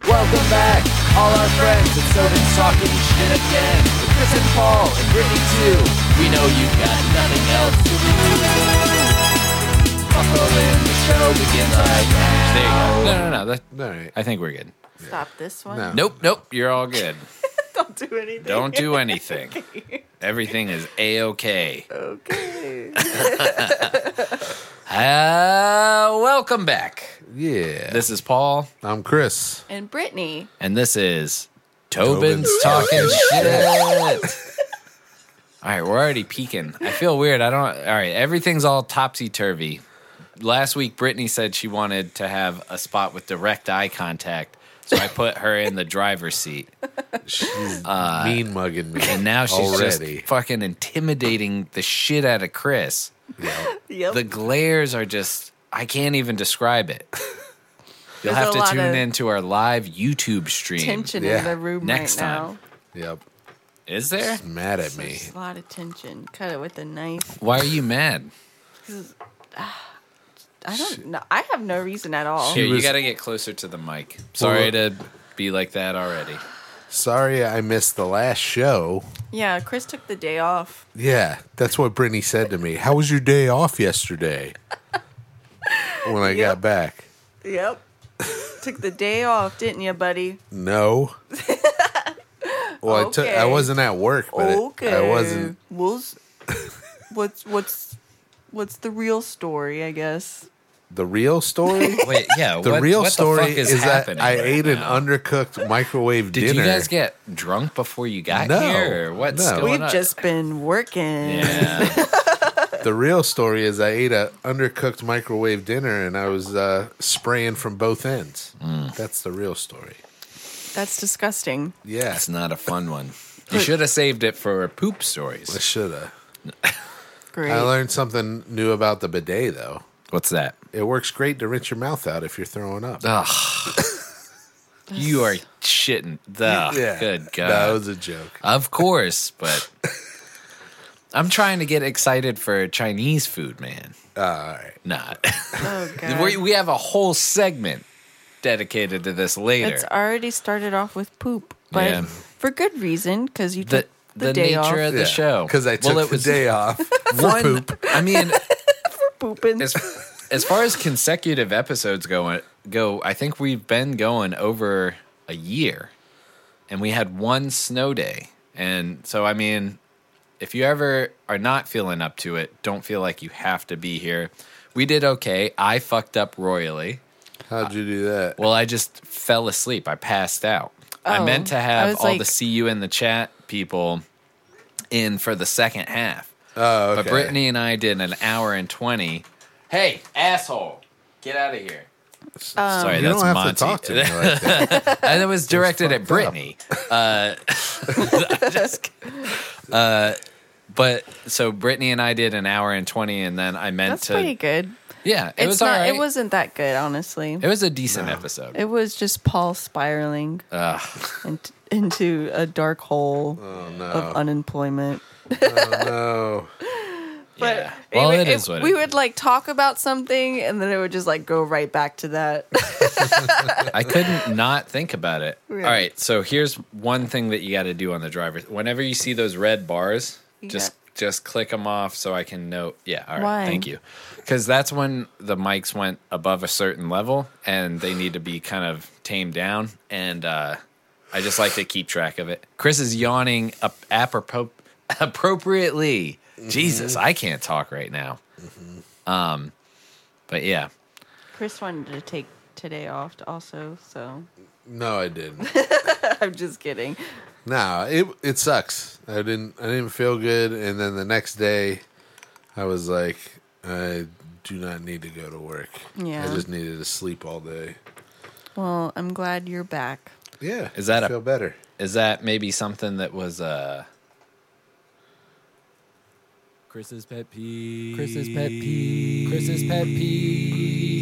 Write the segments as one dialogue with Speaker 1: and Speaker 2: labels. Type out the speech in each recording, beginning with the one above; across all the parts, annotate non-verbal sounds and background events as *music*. Speaker 1: the fact All our friends have so been talking shit again With Chris and Paul and Brittany too We know you've got nothing else to do Buckle in, the show begins right now
Speaker 2: There you go. No, no, no. That,
Speaker 3: All right.
Speaker 2: I think we're good.
Speaker 4: Stop this one.
Speaker 3: No.
Speaker 2: Nope, nope. You're all good.
Speaker 4: *laughs* Don't do anything.
Speaker 2: Don't do anything. Everything is a okay.
Speaker 4: Okay.
Speaker 2: *laughs* Uh, welcome back.
Speaker 3: Yeah.
Speaker 2: This is Paul,
Speaker 3: I'm Chris.
Speaker 4: And Brittany.
Speaker 2: and this is Tobin's
Speaker 3: Tobin's
Speaker 2: talking shit. All right, we're already peaking. I feel weird. I don't. All right, everything's all topsy turvy. Last week, Brittany said she wanted to have a spot with direct eye contact, so I put her in the driver's seat.
Speaker 3: She's mean mugging me.
Speaker 2: Uh, And now she's
Speaker 3: already.
Speaker 2: just fucking intimidating the shit out of Chris.
Speaker 4: Yep.
Speaker 2: The glares are just, I can't even
Speaker 4: *laughs*
Speaker 2: describe it. You'll
Speaker 4: There's
Speaker 2: have
Speaker 4: a
Speaker 2: to
Speaker 4: lot
Speaker 2: tune
Speaker 4: of
Speaker 2: into our live YouTube stream.
Speaker 4: tension
Speaker 3: Yeah.
Speaker 4: in the room
Speaker 2: Next
Speaker 4: right
Speaker 2: time.
Speaker 4: now.
Speaker 3: yep.
Speaker 2: Is there?
Speaker 3: Mad at me.
Speaker 4: There's a lot of tension. Cut it with a knife.
Speaker 2: Why are you mad?
Speaker 4: I don't know. I have no reason at all.
Speaker 2: Here, you
Speaker 3: was-
Speaker 2: got to get closer to the mic. Sorry to be like that already.
Speaker 3: Sorry I missed the last show.
Speaker 4: Yeah, Chris took the day off.
Speaker 3: Yeah, that's what Brittany said to me. How was your day off yesterday? When I got back. *laughs*
Speaker 4: Yep. took the day off, didn't you, buddy?
Speaker 3: No. Well, I took. I
Speaker 4: Okay.
Speaker 3: wasn't at work, but it-
Speaker 4: okay.
Speaker 3: I wasn't.
Speaker 4: Well,
Speaker 3: *laughs*
Speaker 4: s- what's what's what's the real story? I guess.
Speaker 3: The real
Speaker 2: *laughs*
Speaker 3: story.
Speaker 2: Wait, yeah.
Speaker 3: The
Speaker 2: what,
Speaker 3: real
Speaker 2: what the
Speaker 3: story
Speaker 2: fuck
Speaker 3: is,
Speaker 2: is,
Speaker 3: that
Speaker 2: happening
Speaker 3: I
Speaker 2: right
Speaker 3: ate
Speaker 2: now?
Speaker 3: an undercooked microwave
Speaker 2: Did
Speaker 3: dinner.
Speaker 2: you guys get drunk before you got
Speaker 3: No,
Speaker 2: here? Or what's
Speaker 3: no.
Speaker 2: going
Speaker 4: We've
Speaker 2: on?
Speaker 4: just been working.
Speaker 2: *laughs* Yeah.
Speaker 3: the real story is I ate a undercooked microwave dinner and I was uh, spraying from both ends.
Speaker 2: Mm.
Speaker 3: That's the real story.
Speaker 4: That's disgusting.
Speaker 3: Yeah,
Speaker 2: That's not a fun one. You should have saved it for poop stories.
Speaker 3: I shoulda.
Speaker 4: Great.
Speaker 3: I learned something new about the bidet though.
Speaker 2: What's that?
Speaker 3: It works great to rinse your mouth out if you're throwing up.
Speaker 2: Ugh. you are shitting. Ugh.
Speaker 3: Yeah.
Speaker 2: Ah, Good God.
Speaker 3: That was a joke.
Speaker 2: Of course, but I'm trying to get excited for Chinese food, man.
Speaker 3: all right.
Speaker 2: Not. *laughs*
Speaker 3: *laughs*
Speaker 4: oh god.
Speaker 2: we, we have a whole segment dedicated to this later.
Speaker 4: It's already started off with poop, but
Speaker 2: Yeah.
Speaker 4: for good reason because you
Speaker 2: the
Speaker 4: took the,
Speaker 2: the,
Speaker 4: day
Speaker 2: nature
Speaker 4: off
Speaker 2: of the show.
Speaker 3: because I took
Speaker 2: well, it
Speaker 3: the
Speaker 2: was *laughs*
Speaker 3: day off for
Speaker 2: one.
Speaker 3: poop.
Speaker 2: I mean,
Speaker 3: *laughs*
Speaker 4: pooping.
Speaker 2: as as far as consecutive episodes go uh, go, I think we've been going over a year, and we had one snow day, and so I mean, if you ever are not feeling up to it, don't feel like you have to be here. We did okay. I fucked up royally.
Speaker 3: How'd you do that?
Speaker 2: Well, I just fell asleep. I passed out. I
Speaker 4: Oh,
Speaker 2: meant to
Speaker 4: I
Speaker 2: have
Speaker 4: was
Speaker 2: all the
Speaker 4: like-
Speaker 2: see you in the chat people in for the second half.
Speaker 3: Oh, okay.
Speaker 2: But Brittany and I did an hour and 20. Hey, asshole, get out of here. Sorry,
Speaker 3: Um, you
Speaker 2: that's
Speaker 3: don't have
Speaker 2: Monty.
Speaker 3: to talk
Speaker 2: *laughs*
Speaker 3: to me like that.
Speaker 2: and it was directed at
Speaker 3: fucked
Speaker 2: Brittany. Uh, I'm just kidding. Uh, but so Brittany and I did an hour and 20, and then I meant
Speaker 4: That's
Speaker 2: to.
Speaker 4: pretty good.
Speaker 2: Yeah, it
Speaker 4: it's
Speaker 2: was
Speaker 4: not.
Speaker 2: all right.
Speaker 4: It wasn't that good, honestly.
Speaker 2: it was a decent episode.
Speaker 4: It was just Paul spiraling int- into a dark hole
Speaker 2: Oh,
Speaker 4: of unemployment.
Speaker 3: Oh,
Speaker 2: yeah. Well,
Speaker 4: would-
Speaker 2: it is what it
Speaker 4: we
Speaker 2: is.
Speaker 4: would like talk about something, and then it would just like go right back to
Speaker 2: *laughs*
Speaker 4: that.
Speaker 2: I couldn't not think about it.
Speaker 4: Really?
Speaker 2: All right, so here's one thing that you got to do on the driver. Whenever you see those red bars, just just click them off so I can know. Yeah, all right.
Speaker 4: Why?
Speaker 2: Thank you. Cuz that's when the mics went above a certain level and they need to be kind of tamed down and uh I just like to keep track of it. Chris is yawning ap- apropos appropriately.
Speaker 4: Mm-hmm.
Speaker 2: Jesus, I can't talk right now. Um but yeah.
Speaker 4: Chris wanted to take today off, also. So *laughs*
Speaker 3: no, I didn't.
Speaker 4: I'm just kidding.
Speaker 3: No, it it sucks. I didn't I didn't feel good, and then the next day, I was like, I do not need to go to work.
Speaker 4: Yeah.
Speaker 3: I just needed to sleep all day.
Speaker 4: Well, I'm glad you're back.
Speaker 3: Yeah,
Speaker 2: Is that
Speaker 3: I
Speaker 2: a-
Speaker 3: feel better?
Speaker 2: Is that maybe something that was uh
Speaker 5: Chris's pet peeve. Chris's pet peeve. Chris's pet peeve.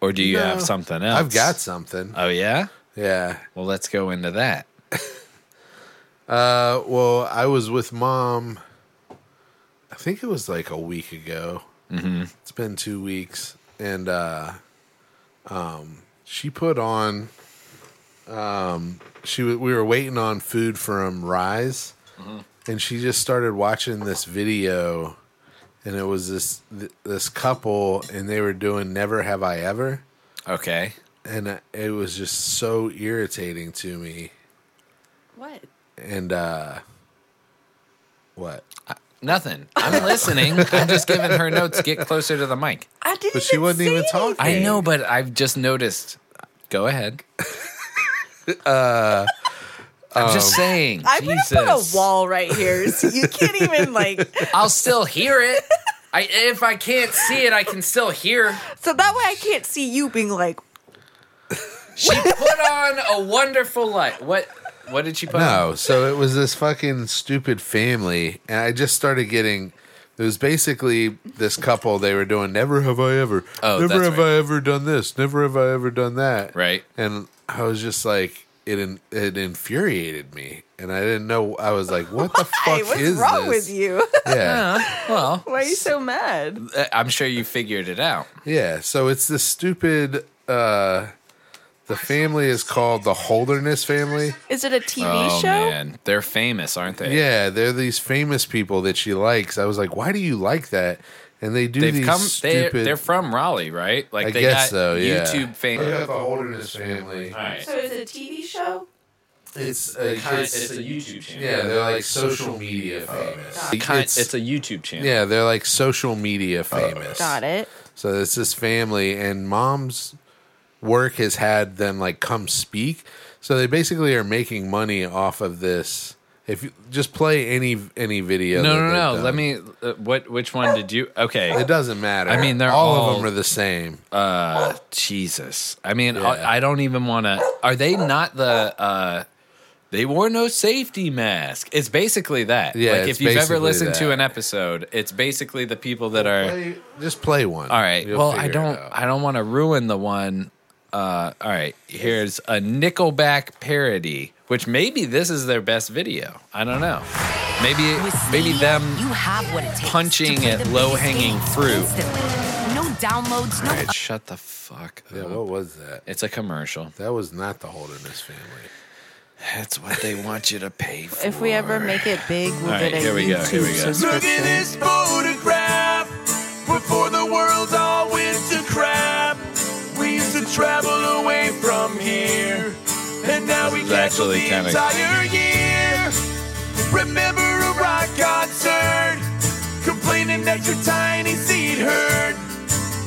Speaker 2: or do you have
Speaker 3: No.
Speaker 2: something else?
Speaker 3: I've got something.
Speaker 2: Oh yeah?
Speaker 3: yeah.
Speaker 2: Well, let's go into that.
Speaker 3: Uh, well, I was with mom. I think it was like a week ago. Mm-hmm. It's been two weeks, and uh, um, she put on um she w- we were waiting on food from Rise and she just started watching this video and it was this th- this couple and they were doing never have i ever
Speaker 2: Okay.
Speaker 3: and I- it was just so irritating to me
Speaker 4: What?
Speaker 3: and uh what
Speaker 2: Nothing. I'm listening. I'm just giving her notes. Get closer to the mic.
Speaker 4: I didn't.
Speaker 3: but she wasn't
Speaker 4: say
Speaker 3: even
Speaker 4: anything.
Speaker 3: talking
Speaker 2: I know, but I've just noticed. Go ahead.
Speaker 3: *laughs*
Speaker 2: Uh, I'm
Speaker 3: um,
Speaker 2: just saying.
Speaker 4: I would have
Speaker 2: Jesus.
Speaker 4: put a wall right here, so you
Speaker 2: *laughs*
Speaker 4: can't even like.
Speaker 2: I'll still hear it. I, if I can't see it, I can still hear.
Speaker 4: So that way, I can't see you being like,
Speaker 3: *laughs*
Speaker 2: She put on a wonderful light. What? What did she put? on?
Speaker 3: No, so it was this fucking stupid family, and I just started getting. It was basically this couple. They were doing "Never have I ever,"
Speaker 2: Oh,
Speaker 3: "Never
Speaker 2: that's
Speaker 3: have
Speaker 2: right.
Speaker 3: I ever done this," "Never have I ever done that,"
Speaker 2: Right.
Speaker 3: And I was just like, it in, it infuriated me, and I didn't know. I was like, "What the
Speaker 4: "Hey,
Speaker 3: fuck
Speaker 4: what's
Speaker 3: is
Speaker 4: wrong
Speaker 3: this?"
Speaker 4: with
Speaker 3: *laughs*
Speaker 4: you?
Speaker 3: Yeah,
Speaker 2: Well,
Speaker 4: Why are you so mad?"
Speaker 2: uh, I'm sure you figured it out.
Speaker 3: yeah. So it's this stupid. uh The family is called the Holderness family.
Speaker 4: Is it a TV
Speaker 2: Oh
Speaker 4: show?
Speaker 2: man, they're famous, aren't they?
Speaker 3: Yeah, they're these famous people that she likes. I was like, why do you like that? And they do
Speaker 2: They've
Speaker 3: these
Speaker 2: come. They're,
Speaker 3: stupid.
Speaker 2: they're from Raleigh, right? Like
Speaker 3: I
Speaker 2: they
Speaker 3: guess
Speaker 2: got
Speaker 3: so, yeah.
Speaker 2: YouTube fame.
Speaker 3: They got the Holderness family.
Speaker 2: All right.
Speaker 4: So it's a TV show.
Speaker 3: It's a, Oh. it's,
Speaker 2: YouTube channel.
Speaker 3: yeah, they're like social media famous. Oh.
Speaker 2: it's, a YouTube channel.
Speaker 3: yeah, they're like social media famous.
Speaker 4: Got it.
Speaker 3: So it's this family, and mom's work has had them like come speak. So they basically are making money off of this. If you just play any any video,
Speaker 2: No,
Speaker 3: that
Speaker 2: no,
Speaker 3: they've
Speaker 2: no.
Speaker 3: done.
Speaker 2: Let me. Uh, what? Which one did you? Okay.
Speaker 3: It doesn't matter.
Speaker 2: I mean, they're
Speaker 3: of
Speaker 2: all-
Speaker 3: them are the same.
Speaker 2: Uh, Jesus. I mean,
Speaker 3: Yeah.
Speaker 2: I, I don't even want to. Are they not the? uh They wore no safety mask. It's basically that.
Speaker 3: Yeah,
Speaker 2: Like
Speaker 3: it's
Speaker 2: if you've ever
Speaker 3: basically
Speaker 2: listened to
Speaker 3: that.
Speaker 2: an episode, it's basically the people that are.
Speaker 3: Play- just play one.
Speaker 2: All right.
Speaker 3: You'll
Speaker 2: well, I
Speaker 3: figure it
Speaker 2: don't.
Speaker 3: out.
Speaker 2: I don't want to ruin the one. Uh, all right. Here's a Nickelback parody, which maybe this is their best video. I don't know. Maybe
Speaker 6: With
Speaker 2: maybe
Speaker 6: Stadia,
Speaker 2: them.
Speaker 6: you have what it takes to
Speaker 2: punching
Speaker 6: play
Speaker 2: at
Speaker 6: the biggest
Speaker 2: low-hanging
Speaker 6: games
Speaker 2: fruit.
Speaker 6: instantly. No downloads, no.
Speaker 2: Shut the fuck up.
Speaker 3: Yeah, what was that?
Speaker 2: It's a commercial.
Speaker 3: That was not the Holderness family.
Speaker 2: That's what they want you to pay
Speaker 4: *laughs*
Speaker 2: for.
Speaker 4: If we ever make it big, we'll
Speaker 2: All right,
Speaker 4: get a
Speaker 2: here we go,
Speaker 4: YouTube
Speaker 2: here we go.
Speaker 1: Look at
Speaker 4: subscription.
Speaker 1: this photograph before the world all went to crap. We used to travel away from here, and now we
Speaker 2: is
Speaker 1: cancel
Speaker 2: actually
Speaker 1: the
Speaker 2: kinda-
Speaker 1: entire year. Remember a rock concert, complaining that your tiny seat hurt.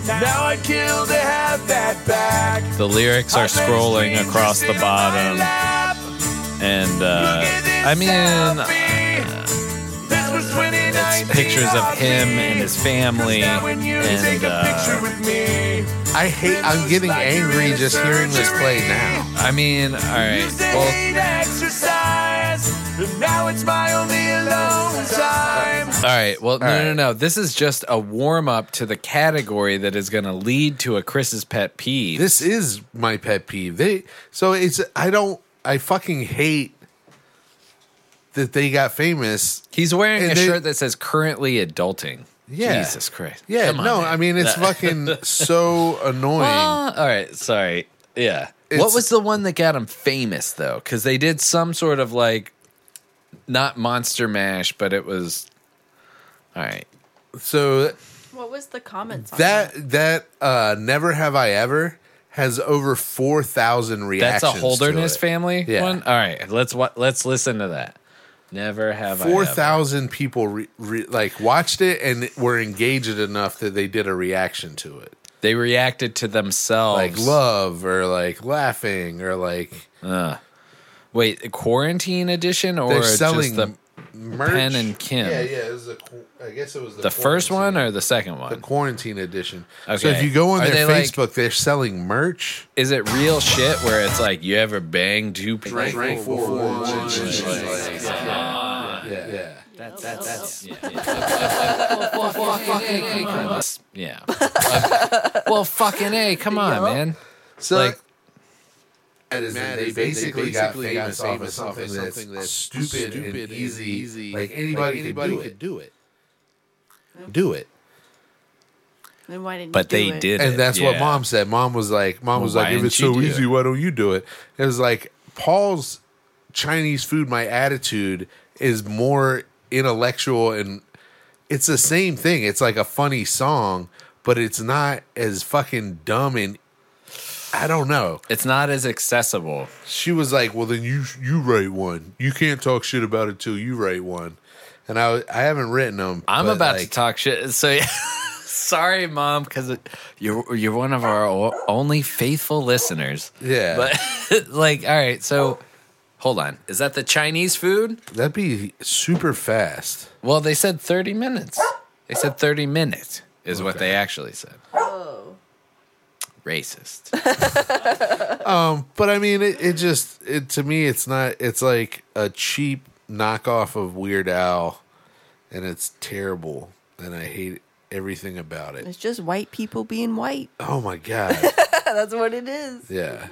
Speaker 1: Now I'd kill to have that back.
Speaker 2: the lyrics are
Speaker 1: I bet
Speaker 2: scrolling
Speaker 1: dreams
Speaker 2: across
Speaker 1: are
Speaker 2: the
Speaker 1: still on my
Speaker 2: bottom,
Speaker 1: lap.
Speaker 2: and uh,
Speaker 1: Look at this
Speaker 2: I mean,
Speaker 1: selfie. This was
Speaker 2: uh, it's pictures of him and his family, and uh,
Speaker 3: I hate. I'm getting angry just hearing this play now.
Speaker 2: I mean, all right. Well,
Speaker 1: now it's my only alone time.
Speaker 2: All right. Well, no,
Speaker 3: All
Speaker 2: no,
Speaker 3: right.
Speaker 2: no. This is just a warm up to the category that is going to lead to a Chris's pet peeve.
Speaker 3: This is my pet peeve. They so it's. I don't. I fucking hate that they got famous.
Speaker 2: He's wearing
Speaker 3: And
Speaker 2: a
Speaker 3: they-
Speaker 2: shirt that says "currently adulting."
Speaker 3: Yeah.
Speaker 2: Jesus Christ.
Speaker 3: Yeah.
Speaker 2: Come on,
Speaker 3: no.
Speaker 2: man.
Speaker 3: I mean,
Speaker 2: *laughs*
Speaker 3: it's fucking so annoying.
Speaker 2: Uh, all right. Sorry. Yeah. what
Speaker 3: It's-
Speaker 2: was the one that got him famous though? Because they did some sort of like, not Monster Mash, but it was. All right.
Speaker 3: so
Speaker 4: What was the comments on that?
Speaker 3: that that uh never have I ever has over four thousand reactions.
Speaker 2: That's a Holderness
Speaker 3: to it.
Speaker 2: family
Speaker 3: Yeah.
Speaker 2: one. All right. Let's wa- let's listen to that. Never have I
Speaker 3: four
Speaker 2: ever.
Speaker 3: thousand people re, re, like watched it and were engaged enough that they did a reaction to it,
Speaker 2: They reacted to themselves.
Speaker 3: like love or like laughing or like
Speaker 2: Wait, quarantine edition or
Speaker 3: they're
Speaker 2: just
Speaker 3: selling
Speaker 2: the
Speaker 3: merch.
Speaker 2: Pen and Kim?
Speaker 3: Yeah, yeah. It was the, qu- I guess it was the,
Speaker 2: the first one
Speaker 3: quarantine-
Speaker 2: or the second
Speaker 3: the
Speaker 2: one?
Speaker 3: quarantine edition. So
Speaker 2: Okay.
Speaker 3: if you go on
Speaker 2: Are
Speaker 3: their
Speaker 2: they, like-
Speaker 3: Facebook, they're selling merch.
Speaker 2: Is it real shit where it's like you ever banged two people?
Speaker 3: Yeah, yeah.
Speaker 4: *laughs*
Speaker 2: Yeah. well, fucking a, come on, man.
Speaker 3: So
Speaker 2: Like-
Speaker 3: that is that they basically, got famous, off of something, that's, stupid, and, easy. Like anybody, could, do it. do it.
Speaker 4: Then why didn't
Speaker 2: but
Speaker 4: you do
Speaker 2: they
Speaker 4: it?
Speaker 2: did
Speaker 3: and
Speaker 2: it,
Speaker 3: that's what
Speaker 2: yeah.
Speaker 3: mom said. Mom was like, mom was
Speaker 2: Well,
Speaker 3: like,
Speaker 2: why
Speaker 3: if it's
Speaker 2: didn't
Speaker 3: so
Speaker 2: you do
Speaker 3: easy,
Speaker 2: it?"
Speaker 3: why don't you do it? It was like Paul's Chinese food. My attitude is more intellectual, and it's the same thing. It's like a funny song, but it's not as fucking dumb and. I don't know.
Speaker 2: it's not as accessible
Speaker 3: She was like, "Well, then you you write one. You can't talk shit about it till you write one." And I I haven't written them.
Speaker 2: I'm
Speaker 3: but,
Speaker 2: about to
Speaker 3: like,
Speaker 2: talk shit. *laughs* So sorry, mom, because you're you're one of our o- only faithful listeners.
Speaker 3: Yeah.
Speaker 2: but *laughs* like, all right, so hold on. Is that the Chinese food?
Speaker 3: That'd be super fast.
Speaker 2: Well, they said 30 minutes. They said 30 minutes is what they actually said. Oh, racist.
Speaker 3: But I mean, it, it just it to me, it's not. It's like a cheap knockoff of Weird Al, and it's terrible, and I hate everything about it.
Speaker 4: It's just white people being white.
Speaker 3: Oh my
Speaker 2: *laughs*
Speaker 3: god!
Speaker 4: That's what it is.
Speaker 3: yeah,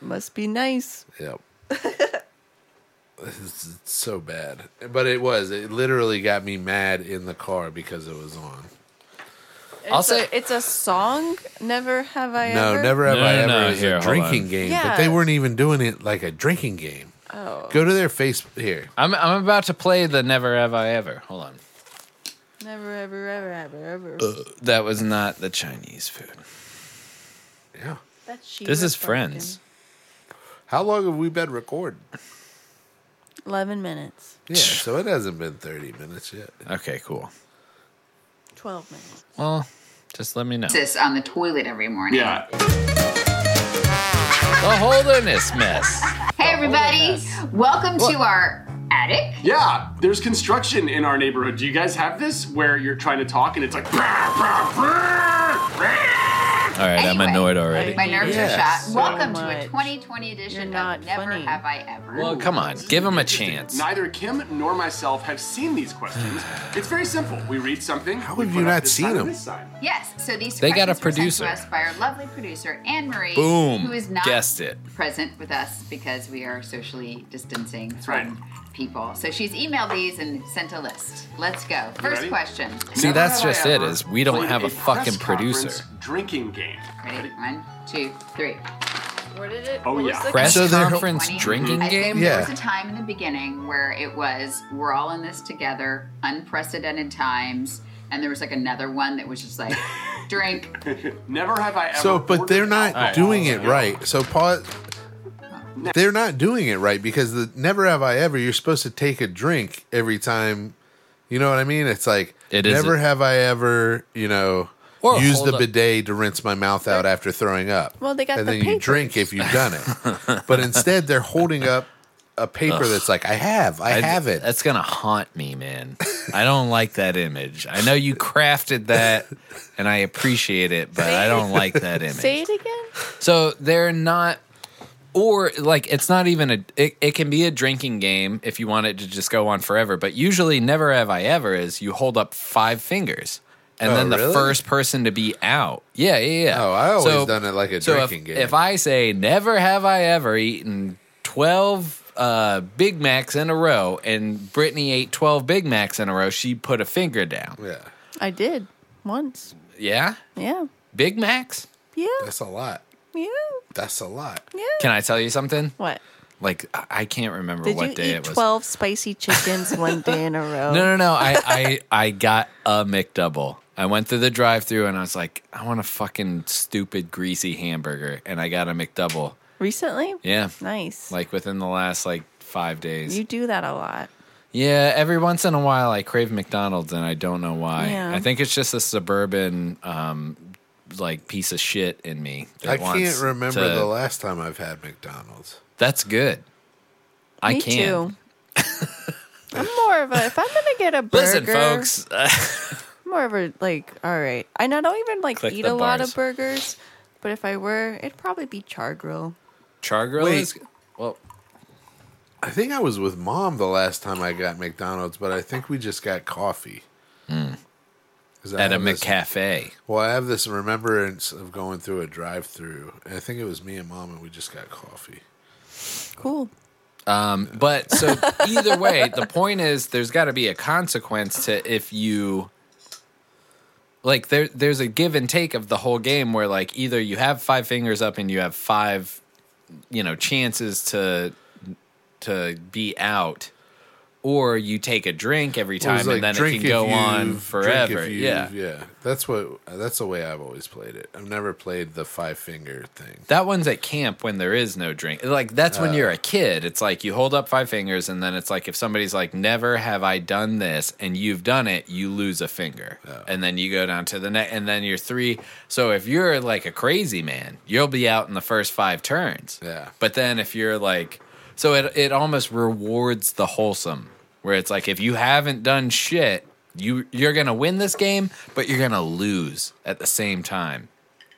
Speaker 4: Must be nice.
Speaker 3: yep. it's, it's so bad, but it was. It literally got me mad in the car because it was on.
Speaker 2: I'll
Speaker 4: It's
Speaker 2: say
Speaker 4: a, it's a song. Never have I
Speaker 3: No,
Speaker 4: ever.
Speaker 3: never have
Speaker 2: No,
Speaker 3: I
Speaker 2: no,
Speaker 3: ever
Speaker 2: no,
Speaker 3: is
Speaker 2: here,
Speaker 3: a
Speaker 2: hold
Speaker 3: drinking
Speaker 2: on.
Speaker 3: game, but
Speaker 4: Yeah.
Speaker 3: they weren't even doing it like a drinking game.
Speaker 4: Oh,
Speaker 3: Go to their face here.
Speaker 2: I'm I'm about to play the Never Have I Ever. Hold on.
Speaker 4: never ever ever ever ever.
Speaker 2: That was not the Chinese food.
Speaker 3: Yeah.
Speaker 4: That's she
Speaker 2: This is
Speaker 4: Republican.
Speaker 2: Friends.
Speaker 3: How long have we been recording?
Speaker 4: Eleven minutes.
Speaker 2: *laughs*
Speaker 3: Yeah, so it hasn't been 30 minutes yet.
Speaker 2: Okay, cool.
Speaker 4: Twelve minutes.
Speaker 2: Well, just let me know.
Speaker 7: This on the toilet every morning.
Speaker 1: Yeah.
Speaker 2: The holderness mess.
Speaker 7: Hey everybody, welcome to our attic.
Speaker 1: Yeah, there's construction in our neighborhood. Do you guys have this where you're trying to talk and it's like. "Brr, brr, brr, brr."
Speaker 2: All right, I'm
Speaker 7: Anyway.
Speaker 2: annoyed already.
Speaker 7: My nerves
Speaker 3: Yes.
Speaker 7: are shot.
Speaker 4: So
Speaker 7: welcome to
Speaker 4: much.
Speaker 7: a 2020 edition
Speaker 4: You're not
Speaker 7: of Never
Speaker 4: funny.
Speaker 7: Have I Ever.
Speaker 2: Well, come on, give him a chance.
Speaker 1: Neither Kim nor myself have seen these
Speaker 2: *sighs*
Speaker 1: questions. It's very simple. We read something. How
Speaker 3: have you not seen them?
Speaker 7: yes, so these
Speaker 2: They got a
Speaker 7: questions were sent
Speaker 2: producer.
Speaker 7: to us by our lovely producer Anne Marie,
Speaker 2: Boom.
Speaker 7: who is not
Speaker 2: Guessed it.
Speaker 7: present with us because we are socially distancing That's
Speaker 1: right.
Speaker 7: people. So she's emailed these and sent a list. Let's go. First
Speaker 1: ready?
Speaker 7: question.
Speaker 2: See, that's just it. Is we don't have a fucking producer.
Speaker 1: Drinking game.
Speaker 7: Ready? One, two, three.
Speaker 4: What did it?
Speaker 1: Oh, what was yeah. the-
Speaker 2: Press
Speaker 3: So they're-
Speaker 2: conference
Speaker 7: 20.
Speaker 2: drinking
Speaker 7: I
Speaker 2: game.
Speaker 7: Think
Speaker 3: Yeah.
Speaker 7: There was a time in the beginning where it was we're all in this together, unprecedented times, and there was like another one that was just
Speaker 2: *laughs*
Speaker 7: like drink.
Speaker 1: Never have I ever.
Speaker 3: So, but they're not
Speaker 1: ordered
Speaker 3: doing it
Speaker 1: alcohol.
Speaker 3: right. So, Paul, they're not doing it right because the never have I ever, you're supposed to take a drink every time. You know what I mean? It's like,
Speaker 2: It is
Speaker 3: never
Speaker 2: a-
Speaker 3: have I ever, you know,
Speaker 2: Or
Speaker 3: used
Speaker 2: hold
Speaker 3: the
Speaker 2: up.
Speaker 3: bidet to rinse my mouth out after throwing up.
Speaker 4: Well, they got
Speaker 3: And
Speaker 4: the
Speaker 3: then you drink if you've done
Speaker 2: *laughs*
Speaker 3: it. but instead, they're holding up a paper that's like, I have, I,
Speaker 2: I-
Speaker 3: have it.
Speaker 2: That's gonna haunt me, man. I don't like that image. I know you crafted that, and I appreciate it, but I don't like
Speaker 7: *laughs*
Speaker 2: that image.
Speaker 4: Say it again.
Speaker 2: So they're not, or like it's not even a. It, it can be a drinking game if you want it to just go on forever. But usually, never have I ever is you hold up five fingers, and
Speaker 3: Oh,
Speaker 2: then the
Speaker 3: really?
Speaker 2: first person to be out. Yeah, yeah, yeah.
Speaker 3: Oh, I always done it like a
Speaker 2: so if-
Speaker 3: drinking game.
Speaker 2: If I say never have I ever eaten twelve. Uh, Big Macs in a row, and Brittany ate twelve Big Macs in a row. She put a finger down.
Speaker 3: yeah,
Speaker 4: I did once.
Speaker 2: Yeah,
Speaker 4: Yeah.
Speaker 2: Big Macs.
Speaker 4: Yeah.
Speaker 3: that's a lot.
Speaker 4: Yeah.
Speaker 3: That's a lot.
Speaker 4: Yeah.
Speaker 2: Can I tell you something?
Speaker 4: What?
Speaker 2: Like I- I can't remember
Speaker 4: Did
Speaker 2: what
Speaker 4: you
Speaker 2: day
Speaker 4: eat
Speaker 2: it was.
Speaker 4: twelve spicy chickens
Speaker 2: *laughs*
Speaker 4: one day in a row?
Speaker 2: No, no, no. I,
Speaker 4: *laughs*
Speaker 2: I, I got a McDouble. I went through the drive-through and I was like, I want a fucking stupid greasy hamburger, and I got a McDouble.
Speaker 4: Recently?
Speaker 2: Yeah,
Speaker 4: Nice.
Speaker 2: like within the last like five days.
Speaker 4: you do that a lot.
Speaker 2: yeah, every once in a while I crave McDonald's and I don't know why.
Speaker 4: Yeah.
Speaker 2: I think it's just a suburban, um, like piece of shit in me. that
Speaker 3: I
Speaker 2: wants
Speaker 3: can't remember
Speaker 2: to-
Speaker 3: the last time I've had McDonald's.
Speaker 2: That's good. I
Speaker 4: Me
Speaker 2: can. *laughs*
Speaker 4: too. I'm more of a if I'm gonna get a burger.
Speaker 2: Listen, folks. uh,
Speaker 4: more of a like all right and i don't even like
Speaker 2: Click
Speaker 4: eat
Speaker 2: the
Speaker 4: a lot
Speaker 2: bars.
Speaker 4: of burgers but if i were it'd probably be char grill
Speaker 2: Char grill
Speaker 3: Wait.
Speaker 2: is well.
Speaker 3: I think I was with mom the last time I got McDonald's, but I think we just got coffee. 'Cause I
Speaker 2: Hmm. At a
Speaker 3: have this-
Speaker 2: McCafe.
Speaker 3: Well, I have this remembrance of going through a drive-through. I think it was me and mom, and we just got coffee.
Speaker 4: cool
Speaker 2: But so either way, the point is there's got to be a consequence to if you like there there's a give and take of the whole game where like either you have five fingers up and you have five you know chances to to be out or you take a drink every
Speaker 3: It was
Speaker 2: time
Speaker 3: like,
Speaker 2: and then it
Speaker 3: drink
Speaker 2: can
Speaker 3: if
Speaker 2: go
Speaker 3: you've-
Speaker 2: on
Speaker 3: drink
Speaker 2: forever
Speaker 3: if you've-
Speaker 2: yeah
Speaker 3: yeah. That's what. That's the way I've always played it. I've never played the five finger thing.
Speaker 2: That one's at camp when there is no drink. Like that's when you're a kid. It's like you hold up five fingers, and then it's like if somebody's like, "Never have I done this," and you've done it, you lose a finger, and then you go down to the next, and then you're three. So if you're like a crazy man, you'll be out in the first five turns.
Speaker 3: Yeah.
Speaker 2: But then if you're like, so it it almost rewards the wholesome, where it's like if you haven't done shit, you you're gonna win this game, but you're gonna lose at the same time.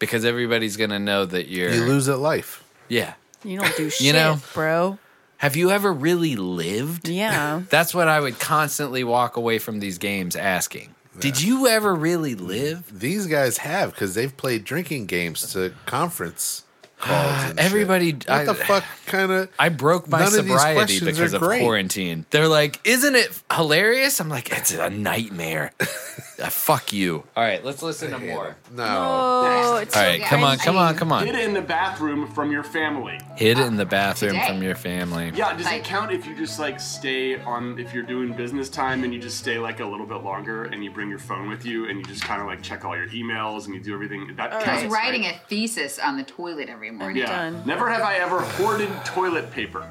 Speaker 2: Because everybody's gonna know that you're
Speaker 3: You lose at life.
Speaker 2: yeah.
Speaker 4: You don't
Speaker 2: *laughs*
Speaker 4: do shit,
Speaker 2: know?
Speaker 4: bro.
Speaker 2: Have you ever really lived?
Speaker 4: Yeah.
Speaker 2: That's what I would constantly walk away from these games asking. Did you ever really live?
Speaker 3: These guys have because they've played drinking games to
Speaker 2: *sighs*
Speaker 3: conference calls. And shit.
Speaker 2: Everybody-
Speaker 3: what
Speaker 2: I-
Speaker 3: the fuck kind of?
Speaker 2: I broke my
Speaker 3: None of these
Speaker 2: sobriety
Speaker 3: questions
Speaker 2: because
Speaker 3: are
Speaker 2: of
Speaker 3: great.
Speaker 2: quarantine. They're like, "Isn't it hilarious?" I'm like, "It's
Speaker 3: *laughs*
Speaker 2: a nightmare." Ah, fuck you. All right, let's listen to more.
Speaker 3: no.
Speaker 4: Oh, it's
Speaker 2: All right, come on, come on, come
Speaker 8: Hid
Speaker 2: on.
Speaker 8: it in the bathroom from your family.
Speaker 2: Hid in the bathroom
Speaker 7: Today.
Speaker 2: from your family.
Speaker 8: Yeah, does
Speaker 7: Like-
Speaker 8: it count if you just like stay on if you're doing business time and you just stay like a little bit longer and you bring your phone with you and you just kind of like check all your emails and you do everything that counts,
Speaker 7: He's writing
Speaker 8: right?
Speaker 7: a thesis on the toilet every morning.
Speaker 8: Yeah.
Speaker 4: Done.
Speaker 8: Never have I ever hoarded toilet paper.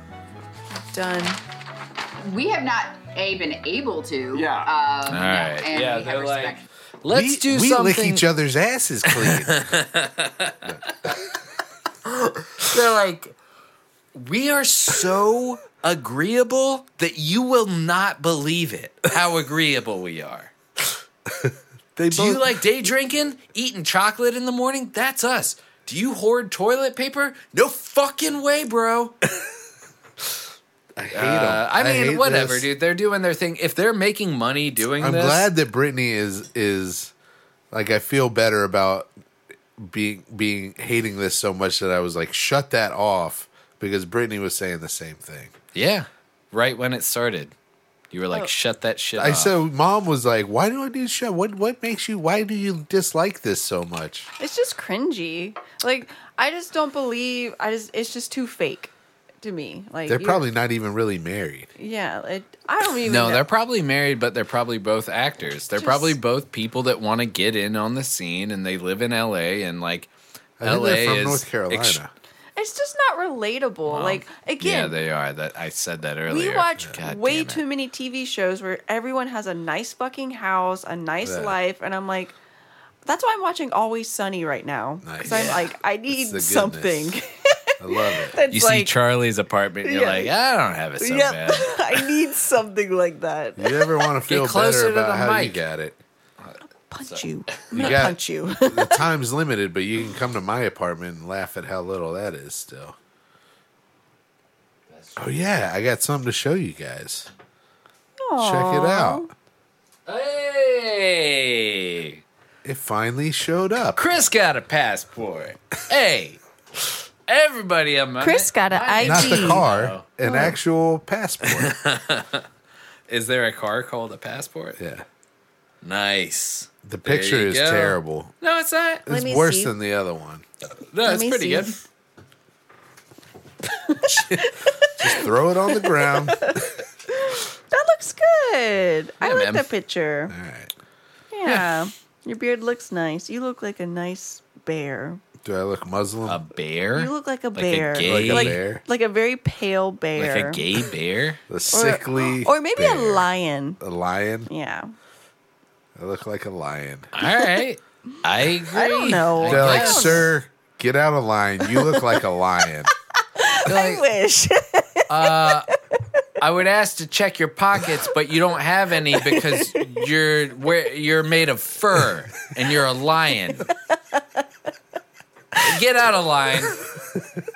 Speaker 4: Done.
Speaker 7: We have not a been able to.
Speaker 8: Yeah.
Speaker 7: Um,
Speaker 2: All right.
Speaker 7: And
Speaker 2: Yeah,
Speaker 7: we
Speaker 2: they're
Speaker 7: have
Speaker 2: like,
Speaker 7: respect.
Speaker 2: Let's
Speaker 3: we,
Speaker 2: do
Speaker 3: we
Speaker 2: something.
Speaker 3: lick each other's asses clean.
Speaker 2: *laughs* They're like, we are so agreeable that you will not believe it how agreeable we are.
Speaker 3: they
Speaker 2: Do you like day drinking, eating chocolate in the morning? That's us. Do you hoard toilet paper? No fucking way, bro.
Speaker 3: I hate 'em.
Speaker 2: Uh, I mean,
Speaker 3: hate
Speaker 2: whatever,
Speaker 3: this.
Speaker 2: dude. They're doing their thing. If they're making money doing
Speaker 3: I'm
Speaker 2: this,
Speaker 3: glad that Brittany is is like I feel better about being being hating this so much that I was like shut that off because Brittany was saying the same thing.
Speaker 2: yeah, right when it started, you were like, "Shut that shit."
Speaker 3: I
Speaker 2: off."
Speaker 3: so mom was like, "Why do I do show? What what makes you? Why do you dislike this so much?"
Speaker 4: It's just cringy. Like I just don't believe. I just it's just too fake to me. Like
Speaker 3: They're
Speaker 4: you-
Speaker 3: probably not even really married.
Speaker 4: yeah. It, I don't even.
Speaker 2: No,
Speaker 4: know.
Speaker 2: they're probably married, but they're probably both actors. They're
Speaker 4: Just-
Speaker 2: probably both people that want to get in on the scene, and they live in L.A. and like
Speaker 3: I think
Speaker 2: L.A.
Speaker 3: they're from
Speaker 2: is
Speaker 3: North Carolina.
Speaker 2: ex-
Speaker 4: it's just not relatable. like
Speaker 2: yeah,
Speaker 4: again,
Speaker 2: they are. That I said that earlier.
Speaker 4: we watch
Speaker 2: God
Speaker 4: way
Speaker 2: damn it.
Speaker 4: too many TV shows where everyone has a nice fucking house, a nice
Speaker 3: Yeah.
Speaker 4: life, and I'm like, that's why I'm watching Always Sunny right now. Because
Speaker 3: Nice.
Speaker 4: I'm
Speaker 3: Yeah.
Speaker 4: like, I
Speaker 3: the
Speaker 4: need
Speaker 3: goodness.
Speaker 4: something. *laughs*
Speaker 3: I love it.
Speaker 4: that's
Speaker 2: You see
Speaker 4: like,
Speaker 2: Charlie's apartment, and you're
Speaker 4: Yeah.
Speaker 2: like, I don't have it so
Speaker 4: yep,
Speaker 2: bad.
Speaker 4: *laughs* I need something like that.
Speaker 3: You ever
Speaker 2: *laughs*
Speaker 3: want to feel
Speaker 2: closer
Speaker 3: better
Speaker 2: to the
Speaker 3: about how you
Speaker 2: mic.
Speaker 3: got it?
Speaker 4: Punch you.
Speaker 3: *laughs*
Speaker 4: I'm gonna
Speaker 3: got-
Speaker 4: punch you.
Speaker 3: The time's limited, but you can come to my apartment and laugh at how little that is still. Oh yeah, I got something to show you guys. Check it out.
Speaker 2: Hey,
Speaker 3: It finally showed up.
Speaker 2: Chris got a passport. hey, everybody, I'm
Speaker 4: Chris got an ID.
Speaker 3: Not the
Speaker 2: Oh.
Speaker 3: car, an actual passport.
Speaker 2: *laughs* Is there a car called a passport?
Speaker 3: yeah.
Speaker 2: Nice.
Speaker 3: The
Speaker 2: There
Speaker 3: picture
Speaker 2: you
Speaker 3: is
Speaker 2: go.
Speaker 3: terrible.
Speaker 2: No, it's not.
Speaker 3: It's
Speaker 4: me
Speaker 3: worse
Speaker 4: see.
Speaker 3: than the other one.
Speaker 2: No, it's
Speaker 4: me
Speaker 2: pretty
Speaker 4: see.
Speaker 2: good.
Speaker 3: Throw it on the ground. *laughs*
Speaker 4: That looks good. I
Speaker 2: Yeah,
Speaker 4: like
Speaker 2: ma'am.
Speaker 4: the picture.
Speaker 3: All right.
Speaker 4: Yeah. Your beard looks nice. You look like a nice bear.
Speaker 3: Do I look Muslim?
Speaker 2: A bear?
Speaker 4: You look like a
Speaker 2: Like a
Speaker 4: bear.
Speaker 2: gay-
Speaker 3: like a
Speaker 2: like-
Speaker 3: bear?
Speaker 4: Like a very pale bear.
Speaker 2: Like a gay
Speaker 4: *laughs*
Speaker 2: bear?
Speaker 3: The sickly.
Speaker 4: Or maybe a
Speaker 3: bear.
Speaker 4: lion.
Speaker 3: A lion?
Speaker 4: Yeah.
Speaker 3: I look like a lion.
Speaker 2: All right. I agree.
Speaker 4: I don't know.
Speaker 3: They're like,
Speaker 4: guess.
Speaker 3: sir, get out of line. You look like a lion.
Speaker 4: *laughs* I wish. *laughs*
Speaker 2: I would ask to check your pockets, but you don't have any because you're where you're made of fur and you're a lion. Get out of line.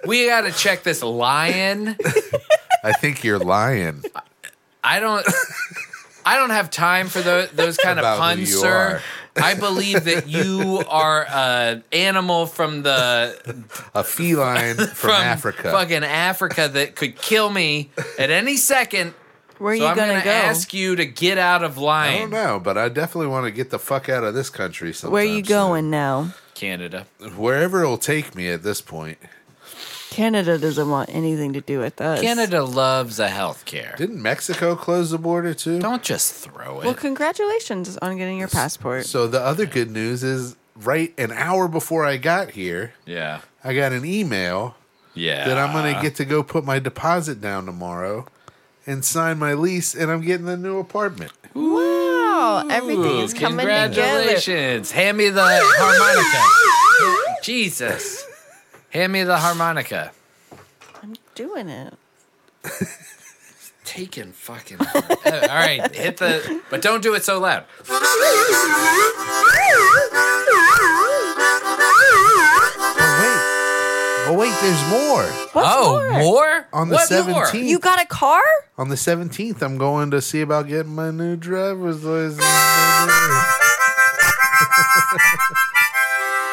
Speaker 2: We got to check this lion.
Speaker 3: I think you're lying.
Speaker 2: I don't. I don't have time for tho- those kind of
Speaker 3: About who
Speaker 2: puns,
Speaker 3: you
Speaker 2: sir. I believe that you are an animal from the
Speaker 4: *laughs*
Speaker 3: A feline from, Africa.
Speaker 2: fucking Africa that could kill me at any second.
Speaker 4: Where are
Speaker 2: so
Speaker 4: you
Speaker 2: I'm
Speaker 4: gonna,
Speaker 2: gonna
Speaker 4: go?
Speaker 2: ask you to get out of
Speaker 3: I
Speaker 2: line,
Speaker 3: don't know, but I definitely want to get the fuck out of this country. Sometime
Speaker 4: Where are you going now?
Speaker 2: Canada.
Speaker 3: soon. Wherever it'll take me at this point.
Speaker 4: Canada doesn't want anything to do with us.
Speaker 2: Canada loves a health care.
Speaker 3: Didn't Mexico close the border too?
Speaker 2: Don't just throw it.
Speaker 4: Well, congratulations on getting your passport.
Speaker 3: So the other good news is, right an hour before I got here,
Speaker 2: yeah,
Speaker 3: I got an email
Speaker 2: yeah.
Speaker 3: that I'm
Speaker 4: Ah.
Speaker 3: going to get to go put my deposit down tomorrow and sign my lease, and I'm getting the new apartment.
Speaker 4: wow, everything is coming together.
Speaker 2: Congratulations. Hand me the harmonica. Jesus. Hand me the harmonica.
Speaker 4: I'm doing it.
Speaker 2: Taking fucking. All right, hit the. But don't do it so loud.
Speaker 3: Oh wait, oh wait, there's more.
Speaker 4: What's
Speaker 2: oh,
Speaker 4: more?
Speaker 3: On the
Speaker 2: What more?
Speaker 3: seventeenth,
Speaker 4: You got a car?
Speaker 3: on the seventeenth, I'm going to see about getting my new driver's license,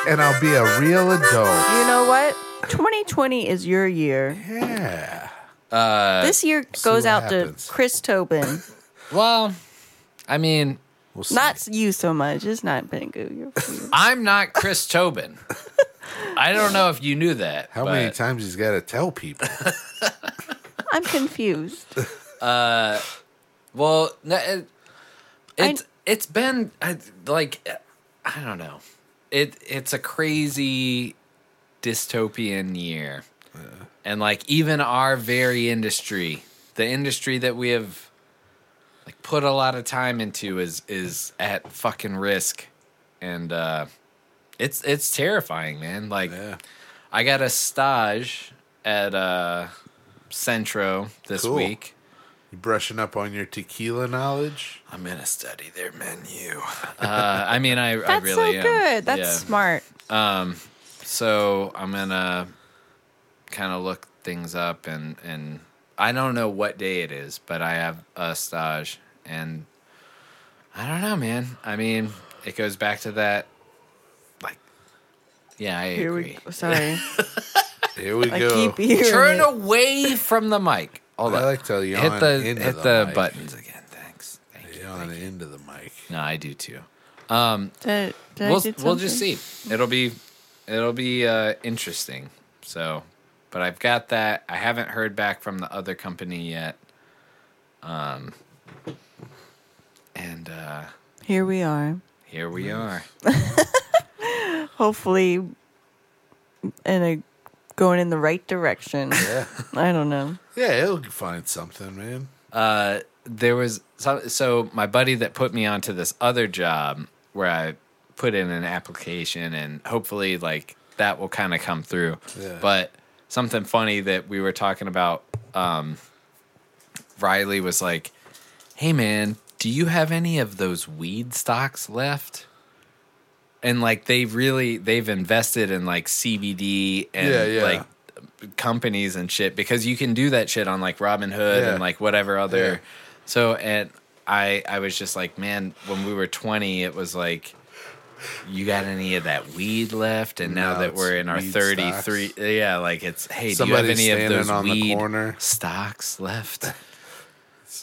Speaker 3: and I'll be a real adult.
Speaker 4: You know what? 2020 is your year.
Speaker 3: Yeah.
Speaker 4: this year goes
Speaker 3: what
Speaker 4: out
Speaker 3: happens.
Speaker 4: to Chris
Speaker 2: *laughs*
Speaker 4: Tobin.
Speaker 2: Well, I mean,
Speaker 3: We'll see.
Speaker 4: not you so much. It's not been good. year for you.
Speaker 2: I'm not Chris Tobin. I don't know if you knew that.
Speaker 3: How
Speaker 2: but
Speaker 3: many times he's got to tell people?
Speaker 4: I'm
Speaker 2: *laughs*
Speaker 4: confused.
Speaker 2: Well, no, it,
Speaker 4: I-
Speaker 2: it's it's been I, like I don't know. It it's a crazy dystopian year, and like even our very industry, the industry that we have like put a lot of time into is is at fucking risk, and uh, it's it's terrifying, man. Like I got a stage at uh, Centro this
Speaker 3: Cool.
Speaker 2: week.
Speaker 3: You brushing up on your tequila knowledge?
Speaker 2: I'm gonna study their menu. Uh, I mean, I, I
Speaker 4: That's
Speaker 2: really
Speaker 4: so
Speaker 2: am.
Speaker 4: good. That's
Speaker 2: Yeah.
Speaker 4: smart.
Speaker 2: so. I'm gonna kind of look things up and and I don't know what day it is, but I have a stage and I don't know, man. I mean, it goes back to that, like, yeah, I
Speaker 4: Here
Speaker 2: agree.
Speaker 4: we go. Sorry.
Speaker 2: *laughs*
Speaker 3: Here we
Speaker 4: I
Speaker 3: go.
Speaker 4: keep hearing
Speaker 2: Turn
Speaker 4: it.
Speaker 2: away from the mic. Hold
Speaker 3: I
Speaker 2: on.
Speaker 3: like to yawn
Speaker 2: hit the
Speaker 3: into
Speaker 2: hit
Speaker 3: the
Speaker 2: the
Speaker 3: mic.
Speaker 2: buttons again. Thanks. Thank you.
Speaker 3: Yawn into the mic.
Speaker 2: No, I do too.
Speaker 4: Did, did I
Speaker 2: we'll,
Speaker 4: do
Speaker 2: we'll just
Speaker 4: something?
Speaker 2: see. It'll be it'll be uh, interesting. So, but I've got that. I haven't heard back from the other company yet. Um, and uh,
Speaker 4: Here we are.
Speaker 2: here we are.
Speaker 4: Hopefully, in a going in the right direction.
Speaker 3: Yeah.
Speaker 4: I don't know.
Speaker 3: Yeah, he'll find something, man.
Speaker 2: Uh, there was so, so my buddy that put me onto this other job where I put in an application and hopefully like that will kind of come through.
Speaker 3: Yeah.
Speaker 2: But something funny that we were talking about, um, Riley was like, "Hey man, do you have any of those weed stocks left?" And like they really they've invested in like CBD and
Speaker 3: Yeah, yeah.
Speaker 2: like companies and shit because you can do that shit on like Robin Hood
Speaker 3: Yeah.
Speaker 2: and like whatever other.
Speaker 3: Yeah.
Speaker 2: So and I I was just like, man, when we were twenty, it was like, you got any of that weed left? And now,
Speaker 3: Now
Speaker 2: that
Speaker 3: it's
Speaker 2: we're in our
Speaker 3: weed
Speaker 2: thirty three,
Speaker 3: stocks.
Speaker 2: yeah, like it's hey,
Speaker 3: Somebody's
Speaker 2: do you have any of
Speaker 3: standing
Speaker 2: those
Speaker 3: on the
Speaker 2: weed
Speaker 3: corner. *laughs*
Speaker 2: stocks left?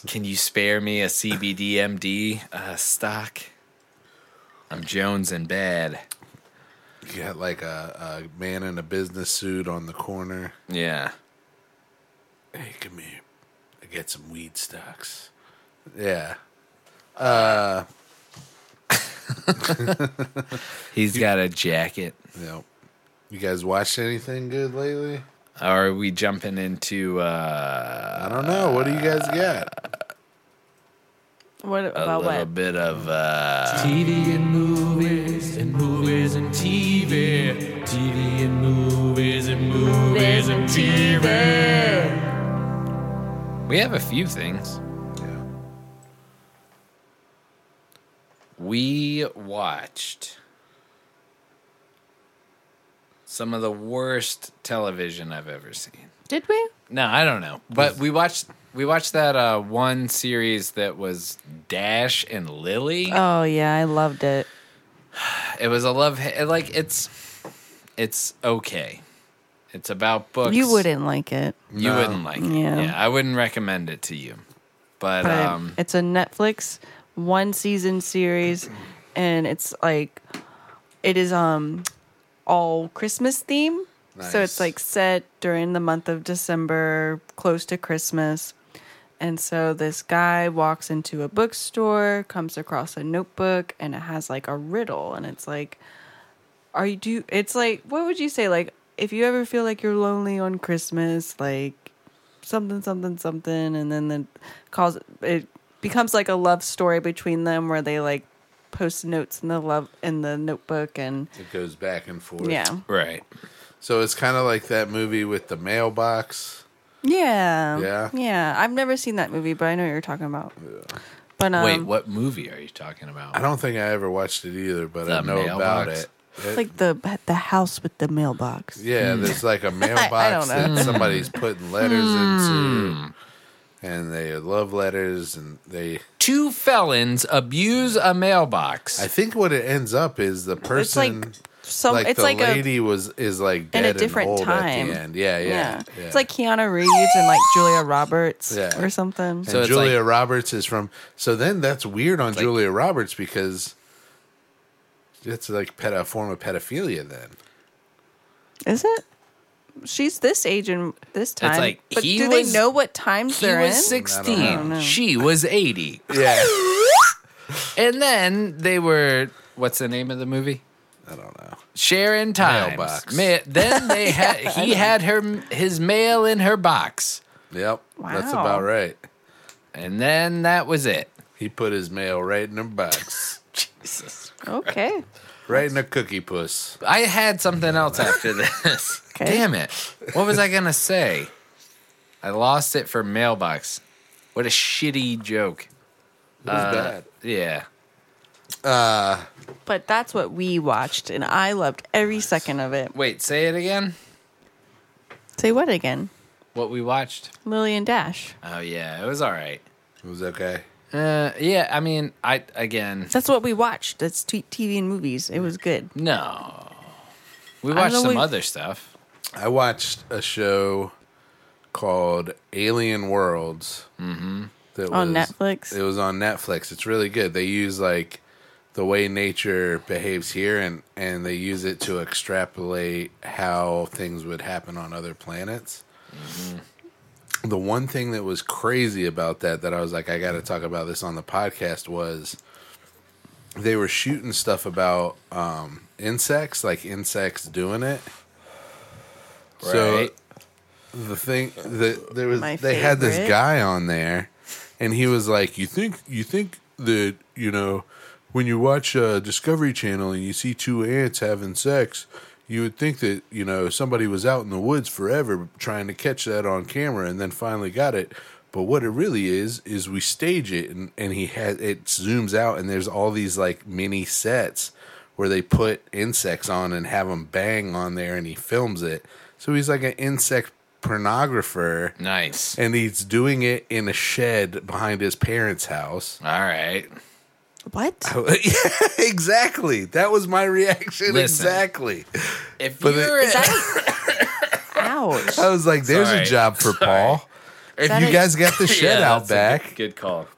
Speaker 2: Can you spare me a CBDMD uh, stock? I'm Jones in bed.
Speaker 3: You got like a, a man in a business suit on the corner.
Speaker 2: Yeah.
Speaker 3: Hey, come here. I got some weed stocks. Yeah.
Speaker 2: He's got a jacket.
Speaker 3: Yep. You guys watched anything good lately?
Speaker 2: Are we jumping into uh,
Speaker 3: I don't know. What do you guys got?
Speaker 4: What
Speaker 2: a
Speaker 4: about
Speaker 2: little
Speaker 4: what?
Speaker 2: bit of uh,
Speaker 5: TV and movies and movies and TV. TV and movies and movies and TV.
Speaker 2: We have a few things. We watched some of the worst television I've ever seen.
Speaker 4: Did we?
Speaker 2: No, I don't know. But we watched we watched that uh, one series that was Dash and Lily.
Speaker 4: Oh yeah, I loved it.
Speaker 2: It was a love ha- like it's it's okay. It's about books.
Speaker 4: You wouldn't like it.
Speaker 2: You wouldn't like it.
Speaker 4: Yeah.
Speaker 2: Yeah, I wouldn't recommend it to you. But,
Speaker 4: but
Speaker 2: um,
Speaker 4: it's a Netflix one season series, and it's like it is um all Christmas theme. So
Speaker 3: Nice.
Speaker 4: it's like set during the month of December, close to Christmas. And so this guy walks into a bookstore, comes across a notebook, and it has like a riddle, and it's like, "Are you do?" It's like, what would you say? Like, if you ever feel like you're lonely on Christmas, like something something something and then the calls it becomes like a love story between them where they like post notes in the love in the notebook and
Speaker 3: It goes back and forth.
Speaker 4: yeah
Speaker 2: right.
Speaker 3: So it's kind of like that movie with the mailbox.
Speaker 4: yeah
Speaker 3: Yeah.
Speaker 4: yeah i've never seen that movie but i know what you're talking about but um
Speaker 2: Wait, what movie are you talking about?
Speaker 3: I don't think I ever watched it either, but I
Speaker 2: The
Speaker 3: know about
Speaker 2: mailbox?
Speaker 3: it. It-
Speaker 4: like the the house with the mailbox
Speaker 3: yeah, there's
Speaker 4: *laughs*
Speaker 3: like a mailbox
Speaker 4: Hmm. don't know.
Speaker 3: that somebody's putting letters
Speaker 2: Hmm.
Speaker 3: into, and they are love letters, and they.
Speaker 2: Two felons abuse a mailbox.
Speaker 3: I think what it ends up is the
Speaker 4: it's
Speaker 3: person.
Speaker 4: like some
Speaker 3: like
Speaker 4: it's
Speaker 3: the
Speaker 4: like a
Speaker 3: lady was is like dead
Speaker 4: a
Speaker 3: and
Speaker 4: different
Speaker 3: old at
Speaker 4: time.
Speaker 3: the end. Yeah, yeah,
Speaker 4: yeah.
Speaker 3: yeah.
Speaker 4: it's like keanu reeves and like julia roberts
Speaker 3: Yeah.
Speaker 4: or something
Speaker 2: So
Speaker 3: and
Speaker 2: it's
Speaker 3: Julia Roberts is from. So then that's weird on
Speaker 2: like-
Speaker 3: Julia Roberts because it's like ped- a form of pedophilia. Then
Speaker 4: Is it? She's this age and this time.
Speaker 2: like,
Speaker 4: but
Speaker 2: he
Speaker 4: do
Speaker 2: was-
Speaker 4: they know what times
Speaker 2: he
Speaker 4: they're in?
Speaker 2: was
Speaker 3: I don't
Speaker 2: 16.
Speaker 4: know.
Speaker 2: She was 80.
Speaker 3: yeah,
Speaker 2: And then they were, what's the name of the movie?
Speaker 3: *laughs* I don't know.
Speaker 2: Sharon Times.
Speaker 3: Mailbox.
Speaker 2: Ma- then
Speaker 4: *laughs*
Speaker 2: they had he had her his mail in her box,
Speaker 3: Yep, that's
Speaker 4: Wow.
Speaker 3: about right.
Speaker 2: and then that was it.
Speaker 3: He put his mail right in
Speaker 4: *laughs*
Speaker 3: her box,
Speaker 2: Jesus,
Speaker 4: Okay.
Speaker 3: right in her cookie puss.
Speaker 2: I had something
Speaker 4: *laughs*
Speaker 2: else after this.
Speaker 4: Okay.
Speaker 2: Damn it! What was I gonna say? I lost it for mailbox. What a shitty joke.
Speaker 3: It was bad.
Speaker 2: Yeah.
Speaker 4: But that's what we watched, and I loved every second of it.
Speaker 2: Wait, say it again.
Speaker 4: Say what again?
Speaker 2: What we watched?
Speaker 4: Lily and Dash.
Speaker 2: Oh yeah, it was all right.
Speaker 3: It was okay.
Speaker 2: Uh, yeah, I mean, I again,
Speaker 4: That's what we watched. That's t- TV and movies. It was good.
Speaker 2: no. We
Speaker 4: I
Speaker 2: watched
Speaker 4: know
Speaker 2: some
Speaker 4: we-
Speaker 2: other stuff.
Speaker 3: I watched a show called Alien Worlds mm-hmm. that
Speaker 4: On Netflix?
Speaker 3: It was on Netflix. It's really good. They use like the way nature behaves here, and and they use it to extrapolate how things would happen on other planets. The one thing that was crazy about that that I was like, I got to talk about this on the podcast was they were shooting stuff about um, insects, like insects doing it. So
Speaker 2: Right.
Speaker 3: the thing that there was,
Speaker 4: My
Speaker 3: they had this
Speaker 4: favorite.
Speaker 3: guy on there, and he was like, "You think you think that you know when you watch uh, Discovery Channel and you see two ants having sex." You would think that you know somebody was out in the woods forever trying to catch that on camera, and then finally got it. But what it really is is we stage it, and, and he has it zooms out, and there's all these like mini sets where they put insects on and have them bang on there and he films it. So he's like an insect pornographer
Speaker 2: Nice.
Speaker 3: and he's doing it in a shed behind his parents' house. *laughs*
Speaker 2: All right.
Speaker 4: What?
Speaker 3: yeah, exactly. That was my reaction.
Speaker 2: Listen.
Speaker 3: Exactly.
Speaker 2: If
Speaker 3: But
Speaker 2: you're
Speaker 3: it-
Speaker 2: a-
Speaker 4: Ouch.
Speaker 3: I was like, there's
Speaker 2: Sorry.
Speaker 3: a job for Paul. If
Speaker 4: That
Speaker 3: you
Speaker 4: is-
Speaker 3: guys *laughs* got the
Speaker 2: Yeah,
Speaker 3: shed out
Speaker 2: that's a
Speaker 3: back,
Speaker 2: Good, good call.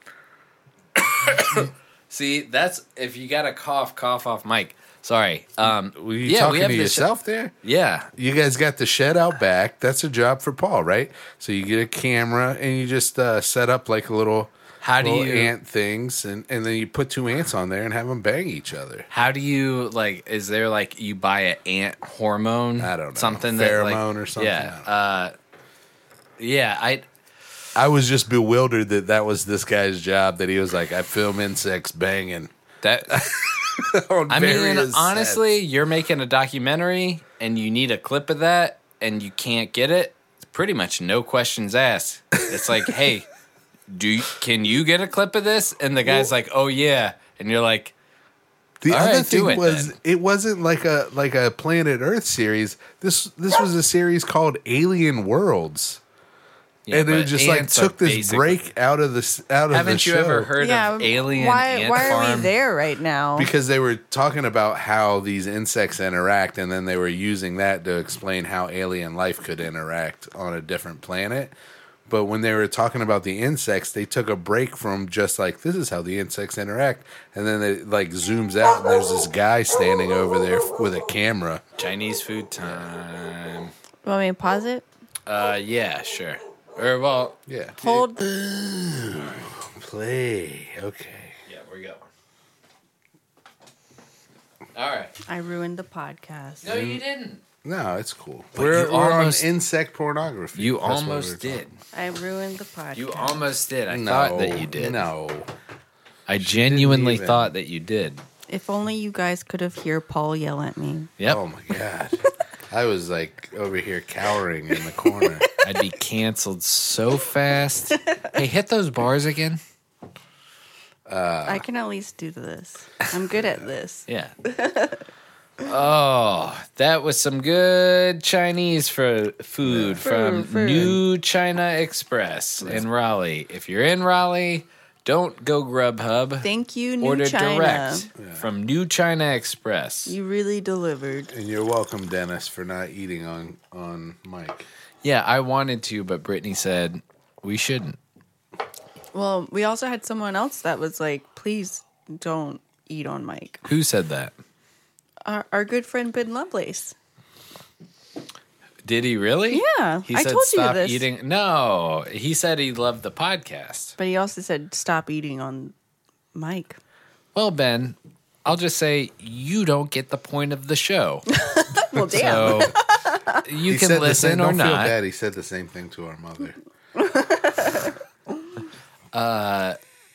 Speaker 2: *coughs* See, that's if you got a cough, cough off mic. Sorry. Um,
Speaker 3: were you
Speaker 2: yeah, we
Speaker 3: talking
Speaker 2: have
Speaker 3: to
Speaker 2: the sh-
Speaker 3: yourself there?
Speaker 2: yeah,
Speaker 3: you guys got the shed out back. That's a job for Paul, right? So you get a camera and you just uh, set up like a little
Speaker 2: How do
Speaker 3: little
Speaker 2: you-
Speaker 3: ant things, and and then you put two ants on there and have them bang each other.
Speaker 2: how do you like? Is there like you buy an ant hormone?
Speaker 3: I don't know.
Speaker 2: something that,
Speaker 3: Pheromone
Speaker 2: like,
Speaker 3: or something?
Speaker 2: Yeah,
Speaker 3: I don't know.
Speaker 2: uh, yeah. I
Speaker 3: I was just bewildered that that was this guy's job. That he was like, I film insects banging. *laughs*
Speaker 2: that.
Speaker 3: on
Speaker 2: I mean,
Speaker 3: various
Speaker 2: honestly,
Speaker 3: sets.
Speaker 2: you're making a documentary and you need a clip of that and you can't get it. It's pretty much no questions asked. It's like, *laughs* hey, do you, can you get a clip of this? And the guy's like, oh yeah, and you're like,
Speaker 3: the
Speaker 2: all
Speaker 3: other
Speaker 2: right, do
Speaker 3: thing
Speaker 2: it
Speaker 3: was
Speaker 2: then.
Speaker 3: it wasn't like a like a Planet Earth series. This this was a series called Alien Worlds.
Speaker 2: yeah,
Speaker 3: and it
Speaker 2: but
Speaker 3: just like
Speaker 2: ants are
Speaker 3: took this
Speaker 2: basic-
Speaker 3: break out of this out of the
Speaker 2: Haven't you
Speaker 3: show.
Speaker 2: ever heard
Speaker 4: yeah.
Speaker 2: of Alien
Speaker 4: why?
Speaker 2: Ant
Speaker 4: why
Speaker 2: Farm?
Speaker 4: are we there right now?
Speaker 3: because they were talking about how these insects interact and then they were using that to explain how alien life could interact on a different planet But when they were talking about the insects, they took a break from just like this is how the insects interact, and then it like zooms out and there's this guy standing over there with a camera.
Speaker 2: Chinese food time.
Speaker 4: Want me to pause it?
Speaker 2: Uh, yeah, sure. Or well,
Speaker 3: Yeah.
Speaker 4: Hold.
Speaker 3: Play. Okay.
Speaker 2: yeah, we're going. All right.
Speaker 4: I ruined the podcast.
Speaker 2: No, you didn't.
Speaker 3: No, it's cool. we're
Speaker 2: you
Speaker 3: we're
Speaker 2: almost-
Speaker 3: on insect pornography.
Speaker 2: You
Speaker 3: That's what we're
Speaker 2: almost
Speaker 3: talking-
Speaker 2: did.
Speaker 4: I ruined the podcast.
Speaker 2: You almost did. I
Speaker 3: No,
Speaker 2: thought that you did.
Speaker 3: No.
Speaker 2: I genuinely
Speaker 3: even.
Speaker 2: thought that you did.
Speaker 4: if only you guys could have heard Paul yell at me.
Speaker 2: Yep.
Speaker 3: Oh my god. I was like over here cowering in the
Speaker 2: *laughs*
Speaker 3: corner.
Speaker 2: I'd be canceled
Speaker 4: *laughs*
Speaker 2: so fast. hey, hit those bars again.
Speaker 4: I can at least do this. I'm good at this.
Speaker 2: Yeah. *laughs* Oh, that was some good Chinese fro- food from
Speaker 4: food.
Speaker 2: New China Express in Raleigh. If you're in Raleigh, don't go Grubhub.
Speaker 4: Thank you, New
Speaker 2: Order
Speaker 4: China.
Speaker 2: direct from New China Express.
Speaker 4: You really delivered.
Speaker 3: and you're welcome, Dennis, for not eating on on Mike.
Speaker 2: yeah, I wanted to, but Brittany said we shouldn't.
Speaker 4: Well, we also had someone else that was like, please don't eat on Mike.
Speaker 2: Who said that?
Speaker 4: Our, our good friend Ben Lovelace.
Speaker 2: Did he really?
Speaker 4: Yeah,
Speaker 2: He
Speaker 4: I
Speaker 2: said
Speaker 4: told you
Speaker 2: stop
Speaker 4: this."
Speaker 2: eating. No, he said he loved the podcast.
Speaker 4: But he also said, stop eating on Mike.
Speaker 2: Well, Ben, I'll just say you don't get the point of
Speaker 4: *laughs*
Speaker 2: the show.
Speaker 4: Well, damn.
Speaker 2: *laughs* So you
Speaker 3: He said the
Speaker 2: can
Speaker 3: same-
Speaker 2: listen or
Speaker 3: don't Feel
Speaker 2: not.
Speaker 3: bad. He said the same thing to our mother.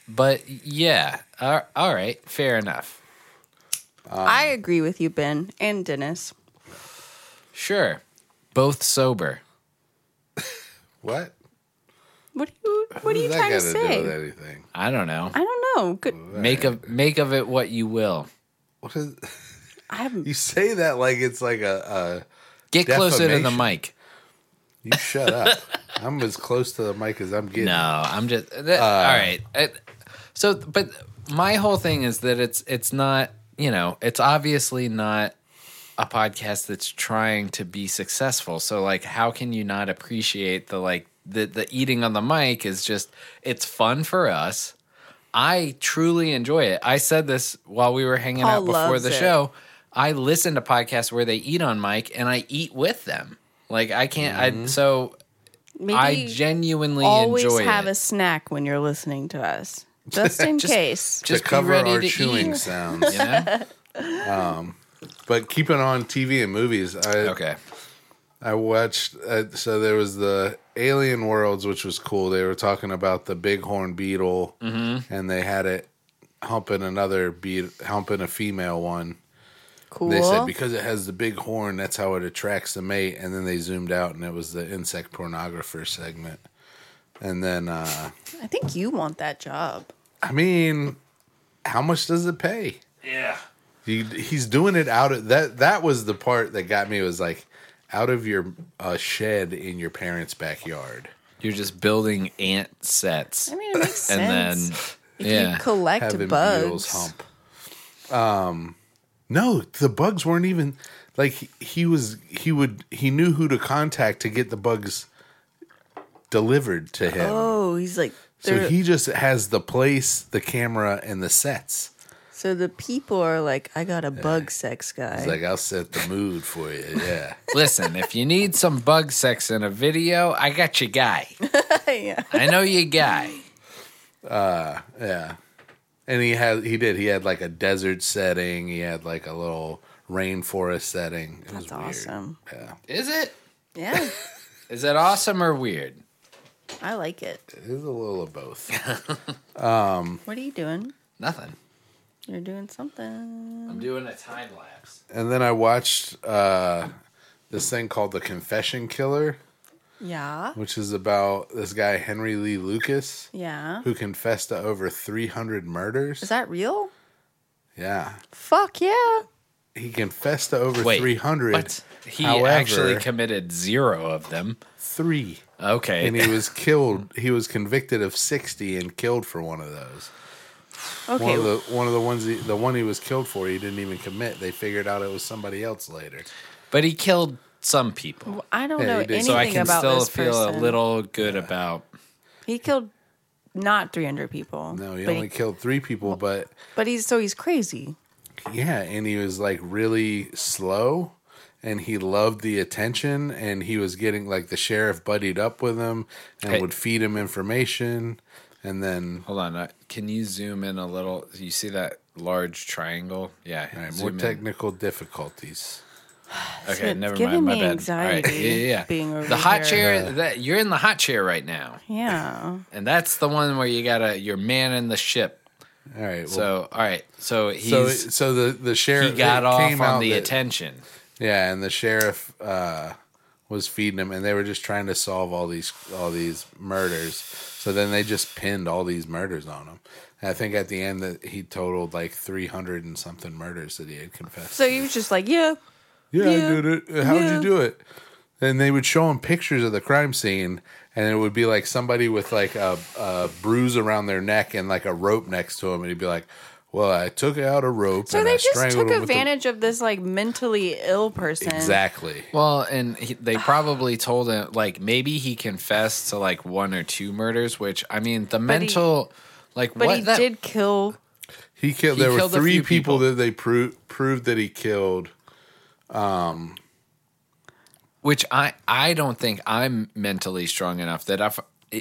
Speaker 2: But yeah, uh, all right, fair enough.
Speaker 4: I agree with you, Ben and Dennis.
Speaker 2: Sure. Both sober.
Speaker 3: What?
Speaker 4: What are you? What are you
Speaker 3: What does
Speaker 4: trying to
Speaker 3: that got to do with
Speaker 4: say?
Speaker 3: anything?
Speaker 2: I don't know.
Speaker 4: I don't know. Good.
Speaker 2: Make of make of it what you will.
Speaker 3: What is,
Speaker 4: I haven't.
Speaker 3: you say that like it's like a,
Speaker 2: Get closer to the
Speaker 3: Defamation.
Speaker 2: mic.
Speaker 3: a you shut
Speaker 2: *laughs*
Speaker 3: up. I'm as close to the mic as I'm getting.
Speaker 2: No, I'm just that- all right. It- so, but my whole thing is that it's it's not you know it's obviously not a podcast that's trying to be successful. So, like, how can you not appreciate the like the the eating on the mic is just it's fun for us. I truly enjoy it. I said this while we were hanging
Speaker 4: Paul
Speaker 2: out before
Speaker 4: loves
Speaker 2: the
Speaker 4: it.
Speaker 2: show. I listen to podcasts where they eat on mic, and I eat with them. Like I can't. I so
Speaker 4: Maybe
Speaker 2: I genuinely
Speaker 4: always
Speaker 2: enjoy
Speaker 4: have
Speaker 2: it.
Speaker 4: a snack when you're listening to
Speaker 3: *laughs*
Speaker 4: us, just in case.
Speaker 3: to
Speaker 2: be
Speaker 3: cover
Speaker 2: ready
Speaker 3: our
Speaker 2: to
Speaker 4: *laughs*
Speaker 3: chewing
Speaker 2: eat,
Speaker 3: sounds.
Speaker 2: you know?
Speaker 3: But keep it on TV and movies. I,
Speaker 2: okay.
Speaker 3: I watched. Uh, so there was the Alien Worlds, which was cool. They were talking about the bighorn beetle, and they had it humping another beet, humping a female one.
Speaker 4: Cool.
Speaker 3: They said because it has the big horn, that's how it attracts the mate. And then they zoomed out, and it was the insect pornographer segment. And then, uh,
Speaker 4: I think you want that job.
Speaker 3: I mean, how much does it pay?
Speaker 8: Yeah.
Speaker 3: He, he's doing it out of that. That was the part that got me was like out of your uh, shed in your parents' backyard.
Speaker 2: You're just building ant sets.
Speaker 4: I
Speaker 3: *laughs*
Speaker 4: mean, it makes
Speaker 2: and
Speaker 4: sense.
Speaker 2: then,
Speaker 4: if
Speaker 2: yeah.
Speaker 4: you collect
Speaker 3: having
Speaker 4: bugs,
Speaker 3: Beals hump. Um, no, the bugs weren't even like he, he was. He would. He knew who to contact to get the bugs delivered to him.
Speaker 4: oh, he's like.
Speaker 3: so
Speaker 4: they're-
Speaker 3: he just has the place, the camera, and the sets.
Speaker 4: so the people are like, I got a bug sex guy.
Speaker 3: It's like I'll set the mood for you. Yeah,
Speaker 2: *laughs* Listen, if you need some bug sex in a video, I got you guy.
Speaker 4: *laughs* yeah.
Speaker 2: I know
Speaker 4: *laughs*
Speaker 2: you guy.
Speaker 3: yeah. And he had. He did. He had like a desert setting. He had like a little rainforest setting. It was
Speaker 4: That's
Speaker 3: weird. *laughs*
Speaker 4: awesome.
Speaker 3: Yeah,
Speaker 2: Is it?
Speaker 4: Yeah.
Speaker 2: Is it awesome or weird?
Speaker 4: I like it.
Speaker 3: it was a little of both. *laughs*
Speaker 4: What are you doing?
Speaker 2: Nothing.
Speaker 4: You're doing something.
Speaker 2: I'm doing a time lapse.
Speaker 3: and then I watched uh, this thing called The Confession Killer,
Speaker 4: Yeah.
Speaker 3: which is about this guy Henry Lee Lucas
Speaker 4: Yeah.
Speaker 3: who confessed to over 300 murders.
Speaker 4: Is that real?
Speaker 3: yeah,
Speaker 4: Fuck yeah.
Speaker 3: he confessed to over
Speaker 2: Wait,
Speaker 3: 300.
Speaker 2: But he
Speaker 3: However-
Speaker 2: actually committed zero of them.
Speaker 3: Three,
Speaker 2: Okay.
Speaker 3: and he was killed. He was convicted of 60 and killed for one of those.
Speaker 4: Okay.
Speaker 3: One of the one of the ones he, the one he was killed for, he didn't even commit. They figured out it was somebody else later.
Speaker 2: but he killed some people.
Speaker 4: I don't
Speaker 3: Yeah,
Speaker 4: know
Speaker 3: he did.
Speaker 4: anything
Speaker 2: So I can
Speaker 4: about
Speaker 2: still
Speaker 4: this
Speaker 2: feel
Speaker 4: person.
Speaker 2: a little good about.
Speaker 4: He killed not 300 people.
Speaker 3: No, he
Speaker 4: but
Speaker 3: only killed three people, but
Speaker 4: But he's so he's crazy.
Speaker 3: yeah, and he was like really slow and he loved the attention and he was getting like the sheriff buddied up with him and
Speaker 2: Hey.
Speaker 3: would feed him information and then
Speaker 2: Hold on, uh, can you zoom in a little? You see that large triangle? Yeah,
Speaker 3: all right,
Speaker 2: zoom
Speaker 3: more
Speaker 2: in.
Speaker 3: technical difficulties.
Speaker 2: Okay,
Speaker 4: It's
Speaker 2: never
Speaker 4: giving
Speaker 2: mind. My
Speaker 4: me
Speaker 2: bad.
Speaker 4: anxiety
Speaker 2: All right. Yeah, yeah, yeah.
Speaker 4: being over
Speaker 2: the hot
Speaker 4: here.
Speaker 2: chair. That you're in the hot chair right now, *laughs*
Speaker 4: Yeah.
Speaker 2: and that's the one where you gotta you're manning the ship.
Speaker 3: All right. Well,
Speaker 2: So all right, so he's
Speaker 3: so so the the sheriff
Speaker 2: he got
Speaker 3: it
Speaker 2: off
Speaker 3: came out
Speaker 2: on the
Speaker 3: that-
Speaker 2: attention.
Speaker 3: Yeah, and the sheriff uh, was feeding him, and they were just trying to solve all these all these murders. So then they just pinned all these murders on him. And I think at the end that he totaled like three hundred and something murders that he had confessed.
Speaker 4: So he was just like, yeah,
Speaker 3: yeah,
Speaker 4: yeah,
Speaker 3: I did it. How would
Speaker 4: yeah.
Speaker 3: you do it? And they would show him pictures of the crime scene, and it would be like somebody with like a, a bruise around their neck and like a rope next to him, and he'd be like. Well, I took out a rope.
Speaker 4: So
Speaker 3: and I
Speaker 4: they just
Speaker 3: strangled
Speaker 4: took
Speaker 3: him with the-"
Speaker 4: advantage of this like mentally ill person.
Speaker 3: Exactly.
Speaker 2: Well, and
Speaker 4: *sighs*
Speaker 2: he, they probably told him like maybe he confessed to like one or two murders, which I mean the
Speaker 4: he-
Speaker 2: mental like
Speaker 4: But
Speaker 2: what
Speaker 4: he
Speaker 2: that-
Speaker 4: did kill.
Speaker 3: He killed.
Speaker 2: He
Speaker 3: there
Speaker 2: killed a
Speaker 3: were three
Speaker 2: few
Speaker 3: people,
Speaker 2: people.
Speaker 3: that they pro- proved that he killed.
Speaker 2: which I I don't think I'm mentally strong enough that if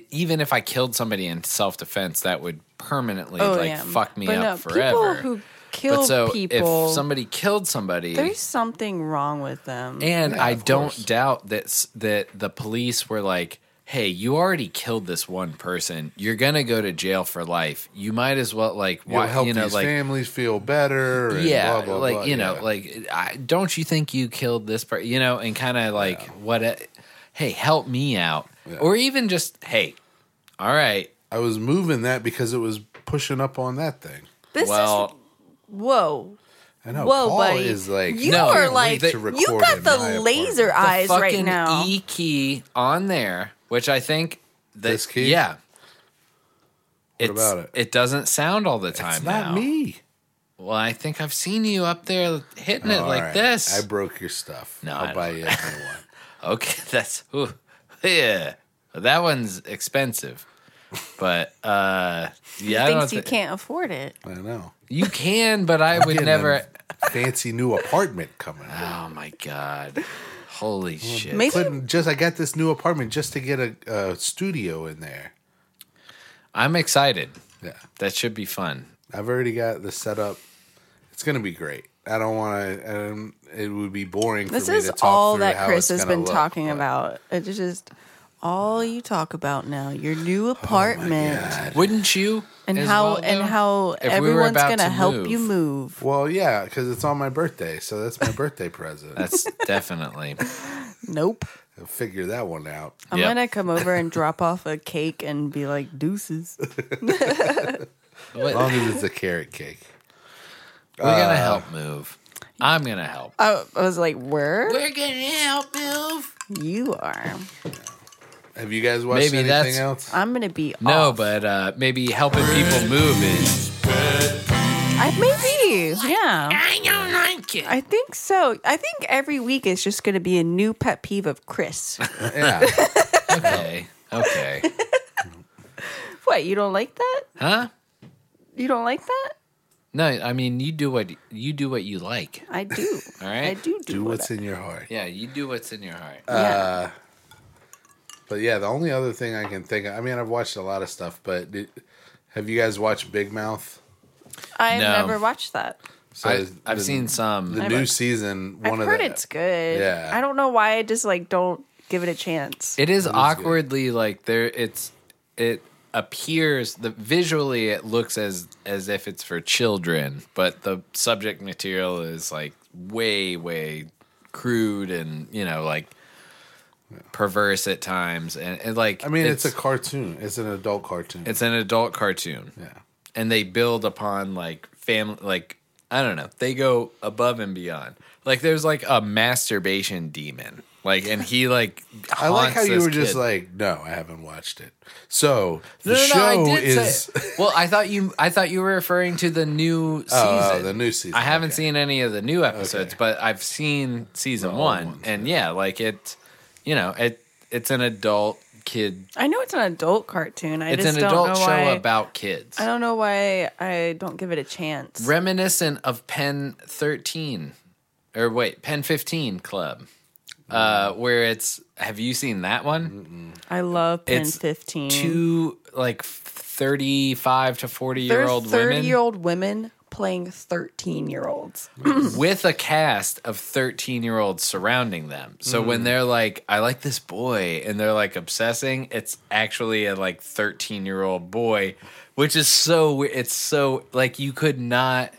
Speaker 2: even if I killed somebody in self defense, that would permanently
Speaker 4: Oh
Speaker 2: like
Speaker 4: yeah,
Speaker 2: fuck me
Speaker 4: But
Speaker 2: up
Speaker 4: no,
Speaker 2: forever.
Speaker 4: People who kill
Speaker 2: but so
Speaker 4: people,
Speaker 2: if somebody killed somebody,
Speaker 4: there's something wrong with them.
Speaker 2: and I
Speaker 3: of
Speaker 2: don't
Speaker 3: course.
Speaker 2: doubt that s- that the police were like, "Hey, you already killed this one person. You're gonna go to jail for life. You might as well like
Speaker 3: You'll
Speaker 2: why
Speaker 3: help
Speaker 2: you know
Speaker 3: these
Speaker 2: like."
Speaker 3: families feel better. and
Speaker 2: yeah,
Speaker 3: blah, blah,
Speaker 2: like
Speaker 3: blah,
Speaker 2: you know,
Speaker 3: yeah.
Speaker 2: like I, don't you think you killed this person? You know, and kind of like what? A, hey, help me out, or even just hey, all right,
Speaker 3: I was moving that because it was pushing up on that thing.
Speaker 4: This is
Speaker 2: well,
Speaker 4: whoa.
Speaker 3: I know.
Speaker 4: Whoa,
Speaker 3: Paul
Speaker 4: buddy.
Speaker 3: is like
Speaker 4: you
Speaker 2: No,
Speaker 4: are
Speaker 2: wait,
Speaker 4: like you
Speaker 2: they-
Speaker 4: got
Speaker 3: recorded my
Speaker 4: the
Speaker 3: apartment.
Speaker 4: laser eyes
Speaker 2: fucking
Speaker 4: right now.
Speaker 2: E key on there, which I think that,
Speaker 3: This key?
Speaker 2: yeah. It's,
Speaker 3: about it?
Speaker 2: doesn't sound all the time
Speaker 3: It's not
Speaker 2: now.
Speaker 3: me.
Speaker 2: Well, I think I've seen you up there hitting it
Speaker 3: All
Speaker 2: like
Speaker 3: right,
Speaker 2: this.
Speaker 3: I broke your stuff.
Speaker 2: No, I
Speaker 3: I'll
Speaker 2: don't.
Speaker 3: buy you another one.
Speaker 2: Okay, *laughs* that's ooh, yeah. That one's expensive, but uh, yeah, I don't
Speaker 4: Thinks you
Speaker 2: thi-
Speaker 4: can't afford it.
Speaker 2: *laughs*
Speaker 3: I know.
Speaker 2: You can, but I
Speaker 3: *laughs*
Speaker 2: would
Speaker 3: Getting
Speaker 2: never.
Speaker 3: a fancy new apartment coming.
Speaker 2: *laughs* Oh my god! Holy shit!
Speaker 4: Maybe
Speaker 3: Clinton, just I got this new apartment just to get a, a studio in there.
Speaker 2: I'm excited.
Speaker 3: Yeah.
Speaker 2: That should be fun.
Speaker 3: I've already got the setup. It's gonna be great. I don't want to. Um, it would be boring.
Speaker 4: this
Speaker 3: for me
Speaker 4: is
Speaker 3: to talk
Speaker 4: all
Speaker 3: through
Speaker 4: that
Speaker 3: how
Speaker 4: Chris has
Speaker 3: it's gonna
Speaker 4: been
Speaker 3: look,
Speaker 4: talking
Speaker 3: but-
Speaker 4: about. It's just all you talk about now. Your new apartment.
Speaker 3: God.
Speaker 2: Wouldn't you?
Speaker 4: and
Speaker 2: Oh as
Speaker 4: how
Speaker 2: well,
Speaker 4: and
Speaker 2: though?
Speaker 4: how
Speaker 2: If we were
Speaker 4: everyone's
Speaker 2: about
Speaker 4: gonna
Speaker 2: to
Speaker 4: help you move.
Speaker 3: Well, yeah, because it's on my birthday, so that's my birthday present.
Speaker 2: That's *laughs* definitely.
Speaker 4: Nope.
Speaker 3: I'll figure that one out.
Speaker 4: I'm
Speaker 2: Yep.
Speaker 4: gonna come over and
Speaker 2: *laughs*
Speaker 4: drop off a cake and be like deuces.
Speaker 3: As long as it's a carrot cake.
Speaker 2: We're gonna help move. I'm gonna help.
Speaker 4: I, I was like, where
Speaker 2: We're gonna help move.
Speaker 4: you are?
Speaker 3: Have you guys watched
Speaker 2: Maybe
Speaker 3: anything
Speaker 2: that's- *laughs*
Speaker 3: else?
Speaker 4: I'm gonna be
Speaker 2: No,
Speaker 4: off.
Speaker 2: but uh, maybe helping people
Speaker 4: *laughs*
Speaker 2: move is.
Speaker 4: I maybe yeah.
Speaker 2: I don't like it.
Speaker 4: I think so. I think every week is just gonna be a new pet peeve of Chris. *laughs*
Speaker 3: Yeah,
Speaker 2: *laughs* Okay. Okay.
Speaker 4: what you don't like that?
Speaker 2: Huh?
Speaker 4: You don't like that?
Speaker 2: No, I mean you do what you do what you like.
Speaker 4: I do.
Speaker 2: All right.
Speaker 4: I do do,
Speaker 3: do what's
Speaker 4: in.
Speaker 3: in your heart.
Speaker 2: Yeah, you do what's in your heart.
Speaker 3: Uh,
Speaker 4: yeah.
Speaker 3: But yeah, the only other thing I can think. of, I mean, I've watched a lot of stuff, but did, have you guys watched Big Mouth?
Speaker 4: I've
Speaker 2: No.
Speaker 4: never watched that.
Speaker 3: So
Speaker 2: I, I've
Speaker 3: the-
Speaker 2: seen some.
Speaker 3: the new season. One
Speaker 4: I've
Speaker 3: of
Speaker 4: heard
Speaker 3: the,
Speaker 4: it's good.
Speaker 3: Yeah.
Speaker 4: I don't know why I just like don't give it a chance.
Speaker 2: It is awkwardly like there. It's it appears the visually it looks as as if it's for children, but the subject material is like way way crude and you know like perverse at times and, and like
Speaker 3: I mean, it's, a cartoon. It's an adult cartoon.
Speaker 2: it's an adult cartoon
Speaker 3: yeah.
Speaker 2: and they build upon like family like I don't know. They go above and beyond. Like there's like a masturbation demon. Like and he like
Speaker 3: *laughs* I like
Speaker 2: haunts
Speaker 3: how you
Speaker 2: this
Speaker 3: were just
Speaker 2: kid.
Speaker 3: like, no, I haven't watched it. So the
Speaker 2: no, no, no,
Speaker 3: show
Speaker 2: I did *laughs*
Speaker 3: is
Speaker 2: say
Speaker 3: *laughs*
Speaker 2: Well, I thought you I thought you were referring to the new season.
Speaker 3: uh, the new season.
Speaker 2: I haven't
Speaker 3: Okay.
Speaker 2: seen any of the new episodes,
Speaker 3: Okay.
Speaker 2: but I've seen season
Speaker 3: old
Speaker 2: one,
Speaker 3: ones,
Speaker 2: and yeah, like it, you know, it it's an adult kid.
Speaker 4: I know it's an adult cartoon. I
Speaker 2: It's
Speaker 4: just
Speaker 2: an
Speaker 4: don't
Speaker 2: adult
Speaker 4: know
Speaker 2: show
Speaker 4: why,
Speaker 2: about kids,
Speaker 4: I don't know why I don't give it a chance.
Speaker 2: reminiscent of Pen Thirteen, or wait, Pen Fifteen Club, uh, where it's. Have you seen that one?
Speaker 4: I love Pen
Speaker 2: It's
Speaker 4: 15.
Speaker 2: Two like thirty-five to
Speaker 4: They're
Speaker 2: forty-year-old
Speaker 4: 30
Speaker 2: women
Speaker 4: year old women playing 13 year olds.
Speaker 2: *laughs* with a cast of 13 year olds surrounding them. So
Speaker 3: Mm.
Speaker 2: when they're like, I like this boy, and they're like obsessing, it's actually a like 13 year old boy, which is so, we- it's so, like, you could not.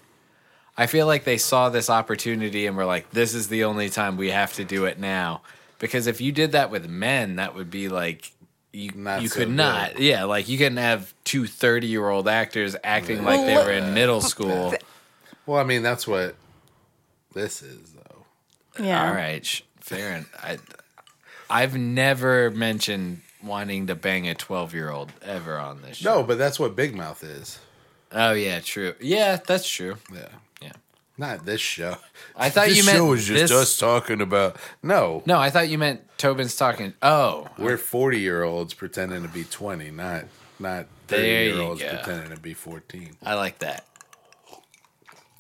Speaker 2: I feel like they saw this opportunity and were like, this is the only time we have to do it now. Because if you did that with men, that would be like, you,
Speaker 3: Not
Speaker 2: you
Speaker 3: so
Speaker 2: could
Speaker 3: good.
Speaker 2: not. Yeah, like you couldn't have two 30 year old actors acting like they
Speaker 4: look-
Speaker 2: were in middle school.
Speaker 3: Well, I mean, that's what this is, though.
Speaker 4: Yeah.
Speaker 2: All right, sh- fair. en- I, I've never mentioned wanting to bang a twelve-year-old ever on this show.
Speaker 3: No, but that's what Big Mouth is.
Speaker 2: Oh yeah, true. Yeah, that's true.
Speaker 3: Yeah.
Speaker 2: Yeah.
Speaker 3: Not this show.
Speaker 2: I thought
Speaker 3: this
Speaker 2: you meant
Speaker 3: show is just
Speaker 2: this-
Speaker 3: us talking about. No,
Speaker 2: No, I thought you meant Tobin's talking. Oh,
Speaker 3: we're forty year olds pretending to be twenty, not not
Speaker 2: There
Speaker 3: thirty
Speaker 2: you
Speaker 3: year olds
Speaker 2: go.
Speaker 3: pretending to be fourteen.
Speaker 2: I like that.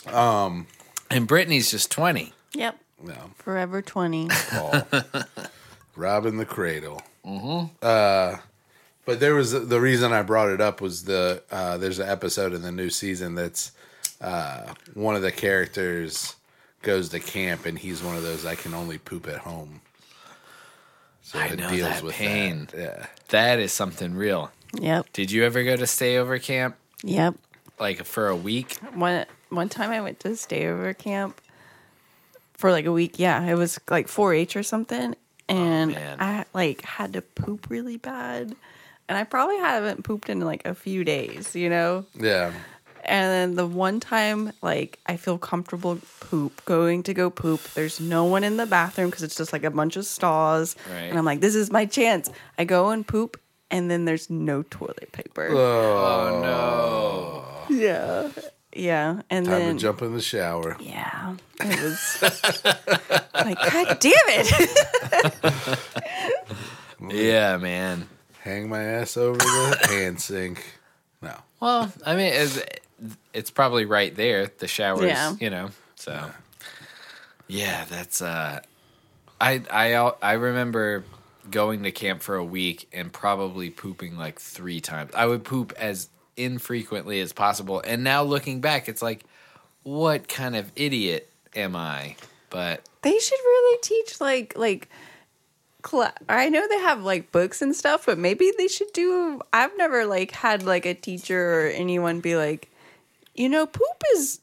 Speaker 2: Um, and Brittany's just twenty.
Speaker 4: Yep.
Speaker 3: No,
Speaker 4: Forever
Speaker 2: *laughs*
Speaker 4: 20.
Speaker 3: Paul, robbing the cradle. Mm-hmm. Uh, but there was the reason I brought it up was the uh, there's an episode in the new season that's uh, one of the characters goes to camp and he's one of those I can only poop at home. So
Speaker 2: I know that pain.
Speaker 3: That. Yeah.
Speaker 2: That is something real.
Speaker 4: yep.
Speaker 2: Did you ever go to stayover camp
Speaker 4: Yep.
Speaker 2: like for a week?
Speaker 4: One one time I went to stayover camp for like a week. Yeah, it was like 4-H or something, and
Speaker 2: man.
Speaker 4: I like had to poop really bad, and I probably haven't pooped in like a few days, you know.
Speaker 3: Yeah.
Speaker 4: And then the one time like I feel comfortable poop going to go poop. There's no one in the bathroom because it's just like a bunch of stalls,
Speaker 2: Right.
Speaker 4: and I'm like, this is my chance. I go and poop. And then there's no toilet paper.
Speaker 2: Oh no.
Speaker 4: Yeah. Yeah. And
Speaker 3: Time
Speaker 4: then
Speaker 3: to jump in the shower.
Speaker 4: Yeah, it was *laughs* like, God damn it! *laughs*
Speaker 2: Yeah, man.
Speaker 3: Hang my ass over
Speaker 2: *coughs*
Speaker 3: the hand sink. No.
Speaker 2: Well, I mean, it's, it's probably right there. The showers,
Speaker 4: Yeah.
Speaker 2: you know. So, yeah, that's. uh I I al- I remember going to camp for a week and probably pooping like three times. I would poop as infrequently as possible. And now looking back, it's like, what kind of idiot am I? But
Speaker 4: they should really teach like like. Cla- I know they have like books and stuff, but maybe they should do. I've never like had like a teacher or anyone be like, you know, poop is.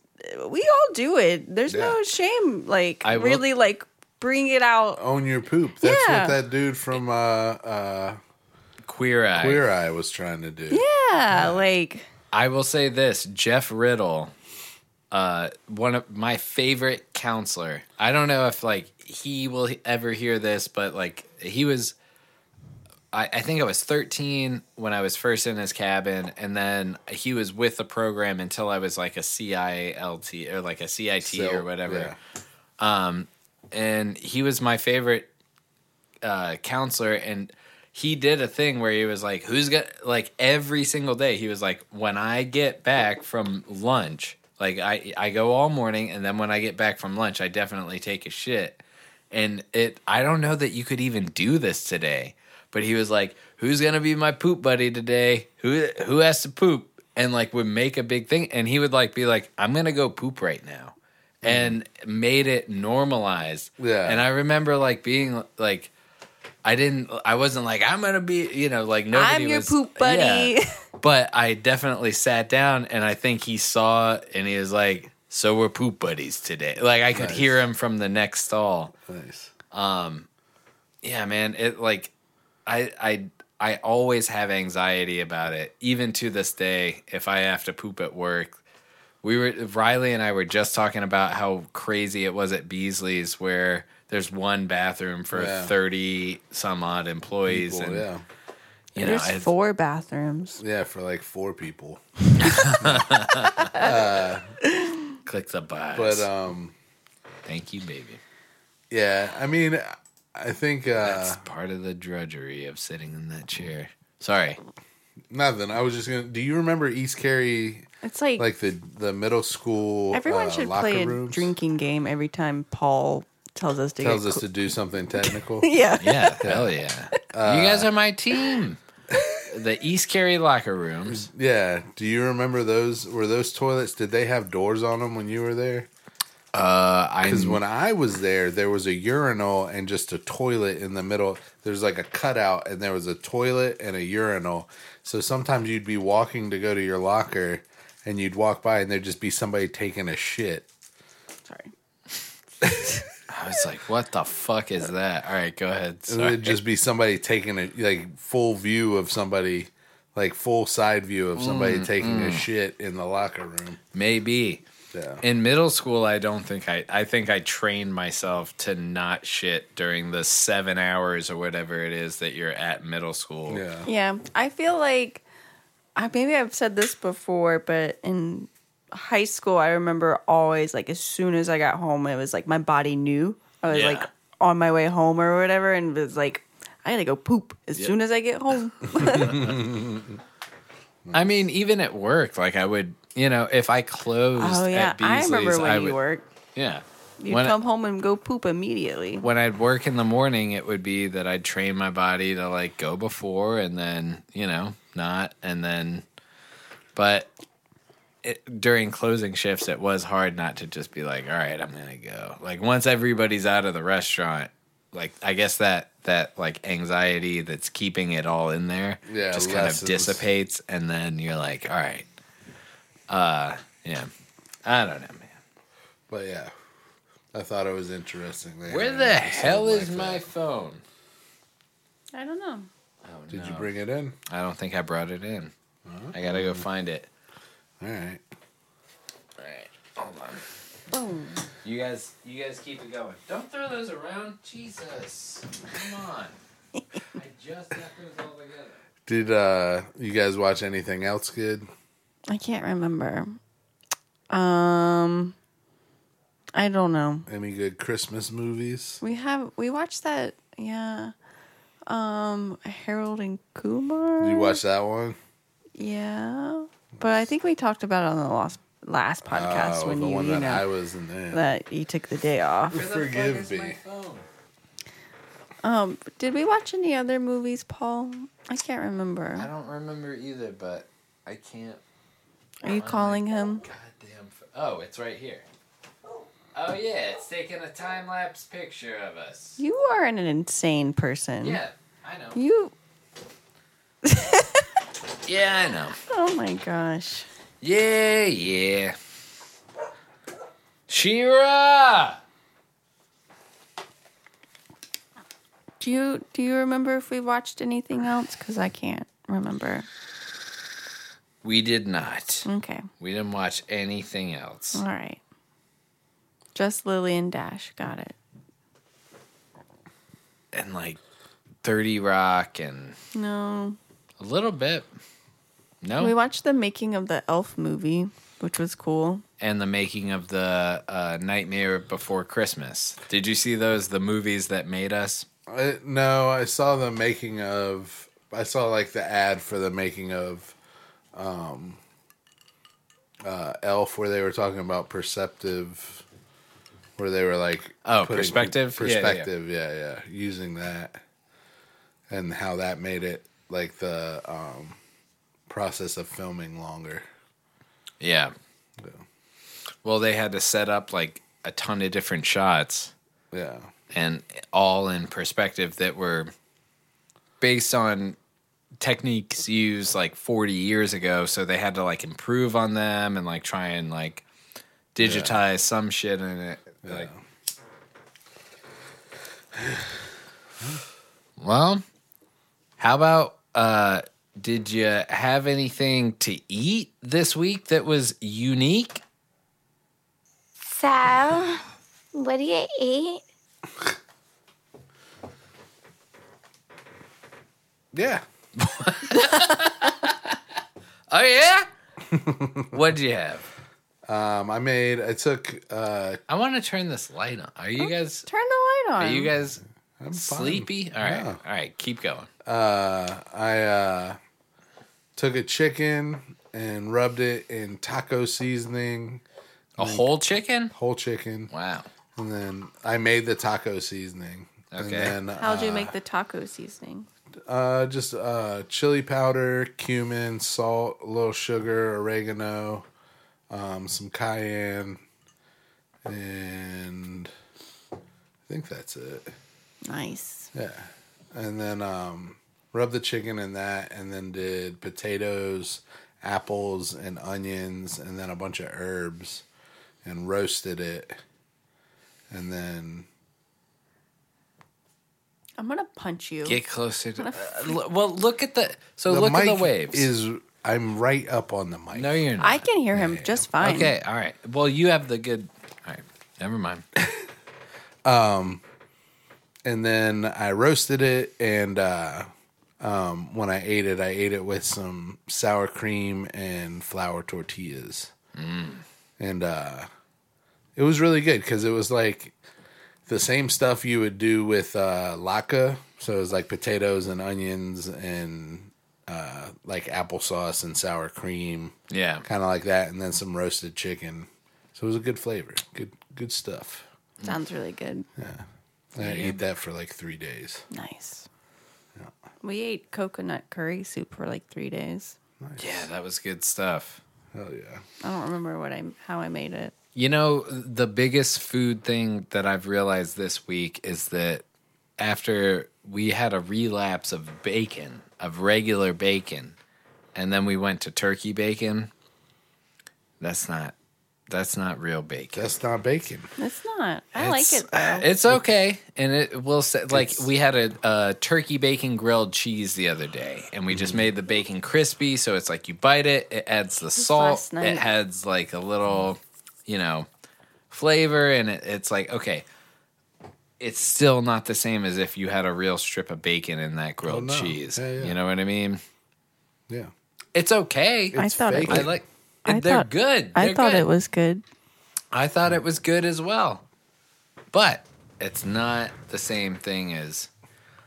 Speaker 4: We all do it. There's no
Speaker 3: Yeah.
Speaker 4: shame. Like
Speaker 2: I will-
Speaker 4: really like bring it out.
Speaker 3: Own your poop. That's
Speaker 4: Yeah.
Speaker 3: what that dude from uh, uh,
Speaker 2: queer eye.
Speaker 3: Queer Eye was trying to do.
Speaker 4: Yeah, like
Speaker 2: I will say this: Jeff Riddle, uh, one of my favorite counselor. I don't know if like he will ever hear this, but like he was. I, I think I was 13 when I was first in his cabin, and then he was with the program until I was like a CILT or like a CIT or
Speaker 3: So,
Speaker 2: whatever
Speaker 3: yeah.
Speaker 2: and he was my favorite uh, counselor and he did a thing where he was like who's got like every single day he was like when i get back from lunch like i i go all morning and then when i get back from lunch i definitely take a shit and it i don't know that you could even do this today but he was like who's gonna be my poop buddy today who who has to poop and like would make a big thing and he would like be like i'm gonna go poop right now and made it normalized
Speaker 3: Yeah.
Speaker 2: and i remember like being like i didn't i wasn't like i'm gonna be you know like nobody
Speaker 4: I'm your
Speaker 2: was-
Speaker 4: poop buddy.
Speaker 2: Yeah. but i definitely sat down and i think he saw and he was like so we're poop buddies today like i could hear him from the next stall
Speaker 3: Nice.
Speaker 2: yeah man it like i i i always have anxiety about it even to this day if i have to poop at work we were Riley and I were just talking about how crazy it was at Beasley's where there's one bathroom for
Speaker 3: Yeah.
Speaker 2: 30 some odd employees
Speaker 3: People,
Speaker 2: and
Speaker 3: yeah,
Speaker 4: *laughs*
Speaker 2: you know
Speaker 4: There's
Speaker 2: I-
Speaker 4: four bathrooms.
Speaker 3: yeah, for like four people.
Speaker 2: click the box.
Speaker 3: But um,
Speaker 2: Thank you, baby.
Speaker 3: yeah, I mean, I think uh,
Speaker 2: That's part of the drudgery of sitting in that chair.
Speaker 3: *laughs*
Speaker 2: Sorry.
Speaker 3: nothing. I was just gonna. Do you remember East Carry,
Speaker 4: It's like,
Speaker 3: like the the middle school?
Speaker 4: everyone
Speaker 3: uh,
Speaker 4: should
Speaker 3: locker
Speaker 4: play a
Speaker 3: rooms?
Speaker 4: drinking game every time Paul tells us to
Speaker 3: Tells
Speaker 4: get
Speaker 3: us
Speaker 4: cl-
Speaker 3: to do something technical.
Speaker 4: *laughs* yeah.
Speaker 2: Yeah, hell yeah.
Speaker 3: Uh,
Speaker 2: you guys are my team. The East Carry locker
Speaker 3: *laughs*
Speaker 2: rooms.
Speaker 3: Yeah. Do you remember those? Were those toilets? Did they have doors on them when you were there?
Speaker 2: Uh, I
Speaker 3: Because when I was there, there was a urinal and just a toilet in the middle. There's like a cutout, and there was a toilet and a urinal. So sometimes you'd be walking to go to your locker, and you'd walk by, and there'd just be somebody taking a shit.
Speaker 4: Sorry.
Speaker 2: I was like, what the fuck is that? All right, go ahead.
Speaker 3: And
Speaker 2: Sorry.
Speaker 3: It'd just be somebody taking a like full view of somebody, like full side view of somebody
Speaker 2: Mm,
Speaker 3: taking a shit in the locker room.
Speaker 2: Maybe.
Speaker 3: Yeah.
Speaker 2: In middle school, I don't think I. I think I trained myself to not shit during the seven hours or whatever it is that you're at middle school.
Speaker 3: yeah.
Speaker 4: Yeah, I feel like I maybe I've said this before, but in high school, I remember always like as soon as I got home, it was like my body knew I was
Speaker 2: Yeah.
Speaker 4: like on my way home or whatever, and it was like I gotta go poop as soon as I get
Speaker 2: *laughs*
Speaker 4: home.
Speaker 2: I mean, even at work, like I would, you know, if I closed
Speaker 4: oh yeah,
Speaker 2: at
Speaker 4: I
Speaker 2: Beasley's,
Speaker 4: remember when
Speaker 2: I
Speaker 4: you
Speaker 2: would-
Speaker 4: work,
Speaker 2: Yeah.
Speaker 4: you
Speaker 2: When I-
Speaker 4: come home and go poop immediately.
Speaker 2: when I'd work in the morning, it would be that I'd train my body to like go before and then, you know, not. And then, but it, during closing shifts, it was hard not to just be like, all right, I'm going to go. Like, once everybody's out of the restaurant, like, I guess that, that like anxiety that's keeping it all in there
Speaker 3: Yeah,
Speaker 2: just kind of
Speaker 3: lessens.
Speaker 2: dissipates. And then you're like, all right. Uh, yeah. I don't know, man.
Speaker 3: But yeah, I thought it was interesting. They
Speaker 2: Where
Speaker 3: had
Speaker 2: the
Speaker 3: an
Speaker 2: hell
Speaker 3: episode
Speaker 2: is
Speaker 3: like
Speaker 2: my
Speaker 3: that.
Speaker 2: phone?
Speaker 4: I don't know.
Speaker 2: Oh,
Speaker 3: Did you bring it in?
Speaker 2: I don't think I brought it in. I gotta go find it.
Speaker 3: All right.
Speaker 2: All right, hold on. You guys, you guys keep it going. Don't throw those around, Jesus! Come on. I just got those all together.
Speaker 3: Did uh you guys watch anything else good?
Speaker 4: I can't remember. Um, I don't know.
Speaker 3: Any good Christmas movies?
Speaker 4: We have we watched that, yeah. Um Harold and Kumar.
Speaker 3: Did you watch that one?
Speaker 4: Yeah. But I think we talked about it on the last last podcast
Speaker 3: Oh,
Speaker 4: when
Speaker 3: the
Speaker 4: you,
Speaker 3: one
Speaker 4: you
Speaker 3: that
Speaker 4: know
Speaker 3: I was in there.
Speaker 4: that you took the day off.
Speaker 3: *laughs* Forgive me.
Speaker 4: Um did we watch any other movies, Paul? I can't
Speaker 2: I
Speaker 4: remember.
Speaker 2: don't remember either, but I can't.
Speaker 4: Are you calling him?
Speaker 2: Goddamn. ph- Oh, it's right here. Oh yeah, it's taking a time lapse picture of us.
Speaker 4: You are an insane person.
Speaker 2: Yeah, I know.
Speaker 4: You *laughs*
Speaker 2: Yeah, I know.
Speaker 4: Oh my gosh.
Speaker 2: Yeah, yeah. Shira.
Speaker 4: Do you do you remember if we watched anything else cuz I can't remember.
Speaker 2: We did not.
Speaker 4: Okay.
Speaker 2: We didn't watch anything else.
Speaker 4: All right. Just Lily and Dash. Got it.
Speaker 2: And like 30 Rock and
Speaker 4: No.
Speaker 2: a little bit. No.
Speaker 4: We watched the making of the Elf movie, which was cool.
Speaker 2: and the making of the uh, Nightmare Before Christmas. Did you see those? The movies that made us?
Speaker 3: I, no, I saw the making of I saw like the ad for the making of um uh Elf where they were talking about perceptive where they were like
Speaker 2: Oh,
Speaker 3: putting-
Speaker 2: perspective? Yeah, yeah, yeah.
Speaker 3: perspective, yeah, yeah, using that and how that made it like the um process of filming longer.
Speaker 2: Yeah. Well, they had to set up like a ton of different shots.
Speaker 3: Yeah.
Speaker 2: and all in perspective that were based on techniques used like 40 years ago so they had to like improve on them and like try and like digitize some shit in it like well how about uh did you have anything to eat this week that was unique
Speaker 9: So, what do you eat?
Speaker 3: Yeah.
Speaker 2: Oh
Speaker 3: *laughs*
Speaker 2: yeah. what do you have?
Speaker 3: Um, I made. I took. Uh,
Speaker 2: I want to turn this light on. Are you guys?
Speaker 4: Turn the light
Speaker 2: Are
Speaker 4: on.
Speaker 2: you guys
Speaker 3: I'm fine.
Speaker 2: sleepy? All right.
Speaker 3: Yeah.
Speaker 2: All right. Keep going.
Speaker 3: Uh, I uh, took a chicken and rubbed it in taco seasoning,
Speaker 2: A whole chicken?
Speaker 3: whole chicken,
Speaker 2: Wow.
Speaker 3: and then I made the taco seasoning.
Speaker 2: Okay.
Speaker 3: And then,
Speaker 4: How'd you
Speaker 3: uh,
Speaker 4: make the taco seasoning?
Speaker 3: Uh, just uh, chili powder, cumin, salt, a little sugar, oregano, um, some cayenne, and I think that's it.
Speaker 4: Nice.
Speaker 3: Yeah. And then um, rubbed the chicken in that, and then did potatoes, apples, and onions, and then a bunch of herbs, and roasted it. And then
Speaker 4: I'm gonna punch you.
Speaker 2: Get closer to. Uh, l- well, look at the. So
Speaker 3: the
Speaker 2: look at
Speaker 3: mic
Speaker 2: the waves.
Speaker 3: is I'm right up on the mic.
Speaker 2: no, you're not.
Speaker 4: I can hear him just fine.
Speaker 2: Okay. All right. Well, you have the good. All right. Never mind.
Speaker 3: and then I roasted it. And uh, um, when I ate it, I ate it with some sour cream and flour tortillas. And uh, it was really good because it was like the same stuff you would do with uh, laka. So it was like potatoes and onions and uh, like applesauce and sour cream,
Speaker 2: Yeah.
Speaker 3: kind of like that, and then some roasted chicken. So it was a good flavor, good good stuff.
Speaker 4: Sounds really good.
Speaker 3: And I ate that for like three days.
Speaker 4: Nice. We ate coconut curry soup for like three days.
Speaker 2: *laughs* Yeah, that was good stuff.
Speaker 3: Hell yeah.
Speaker 4: I don't remember what I how I made it.
Speaker 2: You know, the biggest food thing that I've realized this week is that after we had a relapse of bacon, of regular bacon, and then we went to turkey bacon, that's not that's not real bacon.
Speaker 3: That's not bacon.
Speaker 4: It's not. I like it though.
Speaker 2: It's okay, and it will say like we had a, a turkey bacon grilled cheese the other day, and we just made the bacon crispy. So it's like you bite it, it adds the salt,
Speaker 4: last
Speaker 2: it
Speaker 4: night.
Speaker 2: adds like a little, you know, flavor, and it, it's like okay, it's still not the same as if you had a real strip of bacon in that grilled
Speaker 3: no.
Speaker 2: cheese.
Speaker 3: Yeah, yeah.
Speaker 2: You know what I mean?
Speaker 3: Yeah.
Speaker 2: It's okay.
Speaker 4: I
Speaker 3: It's
Speaker 4: thought
Speaker 3: fake.
Speaker 4: it. Was,
Speaker 2: I like.
Speaker 4: I
Speaker 2: they're
Speaker 4: thought-
Speaker 2: good.
Speaker 4: I
Speaker 2: They're
Speaker 4: thought
Speaker 2: good.
Speaker 4: it was good.
Speaker 2: I thought it was good as well, but it's not the same thing as.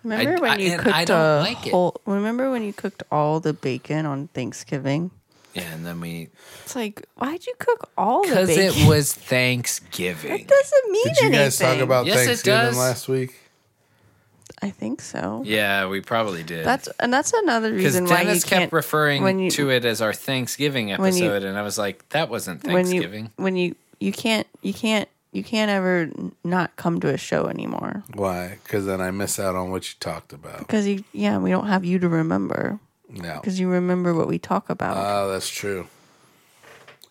Speaker 4: Remember when
Speaker 2: I-
Speaker 4: you
Speaker 2: and I
Speaker 4: cooked
Speaker 2: don't
Speaker 4: a
Speaker 2: like it.
Speaker 4: whole? Remember when you cooked all the bacon on Thanksgiving?
Speaker 2: Yeah, and
Speaker 4: *laughs*
Speaker 2: then we
Speaker 4: It's like, why'd you cook all the
Speaker 2: because
Speaker 4: bacon? *laughs*
Speaker 2: it was
Speaker 4: It
Speaker 2: Thanksgiving.
Speaker 4: doesn't mean
Speaker 3: Did you guys talk
Speaker 4: anything.
Speaker 3: about
Speaker 2: Yes, it does.
Speaker 3: Thanksgiving last week?
Speaker 4: I think so.
Speaker 2: Yeah, we probably did.
Speaker 4: That's and that's another
Speaker 2: because
Speaker 4: reason why you
Speaker 2: Dennis
Speaker 4: can't
Speaker 2: kept referring
Speaker 4: when you-
Speaker 2: to it as our Thanksgiving
Speaker 4: when you-
Speaker 2: episode, and I was like, "That wasn't
Speaker 4: when you
Speaker 2: Thanksgiving."
Speaker 4: when you you can't you can't you can't ever n- not come to a show anymore
Speaker 3: Why? Because then I miss out on what you talked about.
Speaker 4: because you yeah we don't have you to remember
Speaker 3: No.
Speaker 4: because you remember what we talk about.
Speaker 2: Uh,
Speaker 3: Oh, that's true.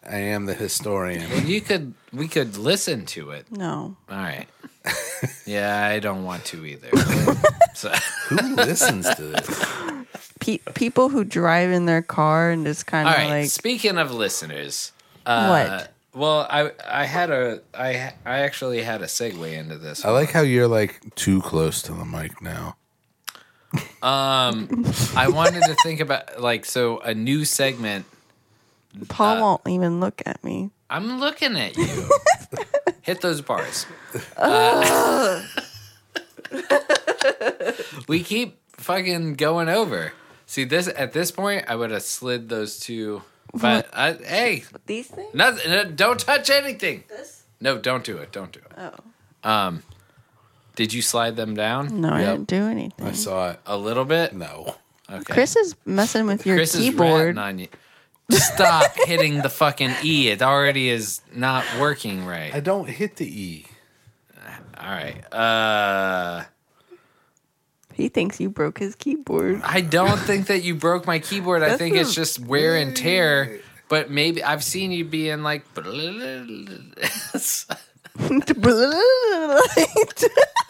Speaker 3: I am the historian.
Speaker 2: You, could we could listen to it.
Speaker 4: no,
Speaker 2: All *laughs* right. yeah, I don't want
Speaker 4: *laughs*
Speaker 2: to either. so,
Speaker 3: Who listens to this?
Speaker 4: Pe- people who drive in their car and just kind
Speaker 2: all
Speaker 4: of
Speaker 2: right.
Speaker 4: like
Speaker 2: Speaking of listeners, uh,
Speaker 4: what
Speaker 2: well, I I had a I I actually had a segue into this.
Speaker 3: I like how you're like too close to the mic now.
Speaker 2: I wanted to think about like so a new segment Uh,
Speaker 4: Paul won't even look at me.
Speaker 2: I'm looking at
Speaker 4: *laughs*
Speaker 2: you. Hit those bars. Uh, *laughs* we keep fucking going over. See this at this point, I would have slid those two. But I, hey,
Speaker 4: These things.
Speaker 2: nothing. no, Don't touch anything. No, don't do it. Don't do it. Um, did you slide them down
Speaker 4: Oh. No, I didn't do anything.
Speaker 3: I saw it.
Speaker 2: a little bit?
Speaker 3: No.
Speaker 4: Chris is messing with your
Speaker 2: Chris is
Speaker 4: keyboard.
Speaker 2: ratting on you. Stop *laughs* hitting the fucking e. It already is not working right.
Speaker 3: I don't hit the E.
Speaker 2: All right. Uh.
Speaker 4: he thinks you broke his keyboard.
Speaker 2: *laughs* I don't think that you broke my keyboard. I think it's just wear and tear. But maybe I've seen you being like, *laughs*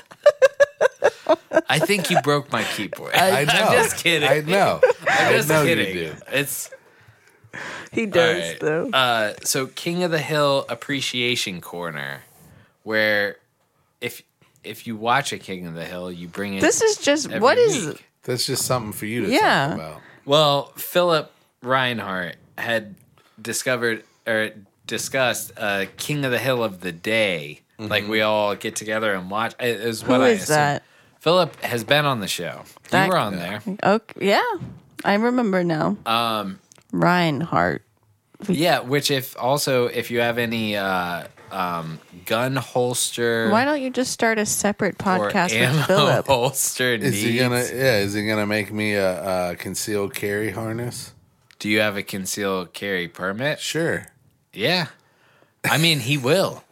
Speaker 2: I think you broke my keyboard.
Speaker 3: I know.
Speaker 2: am just kidding.
Speaker 3: I know.
Speaker 2: *laughs* I'm just
Speaker 3: know you
Speaker 2: kidding.
Speaker 3: do.
Speaker 2: It's
Speaker 4: *laughs* He
Speaker 2: All
Speaker 4: does
Speaker 2: right.
Speaker 4: though.
Speaker 2: Uh, so King of the Hill appreciation corner, where if if you watch a King of the Hill, you bring it.
Speaker 4: this is just
Speaker 2: every
Speaker 4: what is
Speaker 2: week.
Speaker 3: That's just something for you to
Speaker 4: Yeah.
Speaker 3: talk about.
Speaker 2: Well, Philip Reinhardt had discovered or discussed uh, King of the Hill of the Day. Like
Speaker 3: Mm-hmm.
Speaker 2: we all get together and watch. It is what
Speaker 4: who
Speaker 2: I
Speaker 4: is
Speaker 2: assume.
Speaker 4: that?
Speaker 2: Philip has been on the show.
Speaker 4: That-
Speaker 2: you were
Speaker 4: *laughs*
Speaker 2: on there.
Speaker 4: Okay, yeah, I remember now. Um, Reinhardt.
Speaker 2: Yeah, which if also if you have any uh, um, gun holster
Speaker 4: Why don't you just start a separate
Speaker 2: or
Speaker 4: podcast
Speaker 2: ammo
Speaker 4: with Philip?
Speaker 2: *laughs* holster
Speaker 3: Is
Speaker 2: needs,
Speaker 3: he gonna? Yeah, is he gonna make me a, a concealed carry harness?
Speaker 2: do you have a concealed carry permit?
Speaker 3: Sure.
Speaker 2: Yeah, I mean he will.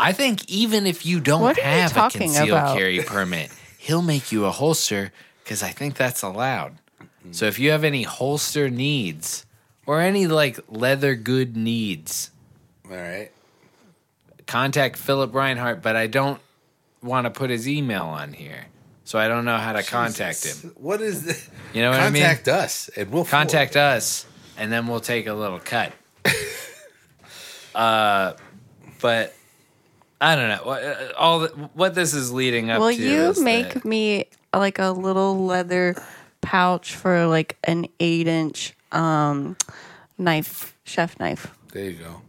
Speaker 2: I think even if you don't
Speaker 4: What are you
Speaker 2: have a
Speaker 4: talking
Speaker 2: concealed
Speaker 4: about?
Speaker 2: carry permit, he'll make you a holster because I think that's allowed. So if you have any holster needs or any like leather good needs,
Speaker 3: All right.
Speaker 2: contact Philip Reinhart, but I don't want to put his email on here. So I don't know how to contact him.
Speaker 3: What is this?
Speaker 2: You know what I mean?
Speaker 3: Contact us and we'll
Speaker 2: Contact us and then we'll take a little cut.
Speaker 3: *laughs*
Speaker 2: uh but I don't know. What- uh, All the, what this is leading up
Speaker 4: Will
Speaker 2: to
Speaker 4: you
Speaker 2: is
Speaker 4: make
Speaker 2: that-
Speaker 4: me like a little leather pouch for like an eight inch um knife, chef knife
Speaker 3: There you go.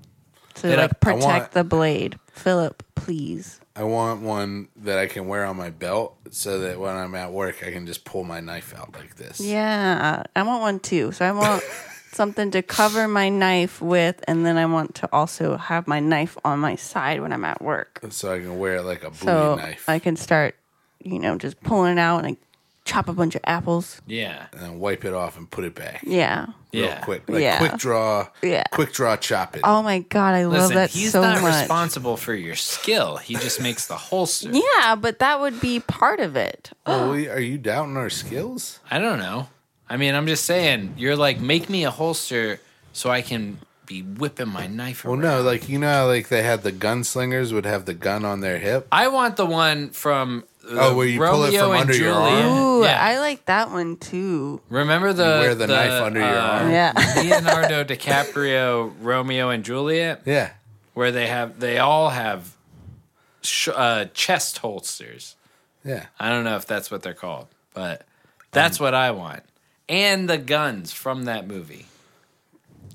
Speaker 4: to
Speaker 2: Hit
Speaker 4: like
Speaker 2: up-
Speaker 3: I
Speaker 4: protect
Speaker 3: want-
Speaker 4: the blade? Philip, please.
Speaker 3: I want one that I can wear on my belt so that when I'm at work, I can just pull my knife out like this.
Speaker 4: Yeah, I want one too. So I *laughs* want something to cover my knife with, and then I want to also have my knife on my side when I'm at work,
Speaker 3: So I can wear it like a Bowie
Speaker 4: so
Speaker 3: knife
Speaker 4: I can start, you know, just pulling it out and like, chop a bunch of apples.
Speaker 2: Yeah.
Speaker 3: and wipe it off and put it back
Speaker 4: Yeah.
Speaker 2: Yeah.
Speaker 3: real quick. Like
Speaker 4: Yeah.
Speaker 3: quick draw,
Speaker 4: Yeah.
Speaker 3: quick draw chop it.
Speaker 4: Oh my god, I love
Speaker 2: Listen,
Speaker 4: that
Speaker 2: he's
Speaker 4: so
Speaker 2: not
Speaker 4: much.
Speaker 2: responsible for your skill. He just makes the holster.
Speaker 4: Yeah, but that would be part of it.
Speaker 2: Oh,
Speaker 3: Are, we- are you doubting our skills?
Speaker 2: I don't know. I mean, I'm just saying, you're like, make me a holster so I can be whipping my knife
Speaker 3: Well,
Speaker 2: around.
Speaker 3: Oh, no, like you know, how, like they had the gunslingers would have the gun on their hip.
Speaker 2: I want the one from uh,
Speaker 3: Oh, where you pull it
Speaker 2: Romeo
Speaker 3: from
Speaker 2: and
Speaker 3: under your
Speaker 2: Juliet.
Speaker 3: arm?
Speaker 4: Ooh,
Speaker 2: yeah.
Speaker 4: I like that one too.
Speaker 2: remember Uh, the uh,
Speaker 3: wear the knife under your arm?
Speaker 4: Yeah. *laughs*
Speaker 2: Leonardo DiCaprio Romeo and Juliet,
Speaker 3: Yeah,
Speaker 2: where they have they all have sh- uh, chest holsters.
Speaker 3: yeah.
Speaker 2: I don't know if that's what they're called, but that's what I want. And the guns from that movie,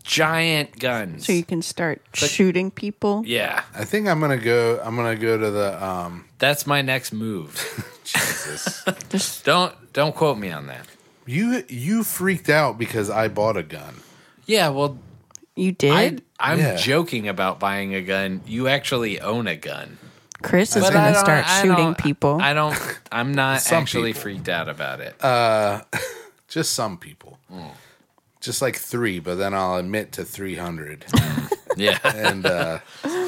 Speaker 2: giant guns.
Speaker 4: So you can start shooting people.
Speaker 2: yeah,
Speaker 3: I think I'm gonna go. I'm gonna go to the. um
Speaker 2: that's my next move.
Speaker 3: Jesus,
Speaker 2: don't don't quote me on that.
Speaker 3: you you freaked out because I bought a gun.
Speaker 2: Yeah, well,
Speaker 4: You did?
Speaker 2: I, I'm
Speaker 3: Yeah.
Speaker 2: joking about buying a gun. You actually own a gun.
Speaker 4: Chris is
Speaker 2: But I
Speaker 4: going to
Speaker 2: don't-
Speaker 4: start
Speaker 2: I
Speaker 4: shooting
Speaker 2: don't-
Speaker 4: people.
Speaker 2: I don't. I'm
Speaker 3: *laughs*
Speaker 2: not
Speaker 3: Some
Speaker 2: actually
Speaker 3: people. Uh,
Speaker 2: freaked out about it.
Speaker 3: Just some people. Just like three, but then I'll admit to three
Speaker 4: *laughs*
Speaker 3: hundred.
Speaker 2: yeah,
Speaker 3: and uh,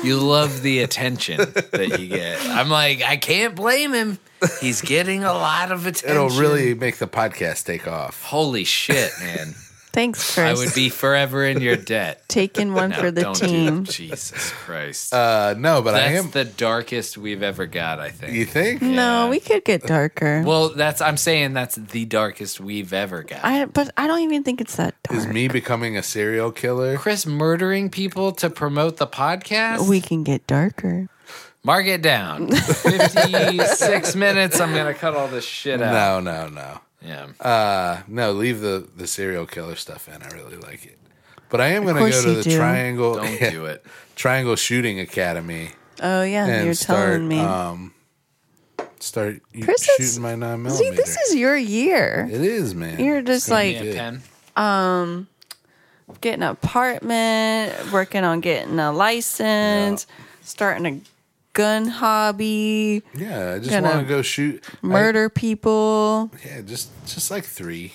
Speaker 2: you love the attention that you get. I'm like, I can't blame him. He's getting a lot of attention.
Speaker 3: it'll really make the podcast take off.
Speaker 2: Holy shit, man!
Speaker 4: Thanks,
Speaker 2: I
Speaker 4: Chris.
Speaker 3: *laughs*
Speaker 2: would be forever in your debt.
Speaker 4: *laughs* Taking one
Speaker 2: *laughs* No,
Speaker 4: for the
Speaker 2: don't do
Speaker 4: team.
Speaker 2: that. Jesus Christ,
Speaker 3: Uh, no, but
Speaker 2: that's
Speaker 3: I am.
Speaker 2: the darkest we've ever got. I think.
Speaker 3: you think?
Speaker 2: Yeah.
Speaker 4: No, we could get darker.
Speaker 2: well, that's. I'm saying that's the darkest we've ever got.
Speaker 4: I but I don't even think it's that
Speaker 3: Is
Speaker 4: dark.
Speaker 3: me becoming a serial killer?
Speaker 2: Chris murdering people to promote the podcast.
Speaker 4: We can get darker.
Speaker 2: Mark it down.
Speaker 4: *laughs*
Speaker 2: 56 minutes. I'm going to cut all this shit out.
Speaker 3: No, no, no.
Speaker 2: Yeah.
Speaker 3: Uh, no, leave the the serial killer stuff in. I really like it. But I am going to go
Speaker 4: course
Speaker 3: to
Speaker 4: you
Speaker 3: the
Speaker 4: do.
Speaker 3: Triangle *laughs*
Speaker 2: Don't do it.
Speaker 3: Triangle Shooting Academy
Speaker 4: Oh yeah,
Speaker 3: and
Speaker 4: you're
Speaker 3: start
Speaker 4: telling me.
Speaker 3: um start you-
Speaker 4: Chris
Speaker 3: shooting
Speaker 4: is-
Speaker 3: my 9
Speaker 4: See,
Speaker 3: millimeter.
Speaker 4: this is your year.
Speaker 3: it is, man.
Speaker 4: You're just like
Speaker 2: Yeah,
Speaker 3: good.
Speaker 2: pen.
Speaker 4: getting an apartment, working on getting a license, starting a gun hobby,
Speaker 3: yeah, I just
Speaker 4: gonna
Speaker 3: want to go shoot I-
Speaker 4: murder people.
Speaker 3: yeah, just just like 3.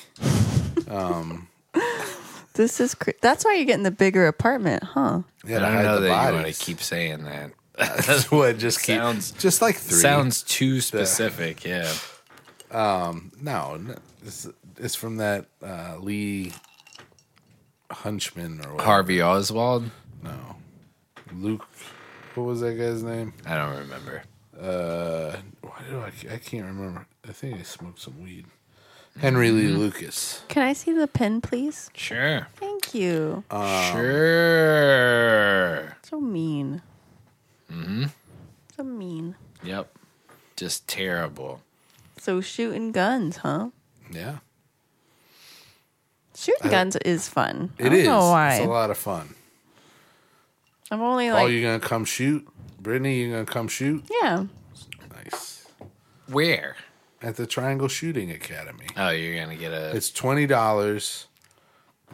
Speaker 4: This is cr- that's why you're getting the bigger apartment, huh?
Speaker 3: Yeah, to
Speaker 2: I don't
Speaker 3: hide
Speaker 2: know
Speaker 3: the
Speaker 2: that you want
Speaker 3: bodies. *laughs*
Speaker 2: to keep saying that.
Speaker 3: That's what just keep
Speaker 2: Sounds-
Speaker 3: just like 3.
Speaker 2: Sounds too specific. Yeah.
Speaker 3: No, no it's, it's from that uh Lee Hunchman or whatever.
Speaker 2: Harvey Oswald?
Speaker 3: Luke. What was that guy's name?
Speaker 2: I don't remember.
Speaker 3: Uh, why do I? I can't remember. I think I
Speaker 4: Mm-hmm.
Speaker 3: smoked some weed. Henry Lee Lucas.
Speaker 4: Can I see the pen, please?
Speaker 2: Sure.
Speaker 4: Thank you.
Speaker 2: Um, sure.
Speaker 4: So mean. Mm-hmm. So mean.
Speaker 2: Yep. Just terrible.
Speaker 4: So shooting guns, huh?
Speaker 3: Yeah.
Speaker 4: Shooting guns is fun. I
Speaker 3: It
Speaker 4: don't
Speaker 3: is.
Speaker 4: know why.
Speaker 3: It's a lot of fun.
Speaker 4: I'm only
Speaker 3: Paul,
Speaker 4: like,
Speaker 3: you gonna come shoot? Brittany, you gonna come shoot?
Speaker 4: yeah.
Speaker 3: Nice.
Speaker 2: Where?
Speaker 3: At the Triangle Shooting Academy.
Speaker 2: Oh, you're gonna get a.
Speaker 3: It's twenty dollars,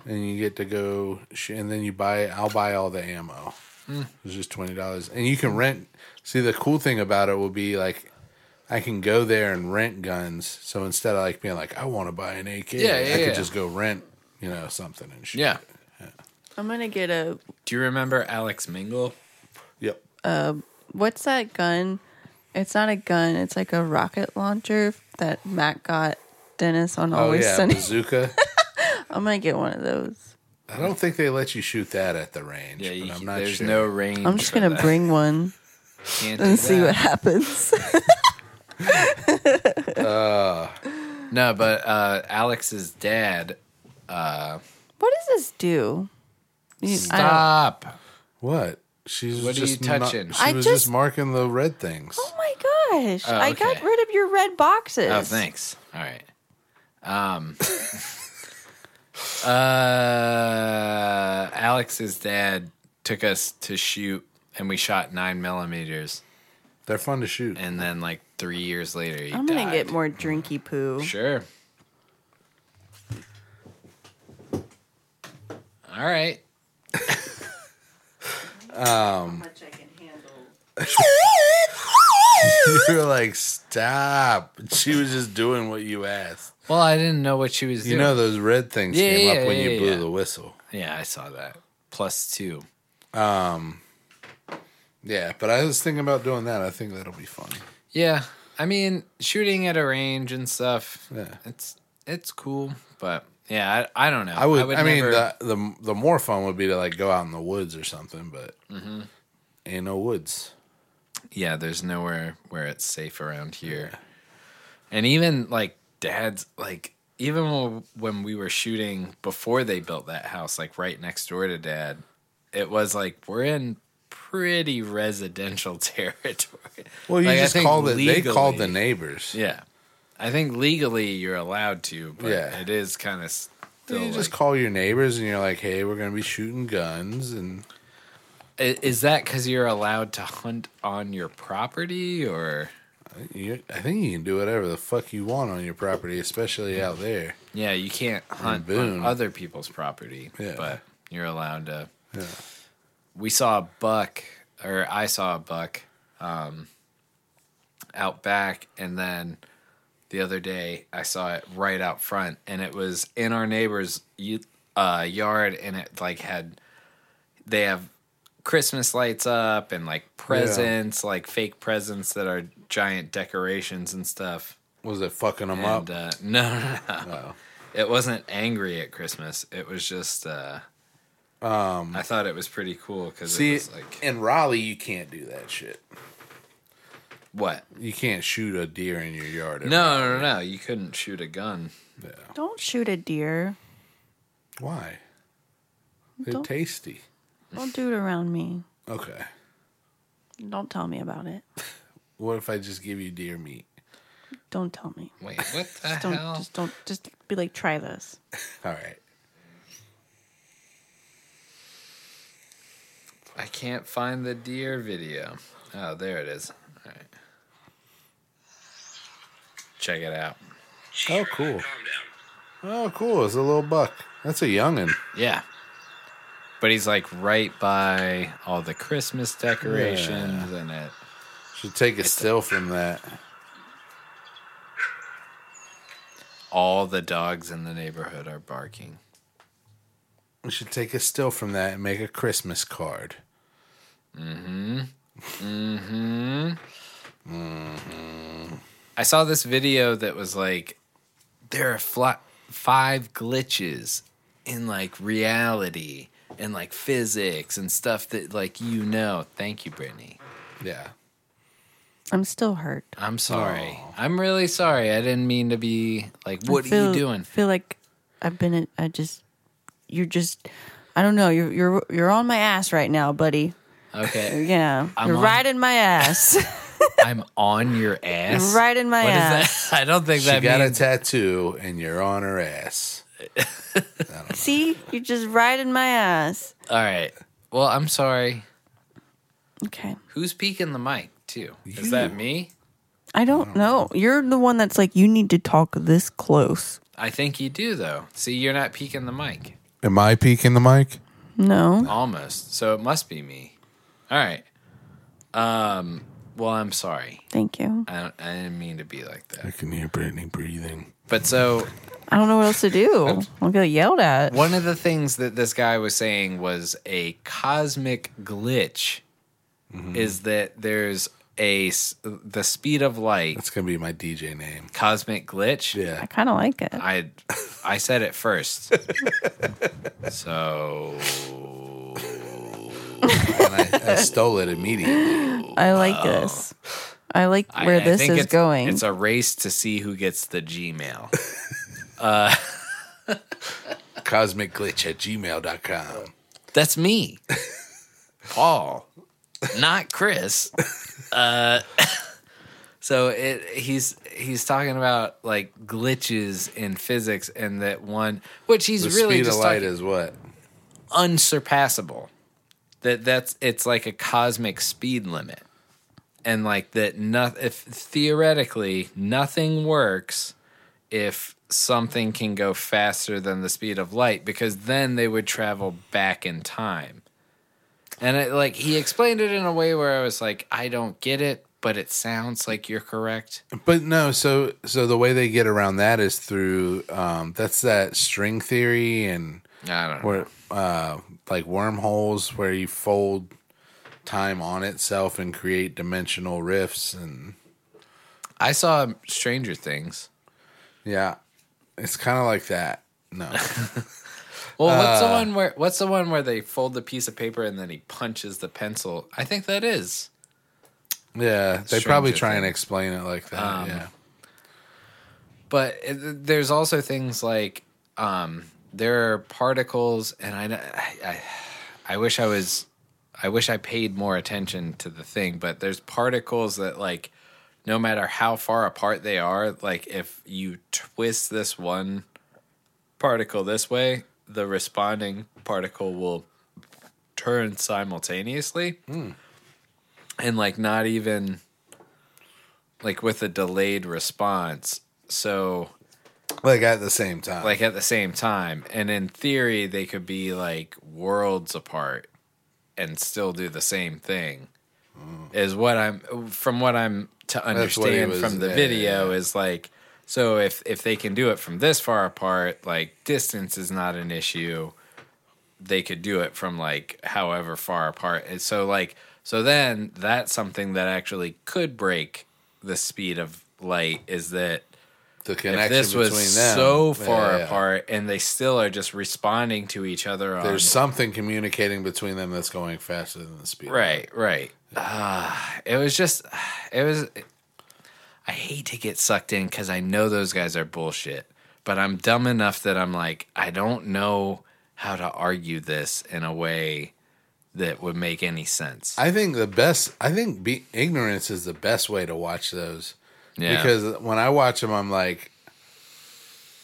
Speaker 3: and you get to go, sh- and then you buy. I'll buy all the ammo.
Speaker 2: Hmm.
Speaker 3: It's just twenty dollars, and you can rent. See, the cool thing about it will be like, I can go there and rent guns. So instead of like being like, I want to buy an AK,
Speaker 2: Yeah, yeah,
Speaker 3: I could
Speaker 2: yeah.
Speaker 3: just go rent, you know, something and shit.
Speaker 2: yeah.
Speaker 4: I'm gonna get a
Speaker 2: Do you remember Alex Mingle?
Speaker 3: Yep.
Speaker 4: what's that gun? It's not a gun. It's like a rocket launcher that Matt got Dennis on
Speaker 3: Oh
Speaker 4: Always
Speaker 3: yeah,
Speaker 4: Sunny.
Speaker 3: bazooka.
Speaker 4: *laughs* I'm gonna get one of those.
Speaker 3: I don't think they let you shoot that at the range.
Speaker 2: Yeah,
Speaker 3: but
Speaker 2: you,
Speaker 3: I'm not
Speaker 2: there's
Speaker 3: sure.
Speaker 2: no range.
Speaker 4: I'm just
Speaker 2: for
Speaker 4: gonna
Speaker 2: that.
Speaker 4: bring one
Speaker 2: Can't do
Speaker 4: and see
Speaker 2: that.
Speaker 4: what happens. *laughs*
Speaker 2: No, but uh, Alex's dad.
Speaker 4: what does this do? You- I don't-
Speaker 2: Stop.
Speaker 3: what. She's
Speaker 2: What are you
Speaker 3: just not-
Speaker 2: touching?
Speaker 3: she
Speaker 4: I
Speaker 3: was just,
Speaker 4: just-
Speaker 3: marking the red things.
Speaker 4: Oh my gosh!
Speaker 2: Oh,
Speaker 4: I got
Speaker 2: okay.
Speaker 4: rid of your red boxes.
Speaker 2: Oh, thanks. All right.
Speaker 4: *laughs*
Speaker 2: Um. uh, Alex's dad took us to shoot, and we shot nine millimeters.
Speaker 3: They're fun to shoot.
Speaker 2: And then, like three years later, he
Speaker 4: I'm gonna
Speaker 2: died.
Speaker 4: get more drinky poo.
Speaker 2: Sure. All right.
Speaker 3: *laughs* you were like, stop. She was just doing what you asked.
Speaker 2: Well, I didn't know what she was
Speaker 3: You
Speaker 2: doing.
Speaker 3: know, those red things
Speaker 2: Yeah,
Speaker 3: came
Speaker 2: yeah,
Speaker 3: up when
Speaker 2: yeah,
Speaker 3: you blew
Speaker 2: yeah.
Speaker 3: the whistle.
Speaker 2: yeah, I saw that. Plus two.
Speaker 3: Yeah, but I was thinking about doing that. I think that'll be fun.
Speaker 2: Yeah, I mean, shooting at a range and stuff.
Speaker 3: Yeah.
Speaker 2: it's it's cool, but yeah, I, I don't know.
Speaker 3: I would, I, mean,
Speaker 2: never-
Speaker 3: the, the, the more fun would be to like go out in the woods or something, but
Speaker 2: Mm-hmm.
Speaker 3: ain't no woods.
Speaker 2: yeah, there's nowhere where it's safe around here, and even like dad's like even when- when we were shooting before they built that house, like right next door to dad, it was like we're in pretty residential *laughs* territory.
Speaker 3: Well, you
Speaker 2: Like, I
Speaker 3: just
Speaker 2: think
Speaker 3: called it, they called the
Speaker 2: legally-
Speaker 3: neighbors.
Speaker 2: Yeah, I think legally you're allowed to, but
Speaker 3: Yeah.
Speaker 2: it is kind of.
Speaker 3: You just call your neighbors and you're like, hey, we're going to be shooting guns. And
Speaker 2: I- Is that because you're allowed to hunt on your property, or
Speaker 3: you, I think you can do whatever the fuck you want on your property, especially out there.
Speaker 2: yeah, you can't hunt on
Speaker 3: Boone.
Speaker 2: other people's property,
Speaker 3: Yeah.
Speaker 2: but you're allowed to. We saw a buck, or I saw a buck, um, out back, and then the other day I saw it right out front, and it was in our neighbor's y- uh, yard, and it like had they have Christmas lights up and like presents, like fake presents that are giant decorations and stuff.
Speaker 3: Was it fucking them up?
Speaker 2: And uh, *laughs* no, no, no. It wasn't angry at Christmas. It was just. Uh, um, I thought it was pretty cool because it
Speaker 3: See,
Speaker 2: was like
Speaker 3: in Raleigh, you can't do that shit.
Speaker 2: what?
Speaker 3: You can't shoot a deer in your yard.
Speaker 2: No, no, no, no. You couldn't shoot a gun.
Speaker 4: Don't shoot a deer.
Speaker 3: Why? They're
Speaker 4: Don't-
Speaker 3: tasty.
Speaker 4: Don't do it around me.
Speaker 3: Okay.
Speaker 4: Don't tell me about it.
Speaker 3: What if I just give you deer meat?
Speaker 4: Don't tell me.
Speaker 2: Wait, what the
Speaker 4: Don't
Speaker 2: hell?
Speaker 4: just don't just be like try this.
Speaker 3: All right.
Speaker 2: I can't find the deer video. Oh, there it is. All right. Check it out.
Speaker 3: Oh, cool. Oh, cool. It's a little buck. That's a youngin.
Speaker 2: Yeah. But he's like right by all the Christmas decorations and it.
Speaker 3: Should take a still from that.
Speaker 2: All the dogs in the neighborhood are barking.
Speaker 3: We should take a still from that and make a Christmas card.
Speaker 2: I saw this video that was like, there are fly- five glitches in like reality and like physics and stuff that like you know. Thank you, Brittany.
Speaker 3: Yeah.
Speaker 4: I'm still hurt.
Speaker 2: I'm sorry. I'm really sorry. I didn't mean to be like, what
Speaker 4: I feel-
Speaker 2: are you doing?
Speaker 4: Feel like I've been. in- I just you're just I don't know, you're you're you're on my ass right now, buddy.
Speaker 2: Okay.
Speaker 4: Yeah.
Speaker 2: I'm
Speaker 4: you're
Speaker 2: on-
Speaker 4: riding my
Speaker 2: *laughs*
Speaker 4: ass.
Speaker 2: I'm on your ass.
Speaker 4: Right in my
Speaker 2: What is that?
Speaker 4: ass.
Speaker 2: *laughs* I don't think
Speaker 3: She
Speaker 2: that
Speaker 3: got
Speaker 2: means.
Speaker 3: a tattoo, and you're on her ass.
Speaker 4: See? You're just riding my ass.
Speaker 2: All right. Well, I'm sorry.
Speaker 4: Okay.
Speaker 2: Who's peeking the mic too? Is that me?
Speaker 4: I don't know. You're the one that's like you need to talk this close.
Speaker 2: I think you do though. See, you're not peeking the mic.
Speaker 10: Am I peeking the mic?
Speaker 4: No.
Speaker 2: Almost. So it must be me. All right. Um. Well, I'm sorry.
Speaker 4: Thank you.
Speaker 2: I don't, I didn't mean to be like
Speaker 10: I
Speaker 2: that.
Speaker 10: can hear Brittany breathing.
Speaker 2: But so
Speaker 4: I don't know what else to do. I'll get yelled at.
Speaker 2: one of the things that this guy was saying was a cosmic glitch is that there's a s- the speed of light
Speaker 3: That's gonna be my DJ name.
Speaker 2: cosmic glitch.
Speaker 4: I
Speaker 3: Yeah,
Speaker 4: kind of like it.
Speaker 2: I I said it first. so
Speaker 3: and I, I stole it immediately.
Speaker 4: I like this. I like where
Speaker 2: I- I
Speaker 4: this
Speaker 2: think
Speaker 4: is
Speaker 2: it's,
Speaker 4: going.
Speaker 2: It's a race to see who gets the Gmail.
Speaker 3: Cosmic glitch at gmail.com. *laughs*
Speaker 2: That's me. Paul. Not Chris. Uh *laughs* So it he's he's talking about like glitches in physics and that one which he's
Speaker 3: The
Speaker 2: really
Speaker 3: speed of
Speaker 2: just
Speaker 3: light
Speaker 2: talking-
Speaker 3: is what?
Speaker 2: unsurpassable. That that's it's like a cosmic speed limit, and like that. Not if theoretically nothing works if something can go faster than the speed of light, because then they would travel back in time. And it like he explained it in a way where I was like, I don't get it, but it sounds like you're correct.
Speaker 3: But no, so so the way they get around that is through um that's that string theory and
Speaker 2: I don't know.
Speaker 3: where uh like wormholes where you fold time on itself and create dimensional rifts and
Speaker 2: I saw Stranger Things.
Speaker 3: yeah. It's kind of like that. *laughs* No.
Speaker 2: Well, what's the one where what's the one where they fold the piece of paper and then he punches the pencil? I think that is.
Speaker 3: Yeah, they probably
Speaker 2: Stranger
Speaker 3: try and
Speaker 2: Things.
Speaker 3: explain it like that. yeah.
Speaker 2: But it, there's also things like um, there are particles, and I, I, I, I wish I was, I wish I paid more attention to the thing. But there's particles that like, no matter how far apart they are, like if you twist this one particle this way, the responding particle will turn simultaneously, and like not even like with a delayed response. So
Speaker 3: Like at the same time.
Speaker 2: like at the same time, and in theory, they could be like worlds apart and still do the same thing. Is what I'm from what I'm to
Speaker 3: Mm. what he
Speaker 2: understand
Speaker 3: was-
Speaker 2: from the
Speaker 3: yeah, yeah,
Speaker 2: video is like so if if they can do it from this far apart, like distance is not an issue. They could do it from like however far apart. And so like so then that's something that actually could break the speed of light is that
Speaker 3: the
Speaker 2: if
Speaker 3: connection
Speaker 2: this
Speaker 3: between
Speaker 2: was
Speaker 3: them.
Speaker 2: so far
Speaker 3: Yeah, yeah.
Speaker 2: apart and they still are just responding to each other on
Speaker 3: There's something communicating between them that's going faster than the speed.
Speaker 2: Um, right right Ah, it was just it was i hate to get sucked in because i know those guys are bullshit but i'm dumb enough that i'm like i don't know how to argue this in a way that would make any sense
Speaker 3: I think the best. I think be, ignorance is the best way to watch those
Speaker 2: yeah
Speaker 3: because when I watch them, I'm like,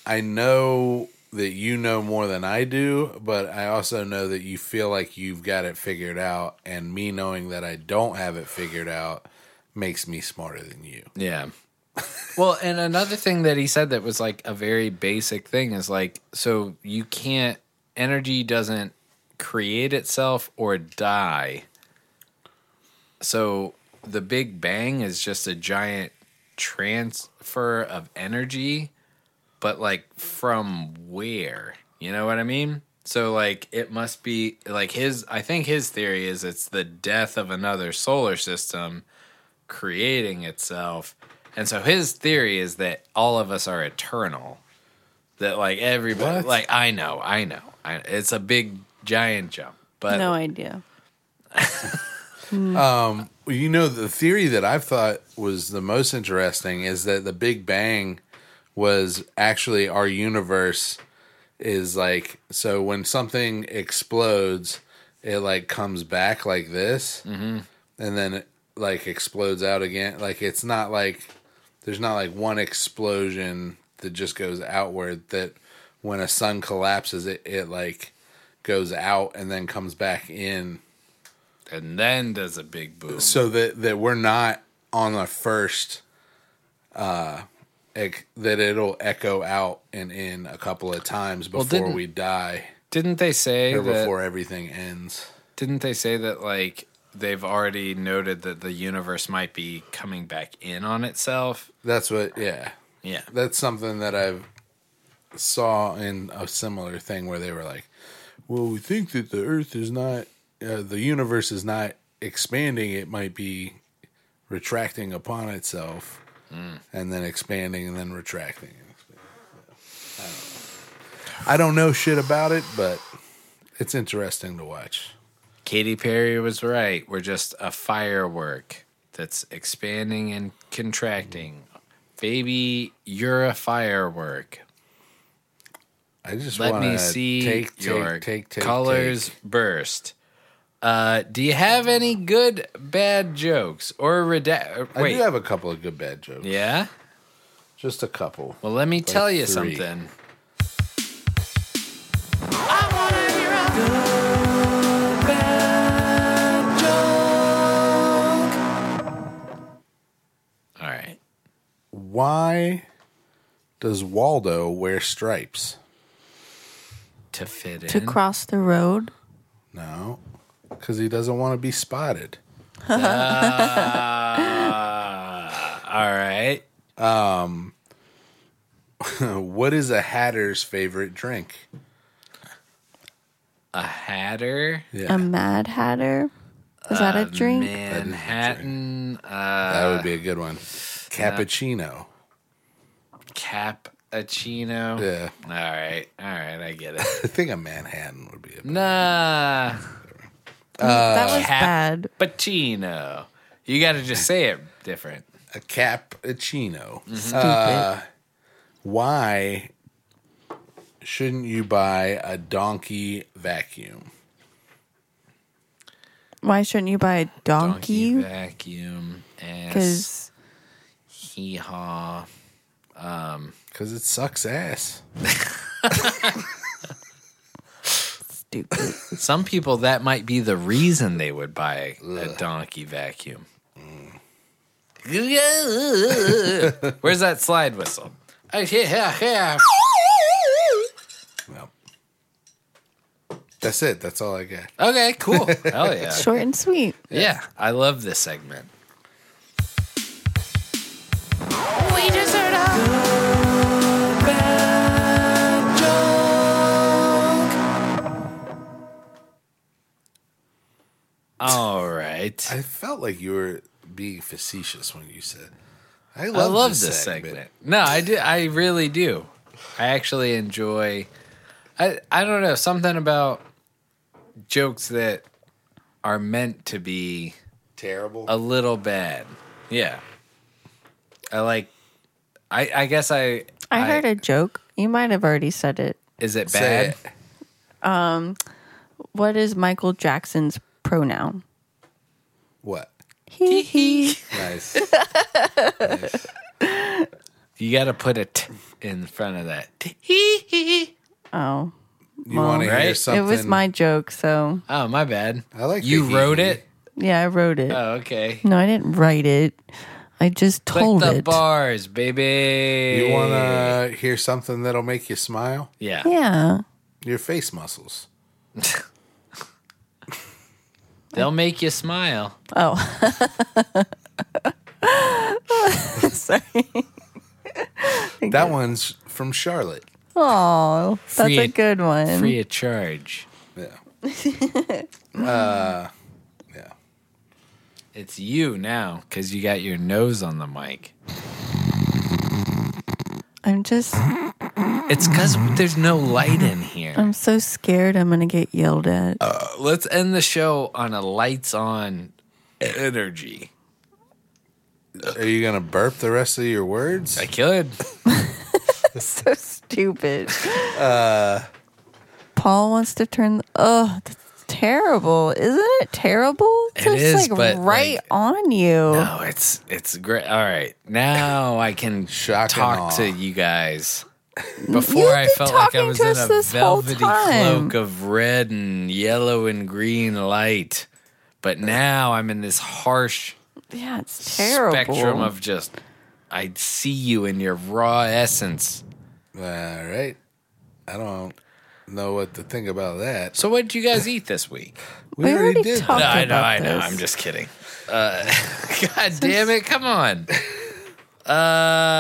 Speaker 3: I know that you know more than I do, but I also know that you feel like you've got it figured out, and me knowing that I don't have it figured out makes me smarter than you.
Speaker 2: Yeah. well, and another thing that he said that was like a very basic thing is like, so you can't, energy doesn't create itself or die. So the Big Bang is just a giant transfer of energy, but like from where? You know what I mean? So like it must be like his I think his theory is it's the death of another solar system creating itself. And so his theory is that all of us are eternal. That like everybody
Speaker 3: What?
Speaker 2: like I know, I know. I, it's a big giant jump. But
Speaker 4: no idea.
Speaker 3: Well, you know, the theory that I've thought was the most interesting is that the Big Bang was actually our universe is like so when something explodes, it like comes back like this, mm-hmm. and then it like explodes out again. Like it's not like there's not like one explosion that just goes outward. That when a sun collapses, it it like goes out and then comes back in.
Speaker 2: and then does a big boom.
Speaker 3: so that that we're not on the first uh ec- that it'll echo out and in a couple of times
Speaker 2: Well,
Speaker 3: before
Speaker 2: didn't-
Speaker 3: we die
Speaker 2: Didn't they say
Speaker 3: or
Speaker 2: that?
Speaker 3: before everything ends
Speaker 2: Didn't they say that like they've already noted that the universe might be coming back in on itself?
Speaker 3: that's what yeah
Speaker 2: Yeah.
Speaker 3: that's something that i've saw in a similar thing where they were like well we think that the earth is not uh, the universe is not expanding it might be retracting upon itself
Speaker 2: Hmm.
Speaker 3: and then expanding and then retracting I don't know shit about it, but it's interesting to watch.
Speaker 2: Katy Perry was right. We're just a firework that's expanding and contracting. Baby, you're a firework.
Speaker 3: I just
Speaker 2: Let me
Speaker 3: wanna
Speaker 2: see
Speaker 3: take, take,
Speaker 2: your
Speaker 3: take, take,
Speaker 2: colors burst. Uh, do you have any good bad jokes or reda- uh,
Speaker 3: I
Speaker 2: wait?
Speaker 3: do have a couple of good bad jokes.
Speaker 2: yeah.
Speaker 3: Just a couple.
Speaker 2: Well, let me
Speaker 3: Like
Speaker 2: tell you
Speaker 3: three.
Speaker 2: something. All right.
Speaker 3: Why does Waldo wear stripes?
Speaker 2: To fit in.
Speaker 4: To cross the road.
Speaker 3: No, because he doesn't want to be spotted.
Speaker 2: Ah, all right.
Speaker 3: Um, what is a hatter's favorite drink?
Speaker 2: A hatter.
Speaker 3: Yeah,
Speaker 4: A Mad Hatter. Is that a drink?
Speaker 2: Manhattan.
Speaker 3: that
Speaker 2: Uh,
Speaker 3: would be a good one. Cappuccino.
Speaker 2: cappuccino.
Speaker 3: Yeah,
Speaker 2: All right. All right. I get *laughs* it.
Speaker 3: I think a Manhattan would be a
Speaker 2: Nah.
Speaker 4: that was
Speaker 2: Cap-
Speaker 4: bad.
Speaker 2: Cappuccino. You got to just say it different.
Speaker 3: a cappuccino. Uh, why shouldn't you buy a donkey vacuum?
Speaker 4: Why shouldn't you buy a
Speaker 2: Donkey
Speaker 4: donkey?
Speaker 2: vacuum ass
Speaker 4: Because
Speaker 2: hee haw.
Speaker 3: Because it sucks ass. *laughs*
Speaker 4: stupid.
Speaker 2: Some people that might be the reason they would buy a donkey vacuum. Where's that slide whistle? Oh, yeah, yeah.
Speaker 3: Well, that's it. That's all I got.
Speaker 2: Okay, cool. Hell *laughs* yeah.
Speaker 4: Short and sweet.
Speaker 2: Yeah, I love this segment.
Speaker 6: We just heard a
Speaker 2: All right.
Speaker 3: I felt like you were being facetious when you said, "I
Speaker 2: I
Speaker 3: love,
Speaker 2: love this, segment. No, I do. I really do. I actually enjoy. I I don't know something about jokes that are meant to be
Speaker 3: Terrible.
Speaker 2: a little bad. Yeah, I like. I I guess I.
Speaker 4: I heard a joke. You might have already said it.
Speaker 2: Is it
Speaker 3: Say
Speaker 2: bad?
Speaker 3: it.
Speaker 4: What is Michael Jackson's pronoun?
Speaker 3: What?
Speaker 4: Hee hee.
Speaker 3: Nice.
Speaker 2: You got to put a t in front of that. Hee hee.
Speaker 4: Oh,
Speaker 3: You want to hear
Speaker 2: Right?
Speaker 3: something?
Speaker 4: it was my joke. So
Speaker 2: *laughs* Oh, my bad.
Speaker 3: I like the
Speaker 2: you
Speaker 3: hee
Speaker 2: wrote
Speaker 3: hee.
Speaker 2: it.
Speaker 4: yeah, I wrote it.
Speaker 2: Oh, okay.
Speaker 4: No, I didn't write it. I just
Speaker 2: Click
Speaker 4: told
Speaker 2: the
Speaker 4: it.
Speaker 2: bars, baby.
Speaker 3: You want to hear something that'll make you smile?
Speaker 2: Yeah.
Speaker 4: Yeah.
Speaker 3: Your face muscles.
Speaker 2: They'll make you smile.
Speaker 4: Oh. *laughs* Sorry.
Speaker 3: That one's from Charlotte.
Speaker 4: Oh, that's
Speaker 2: Free
Speaker 4: a
Speaker 2: it.
Speaker 4: good one.
Speaker 2: free of charge.
Speaker 3: Yeah. yeah.
Speaker 2: It's you now because you got your nose on the mic.
Speaker 4: I'm just,
Speaker 2: It's because there's no light in here.
Speaker 4: I'm so scared I'm going to get yelled at.
Speaker 3: Uh.
Speaker 2: Let's end the show on a lights on energy.
Speaker 3: Are you gonna burp the rest of your words?
Speaker 2: I could.
Speaker 4: *laughs* so stupid.
Speaker 3: *laughs* Uh,
Speaker 4: Paul wants to turn. Oh, that's terrible! Isn't it terrible?
Speaker 2: It is,
Speaker 4: like
Speaker 2: but,
Speaker 4: right
Speaker 2: like-
Speaker 4: on you.
Speaker 2: No, Oh, it's it's great. All right, now I can
Speaker 3: Shock and
Speaker 2: talk
Speaker 3: awe.
Speaker 2: to you guys.
Speaker 4: You've
Speaker 2: Before I
Speaker 4: been
Speaker 2: felt like I
Speaker 4: talking
Speaker 2: was
Speaker 4: to
Speaker 2: in
Speaker 4: us
Speaker 2: a
Speaker 4: this whole
Speaker 2: velvety
Speaker 4: time.
Speaker 2: cloak of red and yellow and green light, but now I'm in this harsh
Speaker 4: Yeah, it's terrible.
Speaker 2: spectrum of just. I see you in your raw essence.
Speaker 3: all right. I don't know what to think about that.
Speaker 2: So, what did you guys eat this week?
Speaker 3: We,
Speaker 4: We already
Speaker 2: No,
Speaker 4: talked-
Speaker 2: I know,
Speaker 4: about
Speaker 2: I know.
Speaker 4: this.
Speaker 2: I'm just kidding. Uh, *laughs* God damn it!
Speaker 4: *laughs*
Speaker 2: Come on.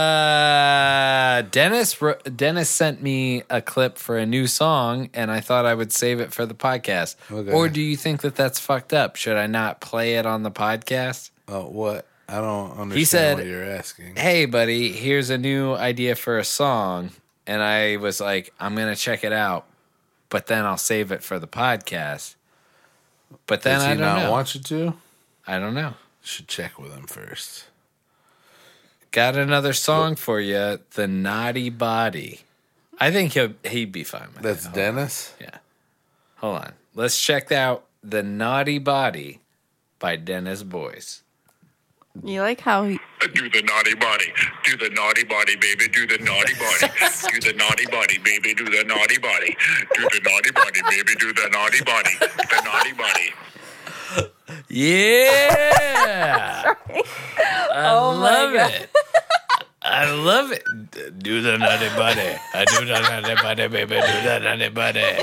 Speaker 2: Uh, Dennis wro- Dennis sent me a clip for a new song, and I thought I would save it for the podcast.
Speaker 3: Okay.
Speaker 2: Or do you think that that's fucked up? Should I not play it on the podcast?
Speaker 3: Oh, what? I don't understand
Speaker 2: said-
Speaker 3: what you're asking.
Speaker 2: hey buddy here's a new idea for a song and i was like i'm gonna check it out but then i'll save it for the podcast but then
Speaker 3: Does he
Speaker 2: i don't
Speaker 3: not
Speaker 2: know
Speaker 3: want you to?
Speaker 2: i don't know
Speaker 3: Should check with him first.
Speaker 2: got another song for you the naughty body i think he'll he'd be fine with
Speaker 3: That's
Speaker 2: it.
Speaker 3: Dennis.
Speaker 2: yeah hold on let's check out the naughty body by dennis boyce
Speaker 4: you like how he,
Speaker 11: Do the naughty body. Do the naughty body, baby. Do the naughty
Speaker 6: *laughs*
Speaker 11: body. Do the naughty body, baby. Do the naughty body. Do the naughty body, baby. Do the naughty body. The naughty body.
Speaker 3: *laughs*
Speaker 2: Yeah. I
Speaker 3: Oh
Speaker 2: love it. I love it. D- Do the naughty buddy. I do the naughty buddy, baby. Do the naughty buddy.